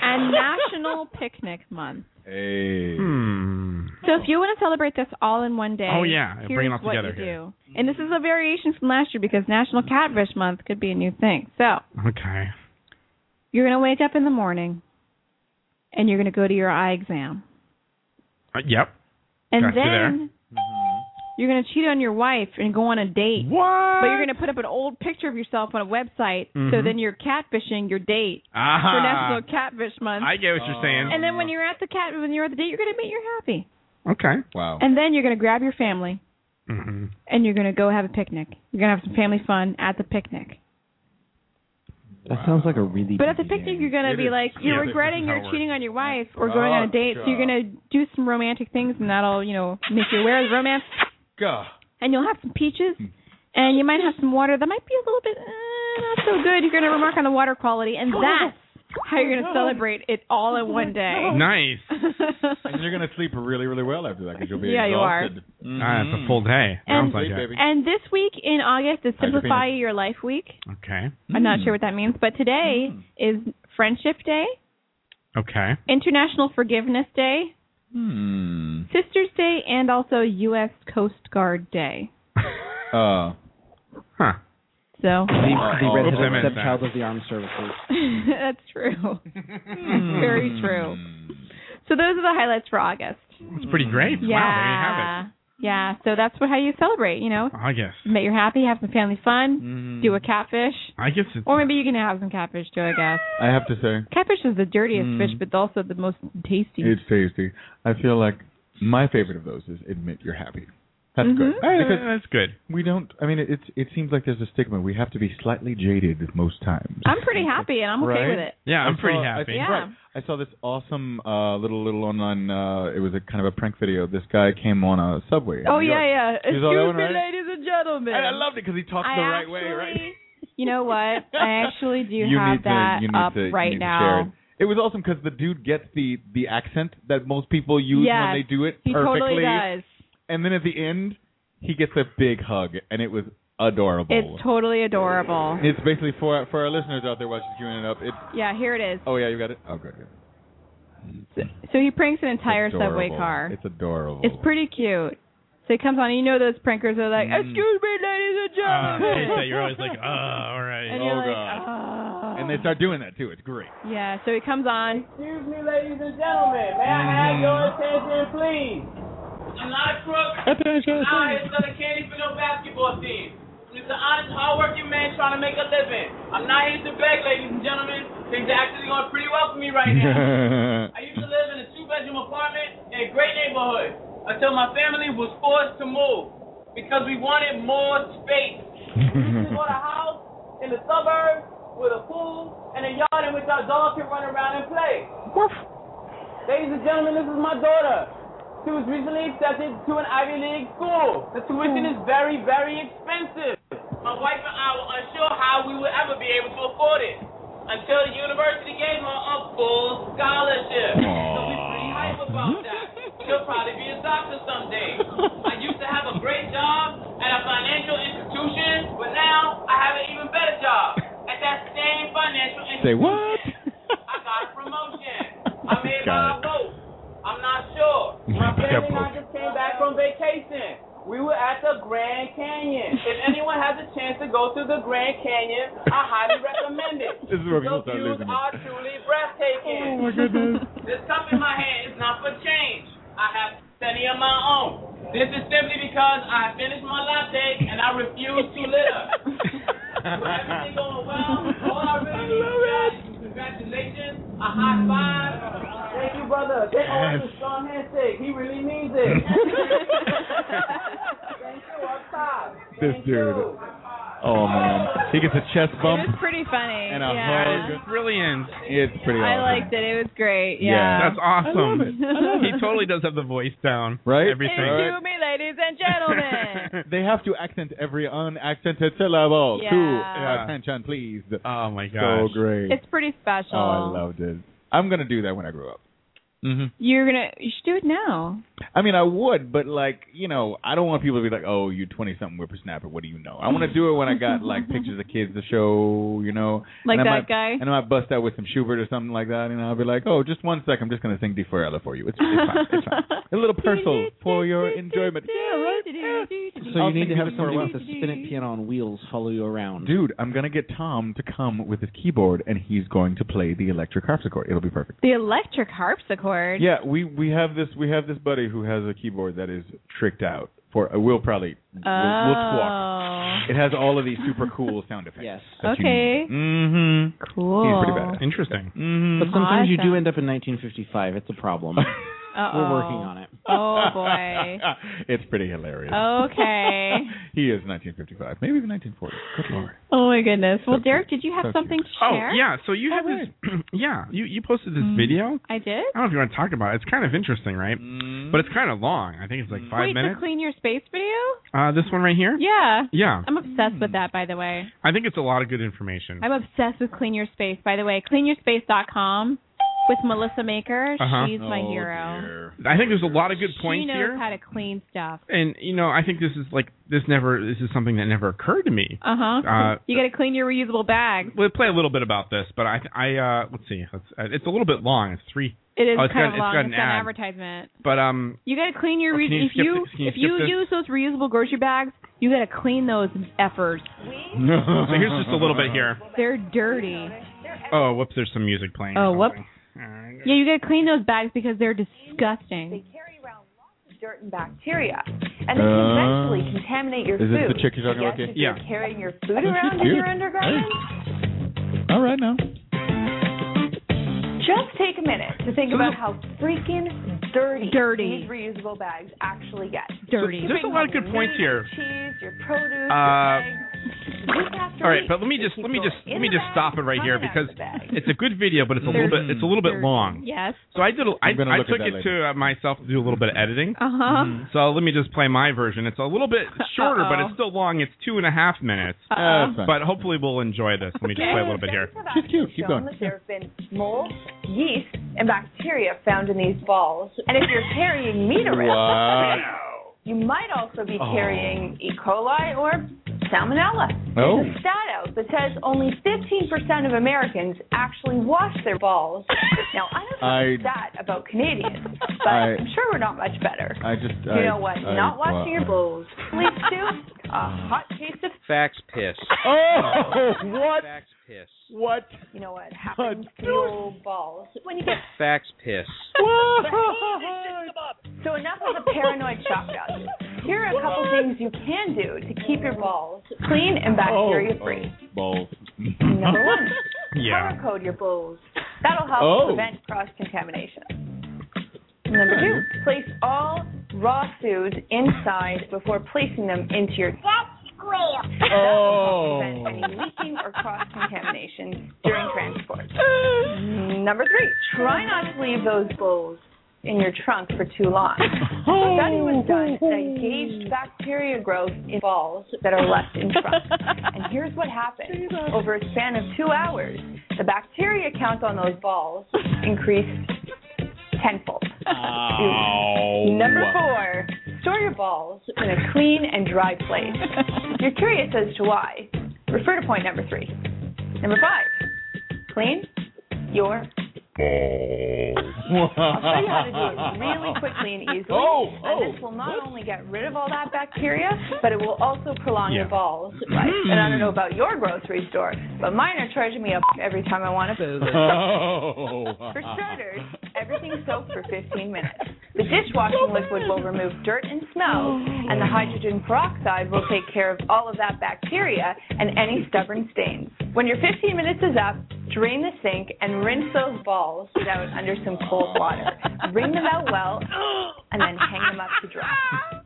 S2: and National Picnic Month.
S1: Hey.
S3: Hmm.
S2: So if you want to celebrate this all in one day,
S3: Oh, yeah.
S2: here's
S3: Bring it all
S2: what
S3: together
S2: you
S3: here.
S2: do. And this is a variation from last year because National Catfish Month could be a new thing. So
S3: Okay.
S2: you're going to wake up in the morning, and you're going to go to your eye exam,
S3: Uh, yep.
S2: and
S3: Got you there.
S2: then. Mm-hmm. You're gonna cheat on your wife and go on a date.
S3: What?
S2: But you're gonna put up an old picture of yourself on a website, so
S3: Mhm.
S2: then you're catfishing your date
S3: Ah.
S2: for National Catfish Month.
S3: I get what you're saying.
S2: And then when you're at the cat, when you're at the date, you're gonna admit you're happy,
S3: Okay. Wow.
S2: and then you're gonna grab your family
S3: hmm
S2: and you're gonna go have a picnic. You're gonna have some family fun at the picnic.
S10: That sounds like a really.
S2: But at the picnic, you're gonna be like, you're regretting
S10: your
S2: your cheating on your wife or going on a date, so you're gonna do some romantic things, and that'll you know make you aware of the romance.
S1: Gah.
S2: and you'll have some peaches, and you might have some water that might be a little bit uh, not so good. You're going to remark on the water quality, and that's how you're going to celebrate it all in one day.
S3: Nice.
S1: and you're gonna sleep really, really well after that because you'll be
S2: Yeah, you are.
S1: exhausted. Mhm.
S3: Ah, it's a full day.
S2: And,
S3: Sounds like it.
S2: and this week in August is
S3: Hide your
S2: Simplify Your Life Week.
S3: Okay.
S2: I'm
S13: Hmm.
S2: not sure what that means, but today is Friendship Day,
S3: Okay.
S2: International Forgiveness Day,
S1: Hmm.
S2: Sisters Day, and also U.S. Coast Guard Day.
S1: Uh.
S3: Huh.
S2: So
S10: The, the
S1: Oh,
S10: redheaded
S1: oops, I meant that.
S10: stepchild of the armed services.
S2: that's true.
S3: Hmm.
S2: Very true. So those are the highlights for August.
S3: It's
S21: Mm.
S3: pretty great.
S2: Yeah.
S3: Wow,
S2: Yeah. So that's what, how you celebrate, you know.
S3: there you have it. I guess.
S2: Admit you're happy, have some family fun,
S3: Hmm.
S2: do a catfish.
S3: I guess it's.
S2: Or maybe you can have some catfish too, I guess.
S1: I have to say,
S2: Catfish is the dirtiest
S3: Hmm.
S1: Mm.
S2: fish, but also the most tasty.
S1: it's tasty. I feel like my favorite of those is admit you're happy. That's good.
S2: Mhm.
S1: Because
S3: that's good.
S1: we don't. I mean, it's it seems like there's a stigma. We have to be slightly jaded most times.
S2: I'm pretty happy and I'm okay
S1: Right?
S2: with it.
S3: Yeah, I'm
S1: I
S3: pretty
S1: saw-
S3: happy.
S1: I,
S2: Yeah.
S1: right. I saw this awesome uh, little little online. Uh, it was a kind of a prank video. This guy came on a subway. in
S2: Oh
S1: New
S2: yeah,
S1: York.
S2: yeah.
S1: You
S2: Excuse
S1: saw that one,
S2: me,
S1: right?
S2: ladies and gentlemen.
S1: And I loved it because he talks
S2: I
S1: the right way, right?
S2: actually- You know what? I actually do
S1: you
S2: have
S1: need
S2: that
S1: to, you need
S2: up
S1: to, you
S2: right
S1: need to share
S2: now.
S1: it. It was awesome because the dude gets the the accent that most people use
S2: Yes,
S1: when they do it
S2: He
S1: perfectly.
S2: totally does.
S1: And then at the end, he gets a big hug, and it was adorable.
S2: It's totally adorable.
S1: It's basically for for our listeners out there watching queuing it up. It's
S2: Yeah, here it is.
S1: oh yeah, you got it. Oh good, good.
S2: So he pranks an entire subway
S1: Adorable.
S2: car.
S1: It's adorable. Mm.
S2: It's pretty cute. So he comes on, and you know those prankers are like, "Excuse me, ladies and
S3: Uh,
S2: gentlemen."
S3: yeah, you're always like, uh, all right.
S2: and
S1: oh
S2: you're like,
S1: god.
S2: "Ah."
S1: And they start doing that too. It's great.
S2: Yeah. So he comes on.
S11: Excuse me, ladies and gentlemen. May I
S1: Mm-hmm.
S11: have your attention, please? I'm not a crook.
S1: Attention,
S11: I'm not
S1: please.
S11: here selling candy for no basketball team. I'm just an honest, hardworking man trying to make a living. I'm not here to beg, ladies and gentlemen. Things are actually going pretty well for me right now. I used to live in a two-bedroom apartment in a great neighborhood until my family was forced to move because we wanted more space. We bought a house in the suburbs with a pool and a yard in which our dog can run around and play. Ladies and gentlemen, this is my daughter. She was recently accepted to an Ivy League school. The tuition
S1: Hmm.
S11: is very, very expensive. My wife and I were unsure how we would ever be able to afford it until the university gave her a full scholarship. So we're pretty hype about that. She'll probably be a doctor someday. I used to have a great job at a financial institution, but now I have an even better job at that same financial
S1: Say
S11: institution.
S1: what?
S11: I got a promotion. I made
S1: Got
S11: my
S1: it.
S11: vote. I'm not sure. My
S1: Yeah,
S11: family and I
S1: vote.
S11: just came back from vacation. We were at the Grand Canyon. If anyone has a chance to go to the Grand Canyon, I highly recommend it.
S1: This is where people
S11: the
S1: start
S11: views
S1: losing it.
S11: are truly breathtaking.
S1: Oh, my goodness.
S11: this cup in my hand is not for change. I have plenty of my own. This is simply because I finished my latte and I refuse to litter. Everything going well. All I really need is congratulations, a high five. Thank you, brother. Thank you
S13: Yes.
S11: for the strong handshake. He really means it. Thank you. Up top.
S1: This dude. Oh man, he gets a chest bump
S21: It was pretty funny.
S1: and a
S21: yeah.
S1: hug.
S3: Brilliant.
S1: It's pretty
S21: I
S1: awesome.
S21: liked it. It was great.
S1: Yeah.
S21: Yeah.
S3: That's awesome.
S1: I love it. I love
S3: He totally does have the voice down.
S1: Right?
S3: Everything.
S21: Excuse me, ladies and gentlemen.
S3: Hmm.
S1: they have to accent every unaccented syllable
S21: Yeah.
S1: to
S21: Yeah.
S1: attention, please.
S3: Oh my
S1: god,
S3: gosh.
S1: so great!
S21: It's pretty special.
S1: oh, I loved it. I'm gonna do that when I grow up. Mm-hmm.
S21: You're gonna. You should do it now.
S1: I mean, I would, but like, you know, I don't want people to be like, "Oh, you twenty something whippersnapper, what do you know?" I want to do it when I got like pictures of kids to show, you know,
S21: Like
S1: and I
S21: that
S1: might,
S21: guy?
S1: and I might bust out with some Schubert or something like that, and I'll be like, "Oh, just one sec, I'm just gonna sing D for for you. It's, it's fine, it's fine. A little personal for your enjoyment." Yeah, right.
S10: So
S1: I'll
S10: you
S1: sing
S10: need to have
S1: D4
S10: somebody
S1: well.
S10: with a spinning piano on wheels follow you around.
S1: Dude, I'm gonna get Tom to come with his keyboard, and he's going to play the electric harpsichord. It'll be perfect.
S21: The electric harpsichord.
S1: Yeah, we we have this we have this buddy who has a keyboard that is tricked out. For uh, we'll probably we'll, we'll talk.
S21: Oh.
S1: It has all of these super cool sound effects. Yes.
S21: Okay.
S1: Mm-hmm.
S21: Cool.
S1: He's pretty bad.
S3: Interesting.
S1: Mm-hmm.
S10: But sometimes you do
S21: Awesome.
S10: end up in 1955. It's a problem.
S21: Oh. Uh-oh.
S10: We're working on it.
S21: Oh boy.
S1: it's pretty hilarious.
S21: Okay.
S1: he is 1955, maybe even 1940. Good lord.
S21: Oh my goodness. Well, Derek, did you have
S1: So
S21: something to
S3: Oh
S21: share?
S3: yeah, so you have this. yeah, you you posted this video.
S21: Mm. I did.
S3: I don't know if you want to talk about it. It's kind of interesting, right? But it's kind of long. I think it's like
S21: Mm.
S3: five
S21: Wait
S3: minutes.
S21: to clean your space video.
S3: Uh, this one right here.
S21: Yeah. Um,
S3: Yeah. Mm.
S21: I'm obsessed with that, by the way.
S3: I think it's a lot of good information.
S21: I'm obsessed with Clean Your Space. By the way, cleanyourspace.com with Melissa Maker.
S3: Uh-huh.
S21: She's my
S3: Oh,
S21: hero.
S3: I think there's a lot of good
S21: she
S3: points
S21: knows
S3: here.
S21: how to clean stuff.
S3: And you know, I think this is like this never this is something that never occurred to me.
S21: Uh-huh.
S3: Uh,
S21: you got to clean your reusable bags.
S3: We'll play a little bit about this, but I I uh let's see. It's, uh, it's a little bit long. It's three.
S21: It is
S3: oh, it's
S21: kind
S3: got,
S21: of long.
S3: It's got an
S21: it's got an
S3: ad.
S21: advertisement.
S3: But um,
S21: You got to clean your
S3: Oh,
S21: re-
S3: can you
S21: if
S3: skip
S21: you
S3: this? Can you
S21: if you
S3: skip this?
S21: use those reusable grocery bags, you got to clean those effers.
S3: so here's just a little bit here.
S21: They're dirty.
S3: Oh, whoops! There's some music playing.
S21: Oh, whoops. Yeah, you got to clean those bags because they're disgusting.
S8: dirt and bacteria, and they can
S1: Uh,
S8: eventually contaminate your
S1: is
S8: food.
S1: this the chick you're talking
S8: yes,
S1: about, Kay?
S8: If you're
S1: Yeah.
S8: carrying your food
S1: she's
S8: around in
S1: cute.
S8: your undergarments,
S1: All right now.
S8: just take a minute to think about how freaking dirty,
S21: Dirty.
S8: these reusable bags actually get.
S21: Dirty.
S8: You
S3: There's a
S8: bring
S3: lot of
S8: home
S3: good
S8: your
S3: points
S8: meat,
S3: here.
S8: Your cheese, your produce,
S3: Uh,
S8: your eggs. Week after
S3: All right,
S8: week,
S3: but let me just let me just let me just stop it right here because it's a good video, but it's a
S8: There's-
S3: little bit it's a little
S8: there's-
S3: bit long.
S21: Yes.
S3: So I did a, I,
S1: I'm gonna
S3: I
S1: look at
S3: took
S1: that Uh-huh.
S3: it to uh, myself to do a little bit of editing. Mm-hmm.
S21: Uh huh.
S3: So let me just play my version. It's a little bit shorter, but
S21: Uh-oh.
S3: it's still long. It's two and a half minutes. Uh,
S21: Uh-oh. That's fine.
S3: But hopefully we'll enjoy this. Let me just
S8: Okay.
S3: play a little bit here.
S8: She's cute. Keep
S3: going.
S8: That there have been mold, yeast, and bacteria found in these balls. And if you're carrying meat around, you might also be
S6: Oh.
S8: carrying E. coli or salmonella.
S6: Oh.
S8: There's a stat out that says only 15% of Americans actually wash their balls. Now, I don't know
S1: I-
S8: the stat about Canadians, but
S1: I-
S8: I'm sure we're not much better.
S1: I just
S8: You
S1: I,
S8: know what?
S1: I-
S8: not washing
S1: well,
S8: your balls leads to a hot case of
S17: Fax piss.
S1: Oh, what?
S17: Fax piss.
S1: What?
S8: You know what happens to the old balls when you get
S17: Fax piss.
S8: So enough of the paranoid shock value. Here are a couple things you can do to keep your balls clean and
S1: Oh.
S8: bacteria free.
S1: balls.
S8: Number one,
S1: Yeah.
S8: color code your balls. That'll help
S1: Oh.
S8: prevent cross contamination. Number two, place all raw foods inside before placing them into your. That's
S22: rail.
S1: Oh.
S8: prevent any leaking or cross contamination during transport. Number three, try not to leave those bowls in your trunk for too long. A study was done that gauged bacteria growth in balls that are left in trunks. And here's what happened over a span of two hours, the bacteria count on those balls increased tenfold. Number four, store your balls in a clean and dry place. You're curious as to why. Refer to point number three. Number five, clean your. I'll show you how to do it really quickly and easily.
S13: Oh,
S8: and this will not only get rid of all that bacteria, but it will also prolong your
S13: Yeah. Mm.
S8: balls. life. And I don't know about your grocery store, but mine are charging me up every time I want to boo.
S13: Oh.
S8: For starters, everything soaked for 15 minutes. The dishwashing liquid will remove dirt and snow, and the hydrogen peroxide will take care of all of that bacteria and any stubborn stains. When your 15 minutes is up, drain the sink and rinse those balls out under some cold water. Wring them out well, and then hang them up to dry.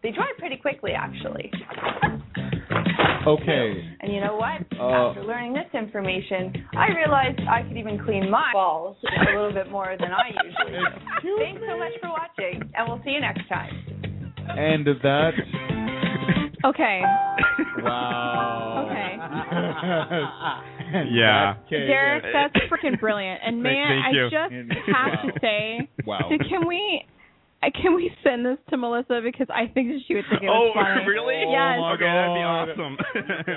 S8: They dry pretty quickly, actually.
S1: Okay.
S8: And you know what?
S1: Uh.
S8: After learning this information, I realized I could even clean my balls a little bit more than I usually do. Thanks so much for watching, and we'll see you next time.
S1: And that.
S2: Okay.
S1: Wow.
S2: Okay.
S3: Yeah.
S2: Derek, that's freaking brilliant. And
S3: Thank-
S2: man,
S3: thank you.
S2: I just have to say,
S3: Wow.
S2: that can we? I- Can we send this to Melissa because I think that she would think it was
S3: oh,
S2: funny.
S3: really? Oh,
S2: Yes.
S3: okay, that'd be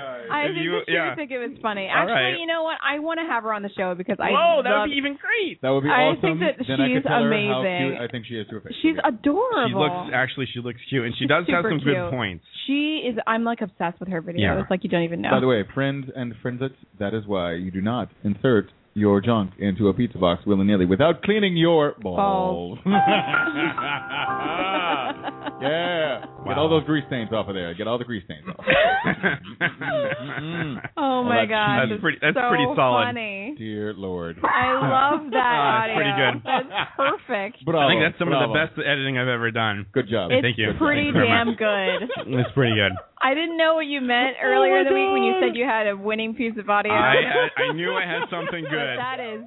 S3: awesome.
S2: I
S3: If
S2: think
S3: you-
S2: that she
S3: yeah.
S2: would think it was funny.
S3: All
S2: Actually,
S3: right.
S2: you know what? I want to have her on the show because I
S3: Whoa, that would
S2: love-
S3: be even great.
S1: That would be
S2: I
S1: awesome.
S2: think that
S1: then I
S2: she's
S1: could tell her how
S2: amazing.
S1: cute I think she is to her face.
S2: She's adorable.
S3: She looks actually. She looks cute, and she
S2: She's
S3: does have
S2: super
S3: some
S2: cute.
S3: good points.
S2: She is. I'm like obsessed with her
S1: Yeah.
S2: videos. Like you don't even know.
S1: By the way, friends and friendsets, that is why you do not insert your junk into a pizza box willy nilly without cleaning your balls. yeah. Get all those grease stains off of there. Get all the grease stains off.
S2: Oh
S1: All
S2: my
S1: that
S2: gosh,
S1: cheese.
S2: it's so Funny.
S1: Dear Lord.
S2: I love that
S3: Ah, that's
S2: audio.
S3: pretty good.
S2: That's perfect.
S1: Bravo,
S3: I think that's some of
S1: bravo.
S3: the best editing I've ever done.
S1: Good job.
S2: It's
S3: Thank you.
S2: pretty
S3: Thank you very
S2: damn
S3: much.
S2: good.
S3: It's pretty good.
S2: I didn't know what you meant
S1: Oh
S2: earlier in
S13: my
S2: the week when you
S13: God.
S2: said you had a winning piece of audio.
S3: I, I I knew I had something
S2: But
S3: good.
S2: That is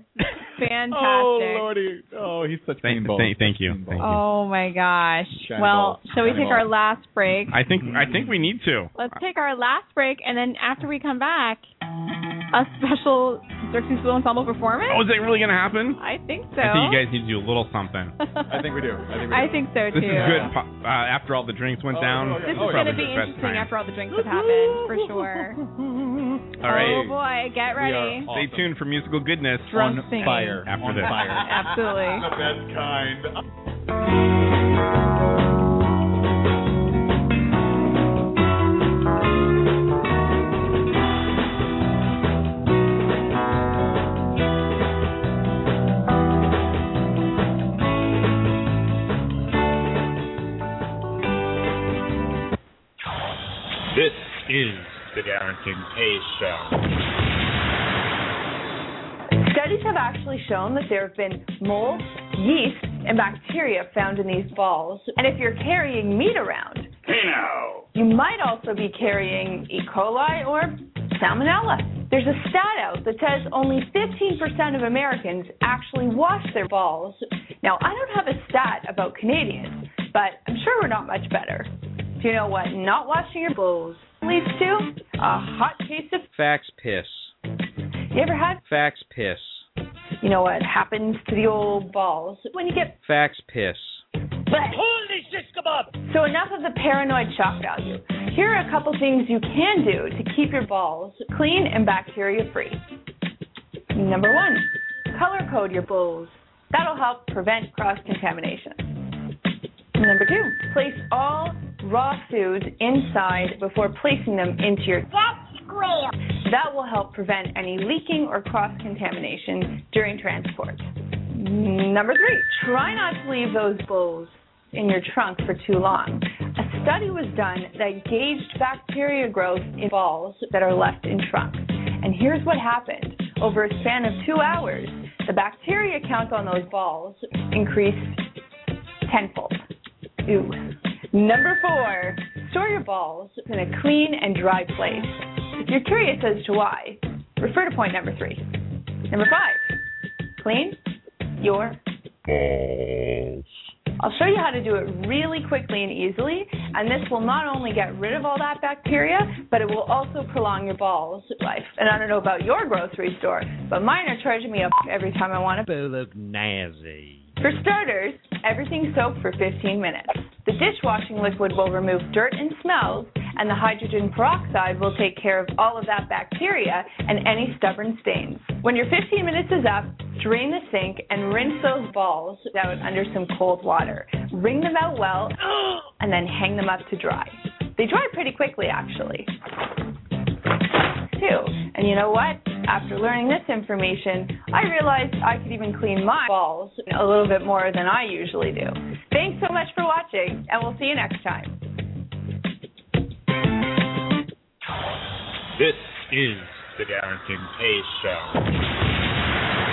S2: fantastic.
S1: Oh, Lordy. Oh, he's such
S3: Thank, thank, thank you. Thank you.
S2: Oh my gosh.
S3: Shiny
S2: well,
S3: balls.
S2: shall we
S3: Shiny
S2: take our
S3: balls.
S2: last break?
S3: I think I
S1: Mm-hmm.
S3: think we need to.
S2: Let's take our last break, and then after we come back, a special Xerxes School Ensemble performance.
S3: Oh, is that really gonna happen?
S2: I think so.
S3: I think you guys need to do a little something.
S1: I think we do. I think we do. Oh,
S2: I think so too.
S3: This is good. po- Uh, after all the drinks went down,
S2: This is going
S3: probably
S2: to
S3: the
S2: be
S3: best
S2: interesting
S3: time.
S2: after all the drinks have happened, for sure.
S3: All
S2: Oh
S3: right.
S2: boy, get ready.
S3: Stay tuned for musical goodness
S2: Drunk On singing. fire.
S3: after
S2: On
S3: this.
S2: fire. Absolutely.
S1: The best kind.
S12: This is the Darrington Pay Show.
S8: Studies have actually shown that there have been mold, yeast, and bacteria found in these balls. And if you're carrying meat around,
S13: Hey now.
S8: you might also be carrying E. coli or salmonella. There's a stat out that says only 15% of Americans actually wash their balls. Now, I don't have a stat about Canadians, but I'm sure we're not much better. Do you know what not washing your balls leads to? A hot case of.
S18: Fax piss.
S8: You ever had?
S18: Fax piss.
S8: You know what happens to the old balls when you get
S18: Fax piss.
S8: But holy shish kebab! So enough of the paranoid shock value. Here are a couple things you can do to keep your balls clean and bacteria free. Number one, color code your bowls. That'll help prevent cross contamination. Number two, place all raw foods inside before placing them into your
S22: Grail.
S8: that will help prevent any leaking or cross contamination during transport. Number three, try not to leave those bowls in your trunk for too long. A study was done that gauged bacteria growth in balls that are left in trunks. And here's what happened over a span of two hours, the bacteria count on those balls increased tenfold. Ooh. Number four, Store your balls in a clean and dry place. If you're curious as to why, refer to point number three. Number five, clean your
S9: Balls.
S8: I'll show you how to do it really quickly and easily, and this will not only get rid of all that bacteria, but it will also prolong your balls life. And I don't know about your grocery store, but mine are charging me up every time I want to.
S17: look nazi.
S8: For starters, everything soaked for 15 minutes. The dishwashing liquid will remove dirt and smells, and the hydrogen peroxide will take care of all of that bacteria and any stubborn stains. When your 15 minutes is up, drain the sink and rinse those balls out under some cold water. Wring them out well, and then hang them up to dry. They dry pretty quickly, actually too. And you know what? After learning this information, I realized I could even clean my balls a little bit more than I usually do. Thanks so much for watching, and we'll see you next time.
S12: This is the Darrington Page Show.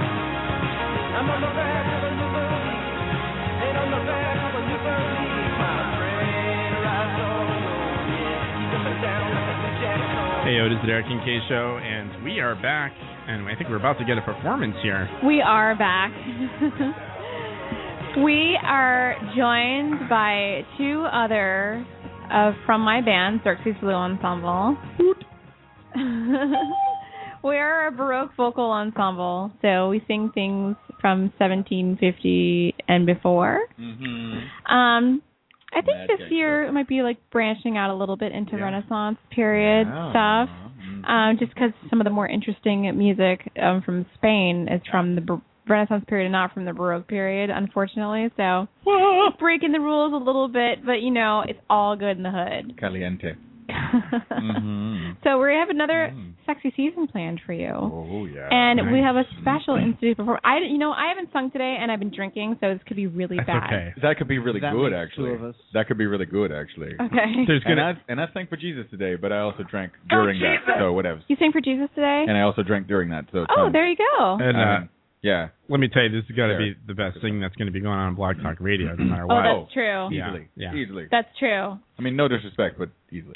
S13: I'm on the back of a new Burley, and on the back of a new Burley, my friend rides on. Yeah, he jumping down like a new jack on.
S3: Hey, yo, it is the Derek and Kay Show, and we are back, and I think we're about to get a performance here.
S2: We are back. we are joined by two other of from my band, Xerxes Blue Ensemble. we are a Baroque vocal ensemble, so we sing things from 1750 and before.
S1: Mm-hmm.
S2: Um, I think
S13: Mad
S2: this
S13: gangster.
S2: year it might be like branching out a little bit into
S13: Yeah.
S2: Renaissance period
S13: Yeah.
S2: stuff.
S1: Mm-hmm.
S2: Um, just because some of the more interesting music um, from Spain is from the Bar- Renaissance period and not from the Baroque period, unfortunately. So breaking the rules a little bit, but you know it's all good in the hood.
S1: Caliente.
S2: So we have another sexy season planned for you.
S1: Mm. Oh yeah.
S2: And we
S1: Nice. Mm-hmm.
S2: have a special institute performance. I, you know, I haven't sung today, and I've been drinking, so this could be really bad.
S1: That could be really
S2: That
S1: good,
S2: makes
S1: actually. That could be really good, actually.
S2: Okay. There's
S1: and,
S2: gonna-
S1: I, and I sang for Jesus today, but I also drank during
S2: Jesus.
S1: that, so whatever.
S2: You sang for Jesus today?
S1: And I also drank during that, so. it's
S2: oh,
S1: fine.
S2: there you go.
S3: And, uh,
S1: I mean, Um, yeah.
S3: Let me tell you, this is got to be the best thing that's going to be going on on Blog Talk Radio, no matter
S2: Oh,
S3: what.
S2: that's true.
S3: Yeah,
S1: Easily.
S3: yeah.
S1: Easily.
S2: That's true.
S1: I mean, no disrespect, but easily.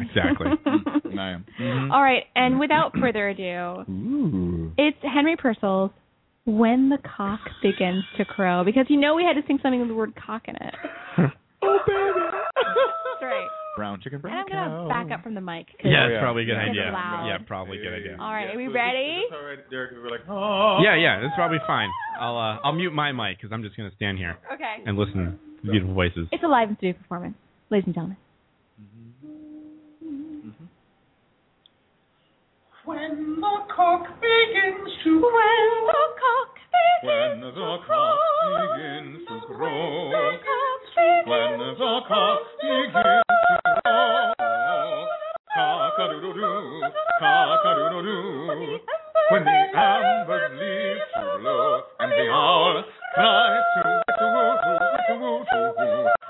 S3: exactly.
S1: Mm, I am.
S2: All right, and without further ado,
S1: Ooh.
S2: it's Henry Purcell's "When the Cock Begins to Crow" because you know we had to sing something with the word "cock" in it.
S13: Oh, baby.
S2: That's right.
S1: Brown chicken,
S2: And
S1: brown
S2: I'm gonna back up from the mic. 'cause
S1: Oh,
S3: Yeah,
S1: yeah.
S3: it's probably a good
S1: It's
S3: idea.
S2: loud.
S3: Yeah, probably a good idea.
S2: All right, are we ready?
S1: Derek, we were like,
S2: Oh.
S3: Yeah, yeah, it's probably fine. I'll uh, I'll mute my mic because I'm just going to stand here
S2: Okay.
S3: and listen to the beautiful voices.
S2: It's a live and studio performance, ladies and gentlemen.
S13: When the cock begins to when the cock
S1: When the cock begins to crow. When the cock begins to crow. Cock-a-doodle-doo, cock-a-doodle-doo. When the amber leaves to blow and the owl cries to woo, to woo, to woo, to woo,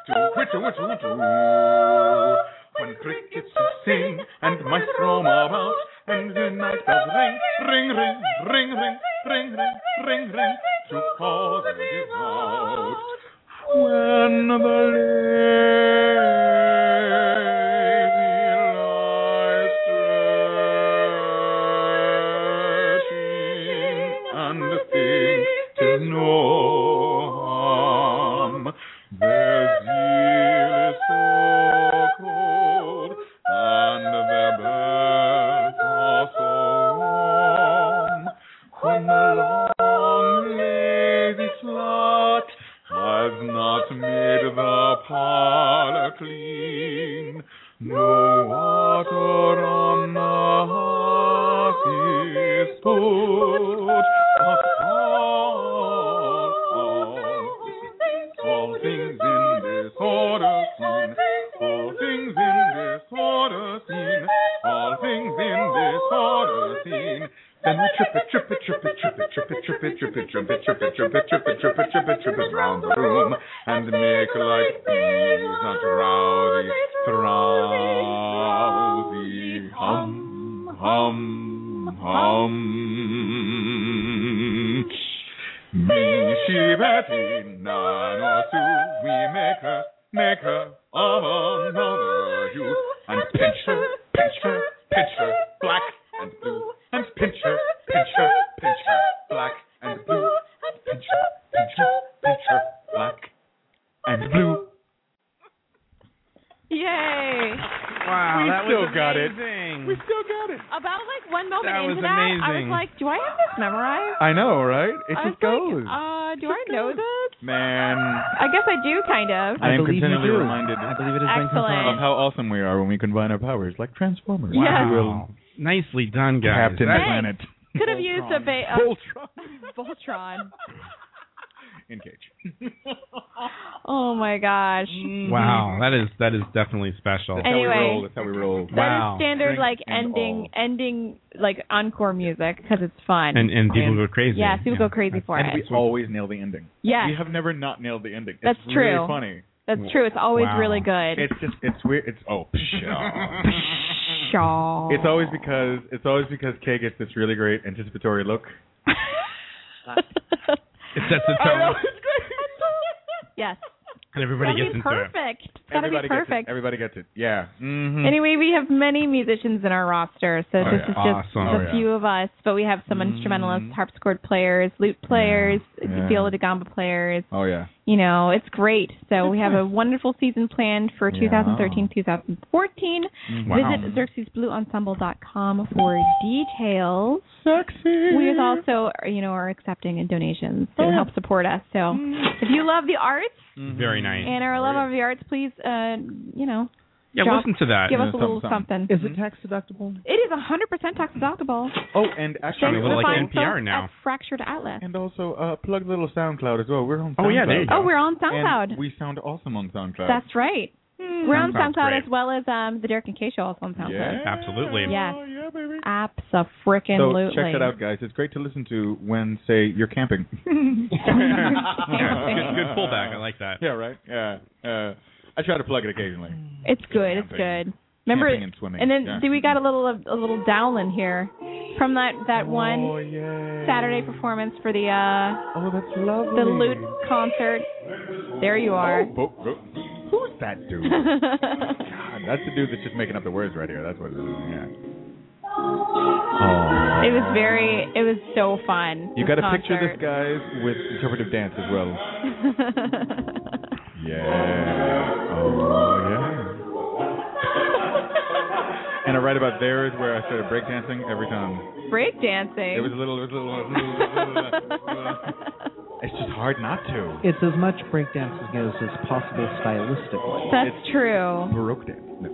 S1: to woo, to woo. When crickets sing and mice roam about and the night bells ring, ring, ring, ring, ring, ring, ring, ring, ring, to call the devout. When the lady lies stretching and thinks 'tis no harm, their zeal is so cold and their birds are so warm. When the long lazy slut has not made the parlor clean, Trip it, trip it, trip it, trip it, trip it, trip it, trip it, trip it round the room and make like bees on drowsy, drowsy hum, hum, hum. Me she betty none or two, we make her, make her of another hue and pinch her, pinch her, pinch her, black and blue and pinch her, pinch her, pinch her, black and blue and pinch her, pinch her, pinch her, black and blue.
S2: Yay!
S3: Wow,
S1: We
S3: that
S1: still
S3: was
S1: got it.
S3: amazing.
S1: We still got it.
S2: About like one moment
S3: That
S2: into
S3: was
S2: that, I was
S3: amazing.
S2: like, do I have this memorized?
S1: I know, right? It
S2: I was
S1: just goes.
S2: Like, uh, do I know this?
S1: Man,
S2: I guess I do, kind of.
S1: I, am continually reminded I believe it
S2: has been confirmed. Excellent.
S1: of how awesome we are when we combine our powers like Transformers.
S2: Yes.
S1: We
S3: Wow. Nicely done, guys.
S1: Captain
S3: That-
S1: Planet.
S2: Could have used a ba- a- Voltron.
S1: Engage.
S2: Oh my gosh.
S1: Mm-hmm.
S3: Mm-hmm. Wow, that is that is definitely special.
S2: That's how we Anyway. roll,
S1: that's how we roll.
S2: That is
S3: Wow.
S2: standard like ending ending like encore music because it's fun.
S3: And and people go crazy.
S2: Yeah, people go crazy for
S1: and
S2: it.
S1: we always nail the ending.
S2: Yes.
S1: We have never not nailed the ending.
S2: That's
S1: it's
S2: true.
S1: really funny.
S2: That's true. It's always
S1: Wow.
S2: really good.
S1: It's just it's weird. It's oh pshaw.
S2: Shaw.
S1: It's always because it's always because Kay gets this really great anticipatory look.
S3: It sets the
S1: I know,
S3: tone,
S1: it's great.
S2: yes.
S3: and everybody
S2: That'd
S3: gets
S2: be
S3: into it.
S2: perfect. It's gotta
S1: Everybody
S2: be
S1: gets it.
S2: perfect.
S1: Everybody gets it. Yeah. Mm-hmm.
S2: Anyway, we have many musicians in our roster, so
S1: Oh,
S2: this
S1: yeah.
S2: is just
S1: Awesome.
S2: a
S1: Oh, yeah.
S2: few of us, but we have
S1: Hmm.
S2: some instrumentalists, harpsichord players, lute players,
S1: Yeah.
S2: viola da gamba players.
S1: Oh yeah.
S2: You know, it's great. So we have a wonderful season planned for 2013 2014.
S1: Mm-hmm. Wow.
S2: Visit xerxesblueensemble.com for details.
S1: Sexy.
S2: We also, you know, are accepting donations to
S1: Oh, yeah. Mm.
S2: help support us. So if you love the arts
S3: Very nice.
S2: and our love of the arts, please, uh, you know,
S3: Yeah,
S2: drop-
S3: listen to that.
S2: Give
S3: Yeah,
S2: us a little
S3: something,
S2: something.
S10: Is it tax deductible?
S2: It is 100% tax deductible.
S1: Oh, and actually,
S2: Thanks for finding folks At Fractured Outlet.
S1: And also, uh, plug little SoundCloud as well. We're on. SoundCloud.
S3: Oh, yeah, there you go.
S2: Oh, we're on SoundCloud.
S1: And we sound awesome on SoundCloud.
S2: That's right. We're on
S1: SoundCloud's
S2: SoundCloud
S1: great.
S2: as well as um, the Derek and Kay show also on SoundCloud.
S1: Yeah.
S3: Absolutely.
S2: Yes.
S10: Oh,
S1: yeah, baby. so
S2: Absolutely.
S1: check that out, guys. It's great to listen to when, say, you're camping.
S3: Yeah, good, good pullback. I like that.
S1: Yeah, right. Yeah. Uh, I try to plug it occasionally.
S2: It's good. It's
S1: Camping.
S2: good. Remember,
S1: Camping and swimming,
S2: then
S1: yeah.
S2: see, we got a little a little Dowlin here from that that
S1: Oh,
S2: one Saturday performance for the uh
S1: oh that's lovely
S2: the lute concert. There you are.
S1: Oh, bo- bo- who's that dude? God, that's the dude that's just making up the words right here. That's what it is. Yeah.
S2: It was very it was so fun.
S1: You
S2: got to
S1: picture this guy with interpretive dance as well. Yeah. Oh, yeah. And right about there is where I started breakdancing every time.
S2: Break dancing.
S1: It was a little, it was a little, it was a little it's just hard not to.
S10: It's as much breakdancing as is possible stylistically.
S2: That's
S1: It's
S2: true.
S1: Baroque dance. No.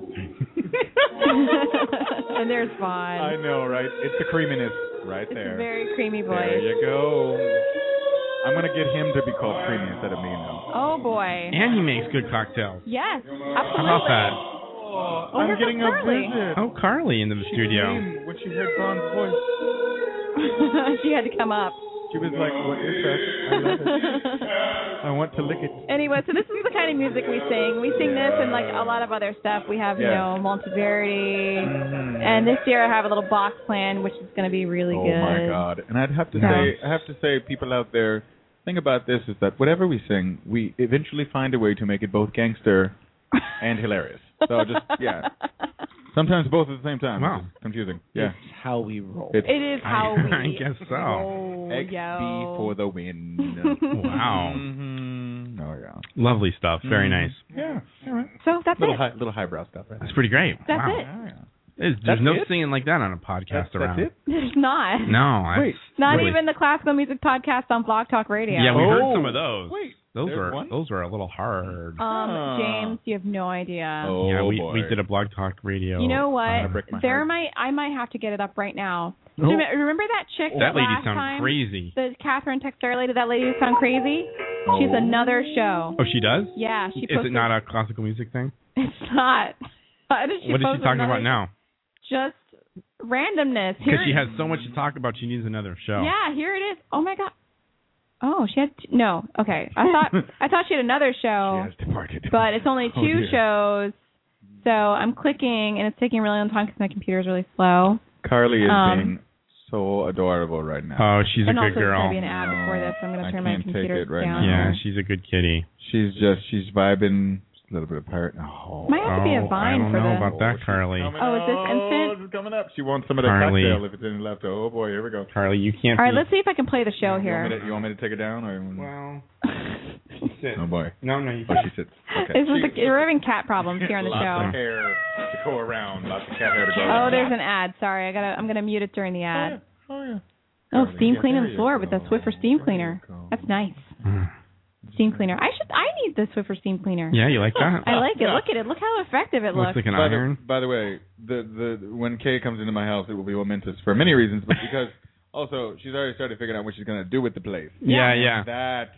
S2: and there's Vaughn.
S1: I know, right? It's the creaminess right
S2: it's
S1: there.
S2: a very creamy voice.
S1: There you go. I'm gonna get him to be called creamy instead of me now.
S2: Oh boy.
S3: And he makes good cocktails.
S2: Yes,
S3: How about
S2: absolutely.
S3: that?
S2: Oh,
S1: I'm
S2: here's
S1: getting a
S2: Carly.
S1: visit.
S3: Oh, Carly in the studio.
S1: Came When she heard Vaughn's voice,
S2: she had to come up.
S1: she was like, "What is that? I love it. I want to lick it."
S2: anyway, so this is the kind of music we sing. We sing this and like a lot of other stuff. We have,
S1: Yeah.
S2: you know, Monteverdi.
S3: Mm-hmm.
S2: And this year I have a little box plan, which is going to be really
S1: Oh
S2: good.
S1: my God! And I'd have to
S2: Yeah.
S1: say, I have to say, people out there, thing about this is that whatever we sing, we eventually find a way to make it both gangster and hilarious. So just yeah, sometimes both at the same time.
S3: Wow.
S1: It's just confusing. Yeah,
S10: It's how we roll.
S1: It's-
S2: It is how
S3: I, I
S2: we.
S3: guess so.
S2: Oh,
S1: XB
S2: yo.
S1: for the win.
S2: Mm-hmm.
S3: Wow.
S1: Mhm. Oh yeah.
S3: Lovely stuff. Very
S1: Mhm.
S3: nice.
S1: Yeah. All right.
S2: So that's
S1: little
S2: it.
S1: high, little highbrow stuff. Right
S3: That's pretty great.
S2: That's
S3: wow.
S2: it.
S3: There's, there's
S1: That's
S3: no
S1: it?
S3: singing like that on a podcast
S1: That's,
S3: around.
S1: that's it.
S2: It's not.
S3: No, that's
S1: Wait.
S2: Not
S3: really-
S2: even the classical music podcast on Blog Talk Radio.
S3: Yeah, we heard
S1: Oh.
S3: some of those.
S1: Wait.
S3: Those
S1: There's
S3: were
S1: one?
S3: those were a little hard.
S1: Ah.
S2: Um, James, you have no idea.
S1: Oh
S3: yeah, we
S1: boy.
S3: we did a blog talk radio.
S2: You know
S3: uh,
S2: what?
S1: break my
S2: there
S1: heart.
S2: might I might have to get it up right now.
S3: Oh.
S2: Rem- Remember that chick
S3: that lady
S2: last
S3: sounds
S2: time?
S3: crazy.
S2: The Catherine Texter lady, that lady who sound crazy. She's
S3: Oh.
S2: another show.
S3: Oh, she does.
S2: Yeah, she
S3: Is
S2: posted.
S3: it not a classical music thing?
S2: It's not. Why did she
S3: what is
S2: post
S3: she talking
S2: another-
S3: about now?
S2: Just randomness.
S3: Because
S2: Here
S3: she
S2: it-
S3: has so much to talk about, she needs another show.
S2: Yeah, here it is. Oh my god. No, she had no. Okay, I thought I thought she had another show.
S1: She has departed.
S2: But it's only
S1: Oh,
S2: two
S1: dear.
S2: shows, so I'm clicking and it's taking a really long time because my computer is really slow.
S1: Carly is
S2: Um,
S1: being so adorable right now.
S3: Oh, she's
S2: and also there's gonna be an ad before this. so I'm gonna
S1: I
S2: turn my
S1: can't take
S2: computer
S1: it right
S2: down.
S1: now.
S3: Yeah, she's a good kitty.
S1: She's just she's vibing. Just a little bit of pirate. Oh,
S2: Might have to be a vine
S3: I don't
S2: for
S3: know
S2: this.
S3: about that, Carly.
S2: Oh, is this instant?
S1: It's coming up. She wants some of that
S3: Carly.
S1: cocktail if it's any left. Oh boy, here we go.
S3: Carly, you can't.
S2: All right,
S3: be-
S2: let's see if I can play the show
S1: You want, me
S2: here.
S1: to, you want me to take her down or?
S3: She sits.
S1: Oh boy.
S3: No, no, you
S1: Oh, she sits. Okay.
S2: This is the, we're having cat problems here on the
S1: Lots
S2: show.
S1: of hair to go around. Lots of cat hair to go
S2: Oh,
S1: around.
S2: there's an ad. Sorry, I gotta. I'm gonna mute it during the ad.
S1: Oh yeah.
S2: Oh,
S1: Darling,
S2: steam
S1: yeah,
S2: cleaning
S1: there
S2: the
S1: you
S2: floor with the Swiffer steam cleaner. That's nice.
S1: Mm.
S2: Steam cleaner. I should. I need the Swiffer steam cleaner.
S3: Yeah, you like that?
S2: I like it. Look at it. Look how effective it looks.
S3: Looks like an
S1: by
S3: iron.
S1: The, by the way, the the when Kay comes into my house, it will be momentous for many reasons, but because also she's already started figuring out what she's gonna do with the place.
S3: Yeah, yeah.
S1: That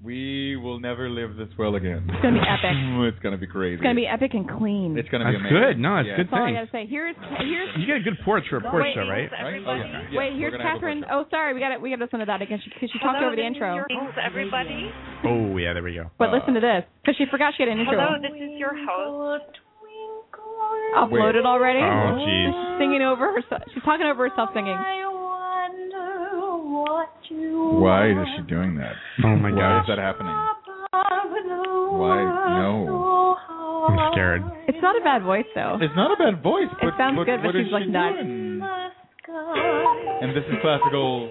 S1: we will never live this well again. It's
S2: gonna be epic.
S1: it's gonna be crazy.
S2: It's gonna be epic and clean.
S1: It's gonna
S3: That's
S1: be amazing.
S3: good. No, Oh, it's
S1: Yeah.
S3: good
S2: That's all I gotta say.
S3: thing.
S2: Here's here's. Oh,
S3: You get a good porch for a porch,
S2: Wait,
S3: though, right?
S2: everybody.
S3: Okay.
S2: Wait, here's Catherine. Oh, sorry, we got to we got to listen to that again because she, talked
S5: Hello,
S2: over the
S5: this is
S2: intro.
S5: your- everybody.
S3: Oh, yeah, there we go.
S2: But listen to this because she forgot she had an intro.
S5: Hello, this is your host. Wait.
S2: Uploaded already.
S5: Oh,
S3: jeez.
S2: Singing over herself. She's talking over herself singing.
S1: Why is she doing that?
S3: Oh my
S1: Why
S3: gosh.
S1: is that happening? Why no?
S3: I'm scared.
S2: It's not a bad voice though.
S1: It's not a bad voice, but
S2: It sounds
S1: what-
S2: good, but
S1: what is
S2: she's like
S1: she
S2: not.
S1: doing? And this is classical.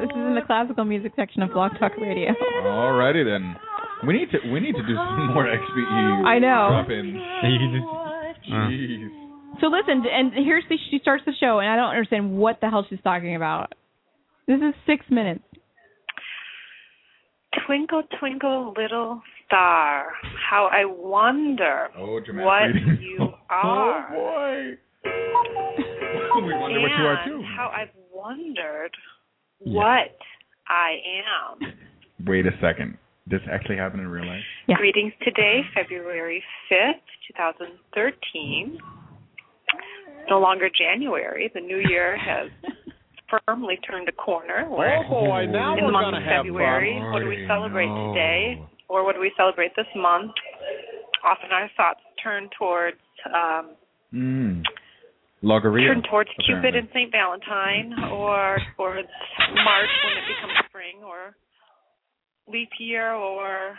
S2: This is in the classical music section of Blog Talk Radio.
S1: Alrighty then. We need to we need to do some more E XBE.
S2: I know.
S1: Drop in.
S3: you can just
S1: Jeez.
S2: So listen, and here's the she starts the show, and I don't understand what the hell she's talking about. This is six minutes.
S5: Twinkle, twinkle, little star, how I wonder
S1: Oh, dramatic
S5: what
S1: reading.
S5: you are.
S1: Oh boy. we wonder what you are
S5: and
S1: too.
S5: how I've wondered
S1: Yeah.
S5: what I am.
S1: Wait a second. This actually happened in real life.
S5: Greetings today, February 5th, 2013. No longer January. The new year has firmly turned a corner. We're
S4: Oh, boy, now
S5: in the
S4: we're
S5: month of
S4: gonna have
S5: February.
S4: fun.
S5: What do we
S4: Already
S5: celebrate
S1: Oh.
S4: know.
S5: today? Or what do we celebrate this month? Often our thoughts turn towards um,
S1: Mm. Logorrhea.
S5: turn towards Cupid
S1: apparently.
S5: and Saint Valentine, or towards March when it becomes spring, or leap year, or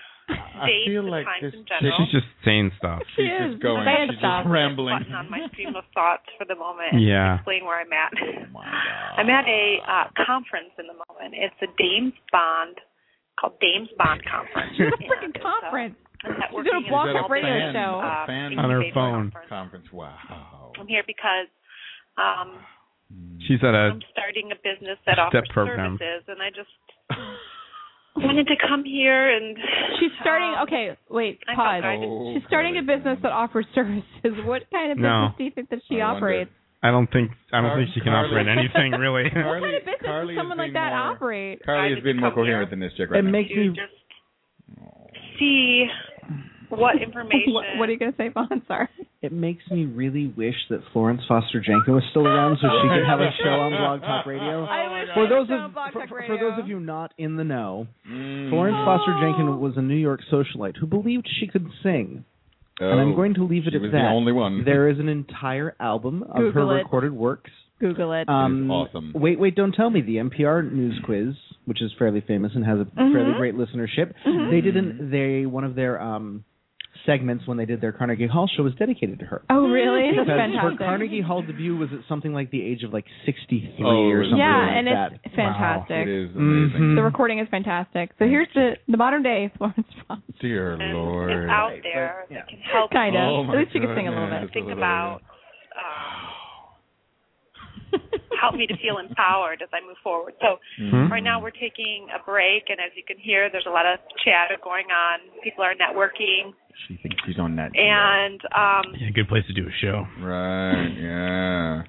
S5: dates
S1: feel
S5: and
S1: like
S5: times
S1: this
S5: in
S3: She's
S5: general.
S3: just saying stuff.
S1: She's just going.
S5: Diane,
S1: She's
S5: stop.
S1: just rambling.
S5: Button on my stream of thoughts for the moment. and
S3: Yeah.
S5: Explain where I'm at. I'm at a uh, conference in the moment. It's a Dames Bond called Dames Bond Conference.
S2: She's at a
S5: And
S2: freaking
S5: it's, uh,
S2: conference.
S5: a networking
S2: doing a
S5: and
S2: Blog
S1: Is that
S2: Talk
S1: a
S2: Radio
S1: fan,
S2: show.
S1: a
S5: Uh,
S1: fan
S3: on her phone.
S1: conference. Wow.
S5: I'm here because um,
S3: She's at a.
S5: I'm starting a business that
S3: Step
S5: offers
S3: program.
S5: services, and I just wanted to come here and.
S2: She's starting. Okay, wait,
S5: I
S2: pause.
S5: felt guided.
S2: She's starting a business that offers services. What kind of
S3: No.
S2: business do you think that she
S1: I wonder.
S2: operates?
S3: I don't think. I don't
S1: Car-
S3: think she can
S1: Carly-
S3: operate anything really.
S2: What kind
S1: Carly,
S2: of business
S1: Carly
S2: does someone
S1: is
S2: like
S1: being
S2: that
S1: more-
S2: operate?
S1: Carly is being more coherent than this chick right
S10: It
S1: now.
S10: makes
S5: to
S2: Hmm.
S10: me
S5: just see what information.
S2: What, what are you gonna say, Vaughn? Sorry.
S10: it makes me really wish that Florence Foster Jenkins was still around so she could have a show on Blog Talk Radio. For those of for, for- for those of you not in the know,
S1: Mm.
S10: Florence Foster
S2: Oh.
S10: Jenkins was a New York socialite who believed she could sing. and I'm going to leave it
S1: Oh. she
S10: at
S1: was the
S10: that.
S1: only one.
S10: There is an entire album of
S2: Google
S10: her
S2: it.
S10: recorded works.
S2: Google it.
S10: Um,
S1: awesome.
S10: Wait, wait, don't tell me. The NPR news quiz, which is fairly famous and has a fairly
S2: Mhm.
S10: great listenership.
S2: Mhm.
S10: They did an they one of their um segments when they did their Carnegie Hall show was dedicated to her.
S2: Oh, really?
S10: Because
S2: That's fantastic.
S10: her Carnegie Hall debut was at something like the age of like 63
S1: Oh,
S10: or
S1: really?
S10: something
S2: yeah,
S10: like
S2: and
S10: that.
S2: it's
S1: It
S2: fantastic.
S1: is amazing.
S10: Mhm.
S2: The recording is fantastic. So here's the the modern day Florence Foster.
S1: Dear Lord.
S5: It's out there that can help
S2: Kind
S1: Oh,
S2: of.
S1: my
S2: At least she could sing a little
S1: goodness.
S2: bit.
S5: think about um, help me to feel empowered as I move forward. So
S1: Mhm.
S5: right now we're taking a break, and as you can hear, there's a lot of chatter going on. People are networking,
S1: She thinks she's on that.
S5: and um,
S3: Yeah, good place to do a show.
S1: Right, yeah.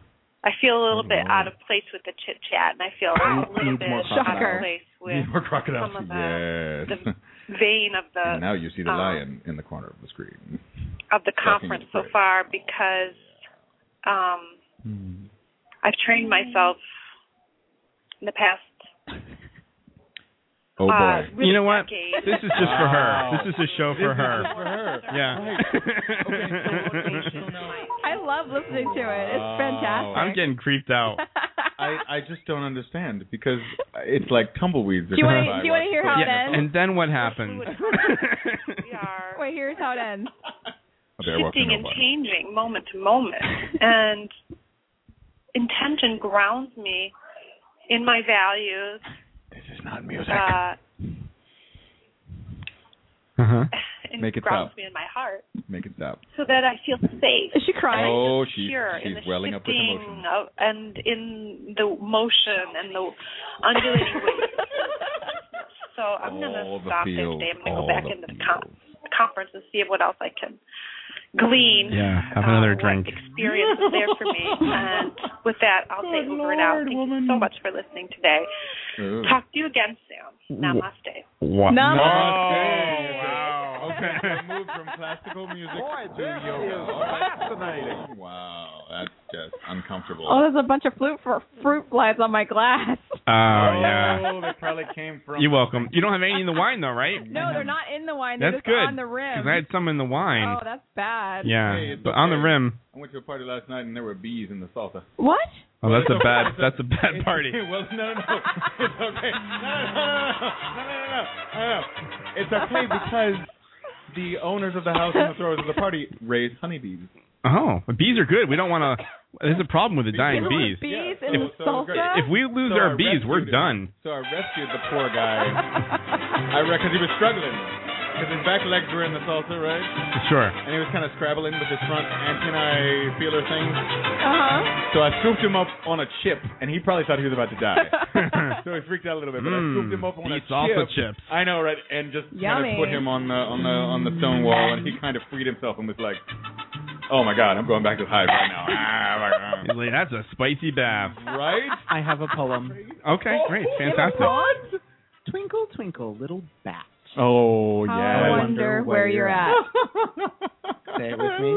S5: I feel a little bit out of place with the chit chat, and I feel a little
S1: Need
S5: bit
S1: more
S5: out
S1: crocodiles.
S5: of place with
S1: Need more crocodiles.
S5: some of the,
S1: Yes.
S5: the vein of the
S1: And now you see the
S5: um,
S1: lion in the corner of the screen.
S5: of the
S1: Talking
S5: conference
S1: is
S5: so
S1: great.
S5: far because um,
S1: Hmm.
S5: I've trained myself in the past
S1: Oh
S5: Uh,
S1: boy.
S5: really
S3: you know what?
S5: decade.
S3: This is just for her.
S1: Wow.
S3: This is a show
S1: This
S3: for
S1: is
S3: her.
S1: just for her.
S3: Yeah.
S2: I love listening to it. It's fantastic.
S3: I'm getting creeped out.
S1: I, I just don't understand because it's like tumbleweeds.
S2: Do you wanna- do you wanna hear how it
S3: Yeah,
S2: ends?
S3: And then what happens?
S2: Wait, here's how it ends.
S5: shifting and changing moment to moment. and intention grounds me in my values. This is
S1: not music.
S5: Uh,
S3: Uh-huh.
S5: and
S1: Make it
S5: grounds
S1: stop.
S5: me in my heart
S1: Make it stop.
S5: so that I feel safe.
S2: Is she crying?
S1: Oh,
S5: and
S1: she-
S5: secure in
S1: she's
S5: the
S1: welling up with
S5: shifting
S1: emotion.
S5: of- and in the motion and the undulating waves. So I'm
S1: All
S5: gonna
S1: the
S5: stop there
S1: feels,
S5: today. I'm gonna
S1: all
S5: go back
S1: the
S5: into the con- conference and see what else I can glean
S3: Yeah, have
S1: uh,
S3: another drink.
S5: experience is there for me. And with that, I'll say over and out. Thank you so much for listening today. Talk to you again soon.
S3: Wh-
S5: Namaste.
S3: What?
S5: Namaste.
S1: wow. Okay, I moved from classical music to yoga. fascinating. Wow, Oh, that's just uncomfortable.
S2: Oh, there's a bunch of fruit for fruit flies on my glass.
S3: Oh
S1: Oh,
S3: yeah.
S1: they probably came from.
S3: You're welcome. You don't have any in the wine though, right?
S2: No, they're not in the wine. They're
S3: That's
S2: just
S3: good.
S2: on the rim.
S3: I had some in the wine.
S2: Oh, that's bad.
S3: yeah,
S1: Hey, it's
S3: but on the
S1: okay.
S3: rim.
S1: I went to a party last night and there were bees in the salsa.
S2: What?
S3: Oh, that's a bad. That's a bad party.
S1: well, no, no, no. It's okay. No, no, no, no, no, no, no, no, no. Oh, It's okay because the owners of the house and the throwers of the party raise honeybees.
S3: Oh, but bees are good. We don't want to. There's a problem with the dying
S1: People
S3: bees.
S1: with
S2: bees
S1: Yeah.
S2: in
S1: Oh,
S2: the
S1: so great.
S2: salsa.
S3: If we lose
S1: So I
S3: our bees, we're
S1: rescued him.
S3: done.
S1: So I rescued the poor guy. I reckon he was struggling because his back legs were in the salsa, right?
S3: Sure.
S1: And he was kind of scrabbling with his front antennae feeler thing.
S2: Uh
S1: So I scooped him up on a chip, and he probably thought he was about to die. so he freaked out a little bit, but I
S3: Mm,
S1: scooped him up on
S3: beef
S1: a
S3: salsa
S1: chip.
S3: chips.
S1: I know, right? And just kind of
S2: Yummy.
S1: put him on the on the on the stone wall, and he kind of freed himself and was like, "Oh my God, I'm going back to the hive right now." Ah,
S3: He's like, That's a spicy bath.
S1: right?
S10: I have a poem.
S3: Okay,
S2: Oh,
S3: great, fantastic.
S10: Twinkle, twinkle, little bat.
S1: Oh
S10: How
S2: I wonder where you're at.
S10: Say it with me.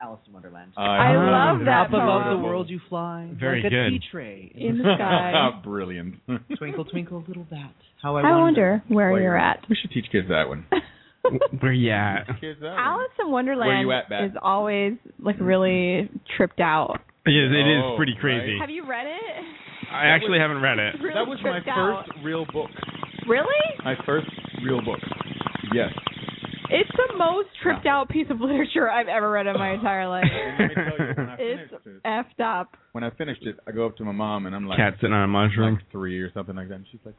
S10: Alice in Wonderland.
S2: I love that
S10: Up above the
S2: poem.
S10: world you fly.
S3: Very
S10: like
S3: good.
S10: a tea tray
S2: In the sky.
S1: Brilliant.
S10: twinkle, twinkle, little bat. How I,
S2: I wonder where
S1: Where
S2: you're
S1: you're
S2: at.
S1: We should teach kids that one.
S3: Where you at?
S1: Kids that one.
S2: Alice in
S1: Where
S2: Wonderland
S1: you at, Bat?
S2: is always like really tripped out.
S3: It is, it is
S1: Oh,
S3: pretty crazy.
S2: Have you read it?
S3: I actually haven't read it.
S2: Really
S1: That was my
S2: tripped out.
S1: first real book.
S2: Really?
S1: My first real book. Yes.
S2: It's the most tripped out piece of literature I've ever read in my entire life.
S1: Let me tell you, when I
S2: It's
S1: finished it,
S2: effed up.
S1: when I finished it, I go up to my mom and I'm like,
S3: Cat sitting on a mushroom.
S1: like three or something like that, and she's like,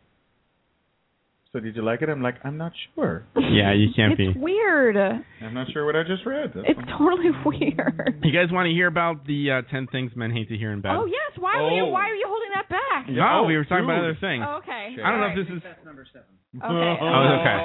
S1: "So did you like it?" I'm like, "I'm not sure.
S3: Yeah, you can't be.
S2: It's weird.
S1: I'm not sure what I just read." That's
S2: It's
S1: all.
S2: totally weird.
S3: You guys want to hear about the uh, ten things men hate to hear in bed?
S2: Oh yes. Why were you
S1: Oh.
S2: why are you holding that back?
S3: No, Oh, we were talking about
S1: Dude.
S3: other things.
S2: Oh, okay.
S3: I don't know if this is.
S17: That's number seven.
S2: Okay.
S3: Oh, okay.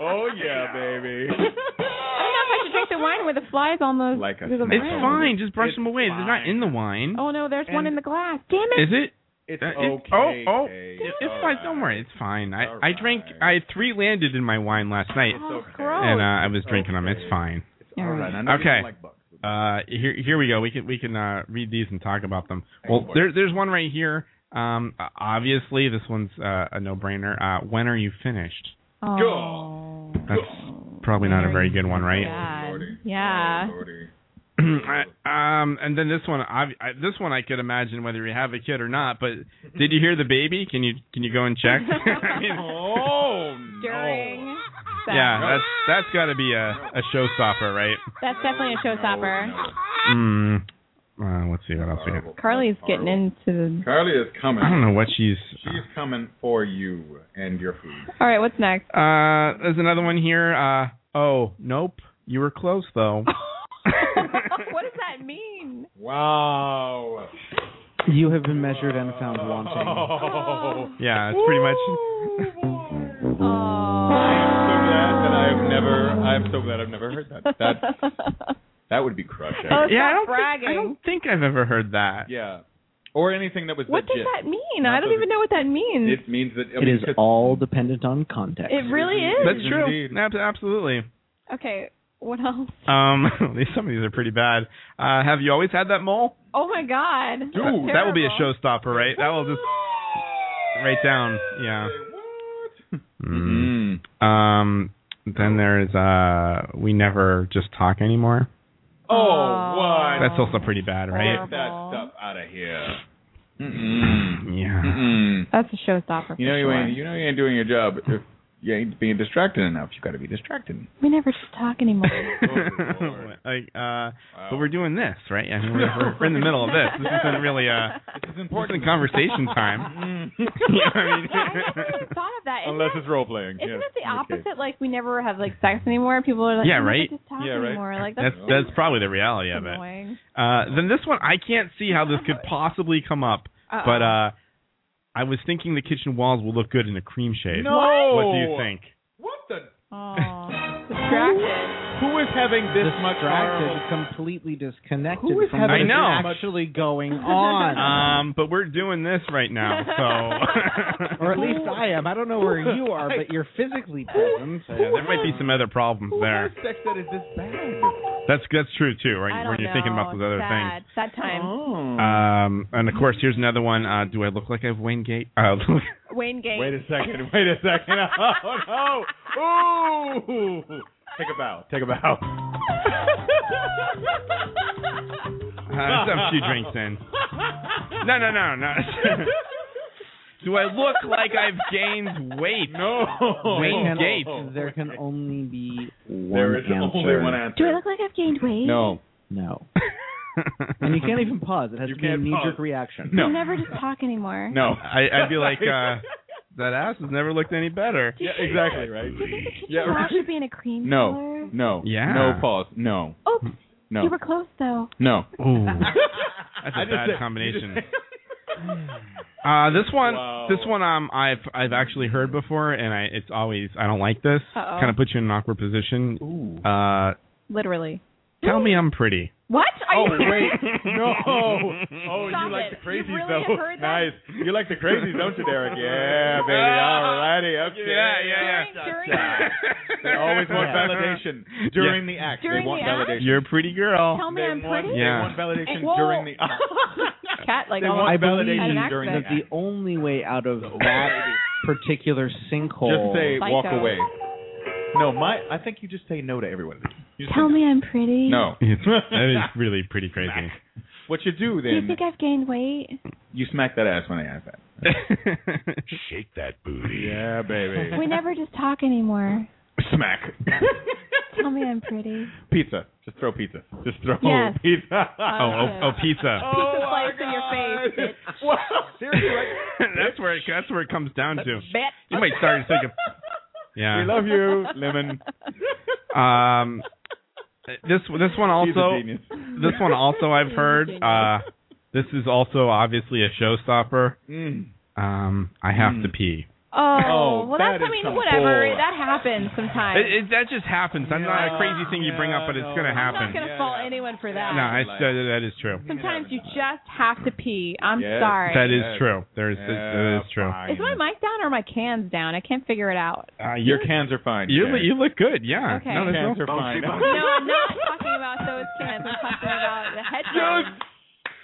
S1: oh yeah, baby.
S2: I don't know if I should drink the wine where the flies on the
S1: Like a
S2: to the
S1: snake.
S3: it's
S2: rim.
S3: fine. Just brush them away. They're not in the wine.
S2: Oh no, there's one
S1: And-
S2: in the glass. Damn it.
S3: Is it?
S1: It's
S3: Uh, it-
S1: okay.
S3: oh, oh,
S1: Kay.
S3: it- it's
S1: All
S3: fine.
S1: right.
S3: Don't worry. It's fine. I,
S1: All
S3: I drank.
S1: right.
S3: I had three landed in my wine last night,
S2: oh,
S1: okay.
S2: gross.
S3: and uh, I was drinking them. It's fine.
S1: All right. I know you
S3: Okay.
S1: don't like bugs.
S3: Uh, here, here we go. We can we can uh, read these and talk about them. Well, there, there's one right here. Um, uh, obviously, this one's uh, a no-brainer. Uh, when are you finished?
S2: oh.
S3: That's probably not a very good one, right?
S2: God. Yeah.
S3: I- um, and then this one, I, I, this one I could imagine whether you have a kid or not. But did you hear the baby? Can you can you go and check? I mean,
S1: Oh
S2: During sex.
S3: yeah, that's that's got to be a a showstopper, right?
S2: That's definitely a
S1: Oh,
S2: showstopper.
S3: Mm. Uh, let's see what else we have.
S2: Carly's getting into the
S1: Carly is coming.
S3: I don't know what she's.
S1: She's coming for you and your food.
S2: All right, what's next?
S3: Uh, there's another one here. Uh, oh, nope. You were close though.
S2: what does that mean?
S1: Wow.
S10: You have been measured and found wanting.
S1: Oh.
S3: Yeah, it's pretty much.
S1: I'm so glad that I've never. I'm so glad I've never heard that. That that would be crushing.
S2: Oh,
S3: Yeah, I
S2: stop
S3: don't,
S2: bragging.
S3: think, I don't think I've ever heard that.
S1: Yeah. Or anything that was
S2: what does
S1: legit.
S2: that mean?
S1: Not
S2: I don't
S1: that
S2: even know what that means.
S1: It means that I
S10: It
S1: mean,
S10: is
S1: 'cause
S10: all dependent on context.
S2: It really is.
S3: That's true.
S1: Indeed.
S3: Ab- absolutely.
S2: Okay, what else?
S3: Um, these some of these are pretty bad. Uh, have you always had that mole?
S2: Oh my god.
S3: that will be a showstopper, right? That will just right down. Yeah. Mm. Um. Then there's uh, we never just talk anymore.
S4: Oh, what?
S3: That's also pretty bad, right?
S4: Get that stuff out of here.
S3: Yeah.
S2: That's a showstopper.
S1: You know
S2: for
S1: you
S2: sure.
S1: ain't you know you ain't doing your job if you ain't being distracted enough. You got to be distracted.
S2: We never just talk anymore.
S3: Oh, like, uh, but we're doing this, right? I mean, we're, we're, we're in the middle of this. This isn't really uh, this is important conversation time. You know what I mean?
S2: yeah, I never really thought of that. Isn't
S1: Unless
S2: that,
S1: it's role playing.
S2: isn't that the opposite? Like we never have like sex anymore. People are like, we
S3: Yeah,
S2: never
S3: right?
S2: Just talk
S3: Yeah, right.
S2: anymore. Like
S3: That's
S2: that's,
S3: that's probably the reality of it.
S2: annoying.
S3: Uh, then this one, I can't see how this could possibly come up,
S2: Uh-oh.
S3: but uh, I was thinking the kitchen walls will look good in a cream shade.
S4: No!
S3: What do you think?
S4: What the?
S2: Distracted.
S4: Who is having this much
S10: distracted,
S4: horrible-
S10: completely disconnected
S4: Who is
S10: from
S3: having
S10: what's
S3: I know.
S10: actually going on.
S3: Um, but we're doing this right now, so
S10: or at least I am. I don't know where you are, but you're physically present.
S3: Yeah, there might be some other problems there.
S4: sex that is this bad?
S3: That's that's true too, right?
S2: I
S3: When
S2: don't
S3: you're thinking about
S2: know.
S3: those other
S2: Sad.
S3: things.
S2: That time.
S13: Oh.
S3: Um, and of course, here's another one. Uh, do I look like I have Wayne Gate? Uh,
S2: Wayne Gate.
S1: Wait a second. Wait a second. Oh no. Ooh. Take a bow. Take a bow.
S3: Uh, some few drinks in. No, no, no, no. Do I look like I've gained weight?
S4: No.
S3: Wayne
S10: There
S3: Gates.
S4: oh,
S10: can- There can only be one
S1: There is
S10: answer.
S1: only one answer.
S2: Do I look like I've gained weight?
S1: No.
S10: No. and you can't even pause. It has
S1: You
S10: to be a
S1: can't
S10: knee
S1: pause.
S10: jerk reaction.
S2: We never just talk anymore.
S1: No.
S3: I, I'd be like, uh, that ass has never looked any better.
S1: Yeah, exactly, right? Yeah,
S2: Wall
S1: right.
S2: should be in a cream
S1: No.
S2: color.
S1: No.
S3: Yeah.
S1: No pause. No.
S2: Oops.
S1: No.
S2: Oh, You were close though.
S1: No.
S3: Ooh.
S1: That's
S3: a
S1: a
S3: bad combination. Uh, this one, this one, um, I've I've actually heard before, and I it's always I don't like this.
S2: Uh-oh.
S3: Kind of puts you in an awkward position. Ooh. Uh,
S2: Literally.
S3: tell me I'm pretty.
S2: What? Are
S4: Oh
S2: you
S4: wait, no. Oh,
S2: Stop
S4: you like
S2: it.
S4: the crazies
S2: You really
S4: though.
S2: have heard that?
S4: Nice. You like the crazies, don't you, Derek? Yeah, baby. Alrighty. Okay.
S3: Yeah, yeah,
S4: yeah. They always want validation during the act.
S2: During
S4: they want
S2: the act?
S4: validation.
S3: You're a pretty girl.
S2: Tell me
S4: they
S2: I'm
S4: want,
S2: pretty?
S4: They
S3: Yeah.
S4: want validation
S2: Whoa.
S4: during the act.
S2: Cat like
S4: They
S2: all
S4: want
S10: I believe
S4: validation
S2: an
S4: during
S10: that
S2: accent.
S4: the
S10: the only way out of that particular sinkhole.
S1: Just say walk
S2: Psycho.
S1: away. No, my I think you just say no to everyone. You just
S2: Tell
S1: say
S2: me I'm pretty.
S1: No.
S3: It's, that is really pretty crazy.
S1: What you do
S2: Do you
S1: then?
S2: think I've gained weight?
S1: You smack that ass when they ask that.
S19: Shake that booty.
S1: Yeah, baby.
S2: We never just talk anymore.
S1: Smack.
S2: Tell me I'm pretty.
S1: pizza. Just throw pizza. Just throw
S2: Yes.
S1: pizza.
S3: Oh, oh, oh, pizza.
S2: Uh, Pizza slice in your face. bitch.
S4: Wow. Seriously, like,
S3: that's where it, that's where it comes down to.
S2: Bet.
S3: You might start to think of yeah.
S1: We love you, lemon.
S3: Um, this this one
S1: He's a
S3: also
S1: genius.
S3: this one also I've heard. Uh, this is also obviously a showstopper.
S1: Mm.
S3: Um, I have to pee.
S2: Oh,
S1: Oh,
S2: well
S1: that
S2: that's I
S1: is
S2: mean
S1: some
S2: whatever.
S1: bull.
S2: That happens sometimes.
S3: It, it, that just happens. That's not
S1: Yeah,
S3: a crazy thing you bring up, but it's
S1: yeah, no.
S3: gonna
S2: I'm not
S3: happen.
S2: gonna fault anyone for that.
S3: No, it's, that, that is true.
S2: Sometimes you just have to pee. I'm
S1: Yes.
S2: sorry.
S3: That is
S1: Yes.
S3: true. There is that
S1: Yeah,
S3: is true.
S1: fine.
S2: Is my mic down or are my cans down? I can't figure it out.
S3: Uh,
S1: Your
S3: you're-
S1: cans are fine.
S3: You
S1: Jack.
S3: look, you look good, yeah.
S2: Okay.
S3: No, there's
S1: cans
S3: no
S1: are fine.
S2: No, I'm not talking about those cans. I'm talking about the headphones.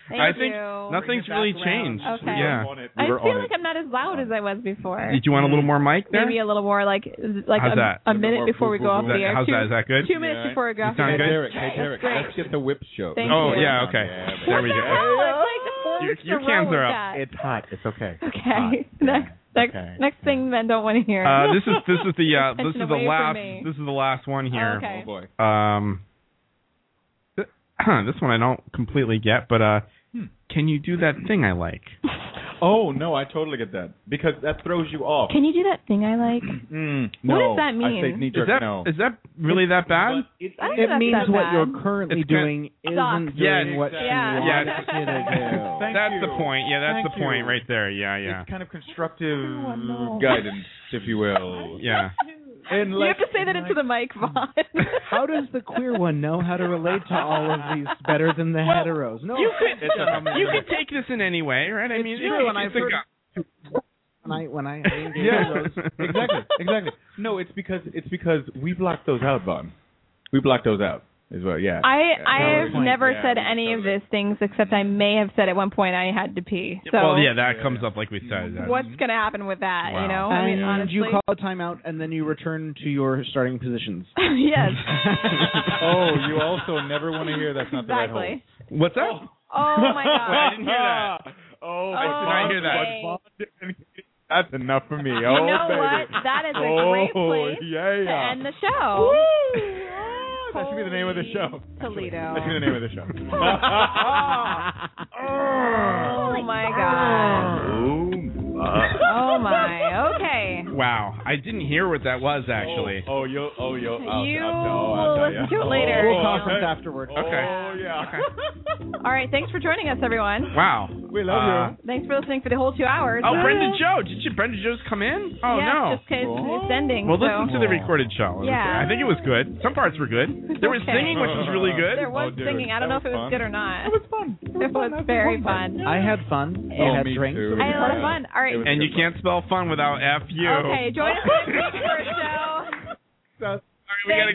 S2: Thank
S3: I think
S2: you.
S3: nothing's really changed.
S2: Okay.
S3: Yeah.
S1: On it. We
S2: I
S1: were
S2: feel
S1: on
S2: like
S1: it.
S2: I'm not as loud as I was before.
S3: Did you want a little more mic there?
S2: Maybe a little more like like
S3: How's that?
S2: a, a
S1: Little
S2: minute
S1: more
S2: before we go off
S3: Is
S2: the
S3: that-
S2: air.
S3: how's
S2: two,
S3: that? Is that good?
S2: Two minutes
S1: Yeah.
S2: before we go
S3: You
S2: off the
S3: sound
S1: Hey,
S2: air.
S1: Derek, hey, Derek,
S2: great.
S1: let's get the whip show.
S2: Thank
S3: Oh,
S2: you.
S3: yeah, okay. There we go.
S2: Oh, it's like the fourth
S3: Your- your
S2: in a row
S3: cans are
S2: with
S3: up.
S2: that.
S1: It's hot. It's okay.
S2: Okay. Next, next,
S1: Okay.
S2: next thing men don't want to hear.
S3: Uh, this is this is the uh, this
S2: Attention
S3: is the
S2: away from
S3: last
S2: me.
S3: this is the last one here.
S1: Oh
S2: Okay.
S1: boy.
S3: Um, th- this one I don't completely get, but uh, can you do that thing I like?
S1: Hmm. Oh no, I totally get that because that throws you off.
S2: Can you do that thing I like?
S1: Mm,
S2: What
S1: no.
S2: does that mean?
S1: I say knee
S3: Is
S1: jerk
S3: that
S1: no.
S3: is that really that bad?
S1: It,
S2: I don't think
S10: It
S2: that's
S10: means
S2: that
S10: what
S2: bad.
S10: you're currently
S3: It's
S10: doing
S2: Sucks.
S10: isn't
S3: Yeah,
S10: doing what you
S2: Yeah.
S10: want
S3: Yeah,
S10: you to do.
S1: Thank
S3: that's
S1: you.
S3: the point. Yeah, that's
S1: Thank
S3: the point
S1: you.
S3: right there. Yeah, yeah,
S1: It's kind of constructive
S3: Oh.
S2: no.
S1: guidance, if you will.
S3: yeah.
S1: And
S2: you have to say that into the mic, Vaughn.
S10: How does the queer one know how to relate to all of these better than the
S3: Well,
S10: heteros? No,
S3: you
S10: offense,
S1: It's
S10: gentlemen.
S1: okay.
S3: You can take this in any way, right? I
S10: It's
S3: mean,
S10: true, and
S3: it's
S10: I've
S3: a
S10: heard-
S3: guy-
S10: when I when I
S1: Yeah, exactly, exactly. No, it's because it's because we block those out, Vaughn. We block those out. Is what? Yeah.
S2: I
S1: Yeah.
S2: I have
S1: Point,
S2: never
S1: yeah.
S2: said any of these things except I may have said at one point I had to pee. So
S3: well, yeah, that comes up like we said. That-
S2: what's gonna happen with that? You know, I mean,
S10: and
S2: honestly,
S10: you call a timeout, and then you return to your starting positions.
S2: yes,
S1: oh, you also never want to hear that's not the right hole.
S2: Exactly.
S3: What's that?
S2: Oh my god.
S1: I didn't hear that. Oh,
S2: I did not hear that.
S1: That's enough for me.
S2: You
S1: oh,
S2: know
S1: baby.
S2: what? That is a
S1: oh,
S2: great place
S1: yeah,
S2: to
S1: yeah.
S2: end the show.
S1: Woo! That should be the name of the show.
S2: Toledo.
S1: That should be the name of the show.
S2: Oh my god. Oh my. Okay.
S3: Wow, I didn't hear what that was actually.
S1: Oh, yo, oh, yo.
S2: You will listen to it later.
S1: We'll
S3: Oh,
S1: conference
S10: afterward.
S2: Oh.
S1: Okay. yeah.
S2: All right. Thanks for joining us, everyone.
S3: Wow.
S1: We love
S3: Uh,
S2: Thanks for listening for the whole two hours.
S3: Oh, Brenda Joe. Did you Brenda Joe's come in? Oh
S2: yeah,
S3: no.
S2: just 'cause it's ending.
S3: Well,
S2: so.
S3: listen to the recorded show.
S2: Yeah.
S3: I think it was good. Some parts were good. There was
S2: Okay.
S3: singing, which was really good. Oh,
S2: There was singing. I don't know if it Oh, was good or not. It
S1: was fun.
S2: It was, very fun.
S10: I had fun.
S2: Oh,
S10: I had
S1: me
S10: drinks.
S1: too.
S2: I had a lot of fun. All right.
S3: And you can't spell fun without F U.
S2: Okay, join us next week for a show.
S3: we gotta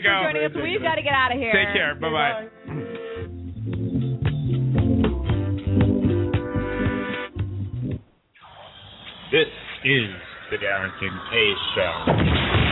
S2: Thanks for
S3: go.
S2: joining us. We've got to get out of here.
S3: Take care. Bye bye.
S12: This is the Darrington Pay Show.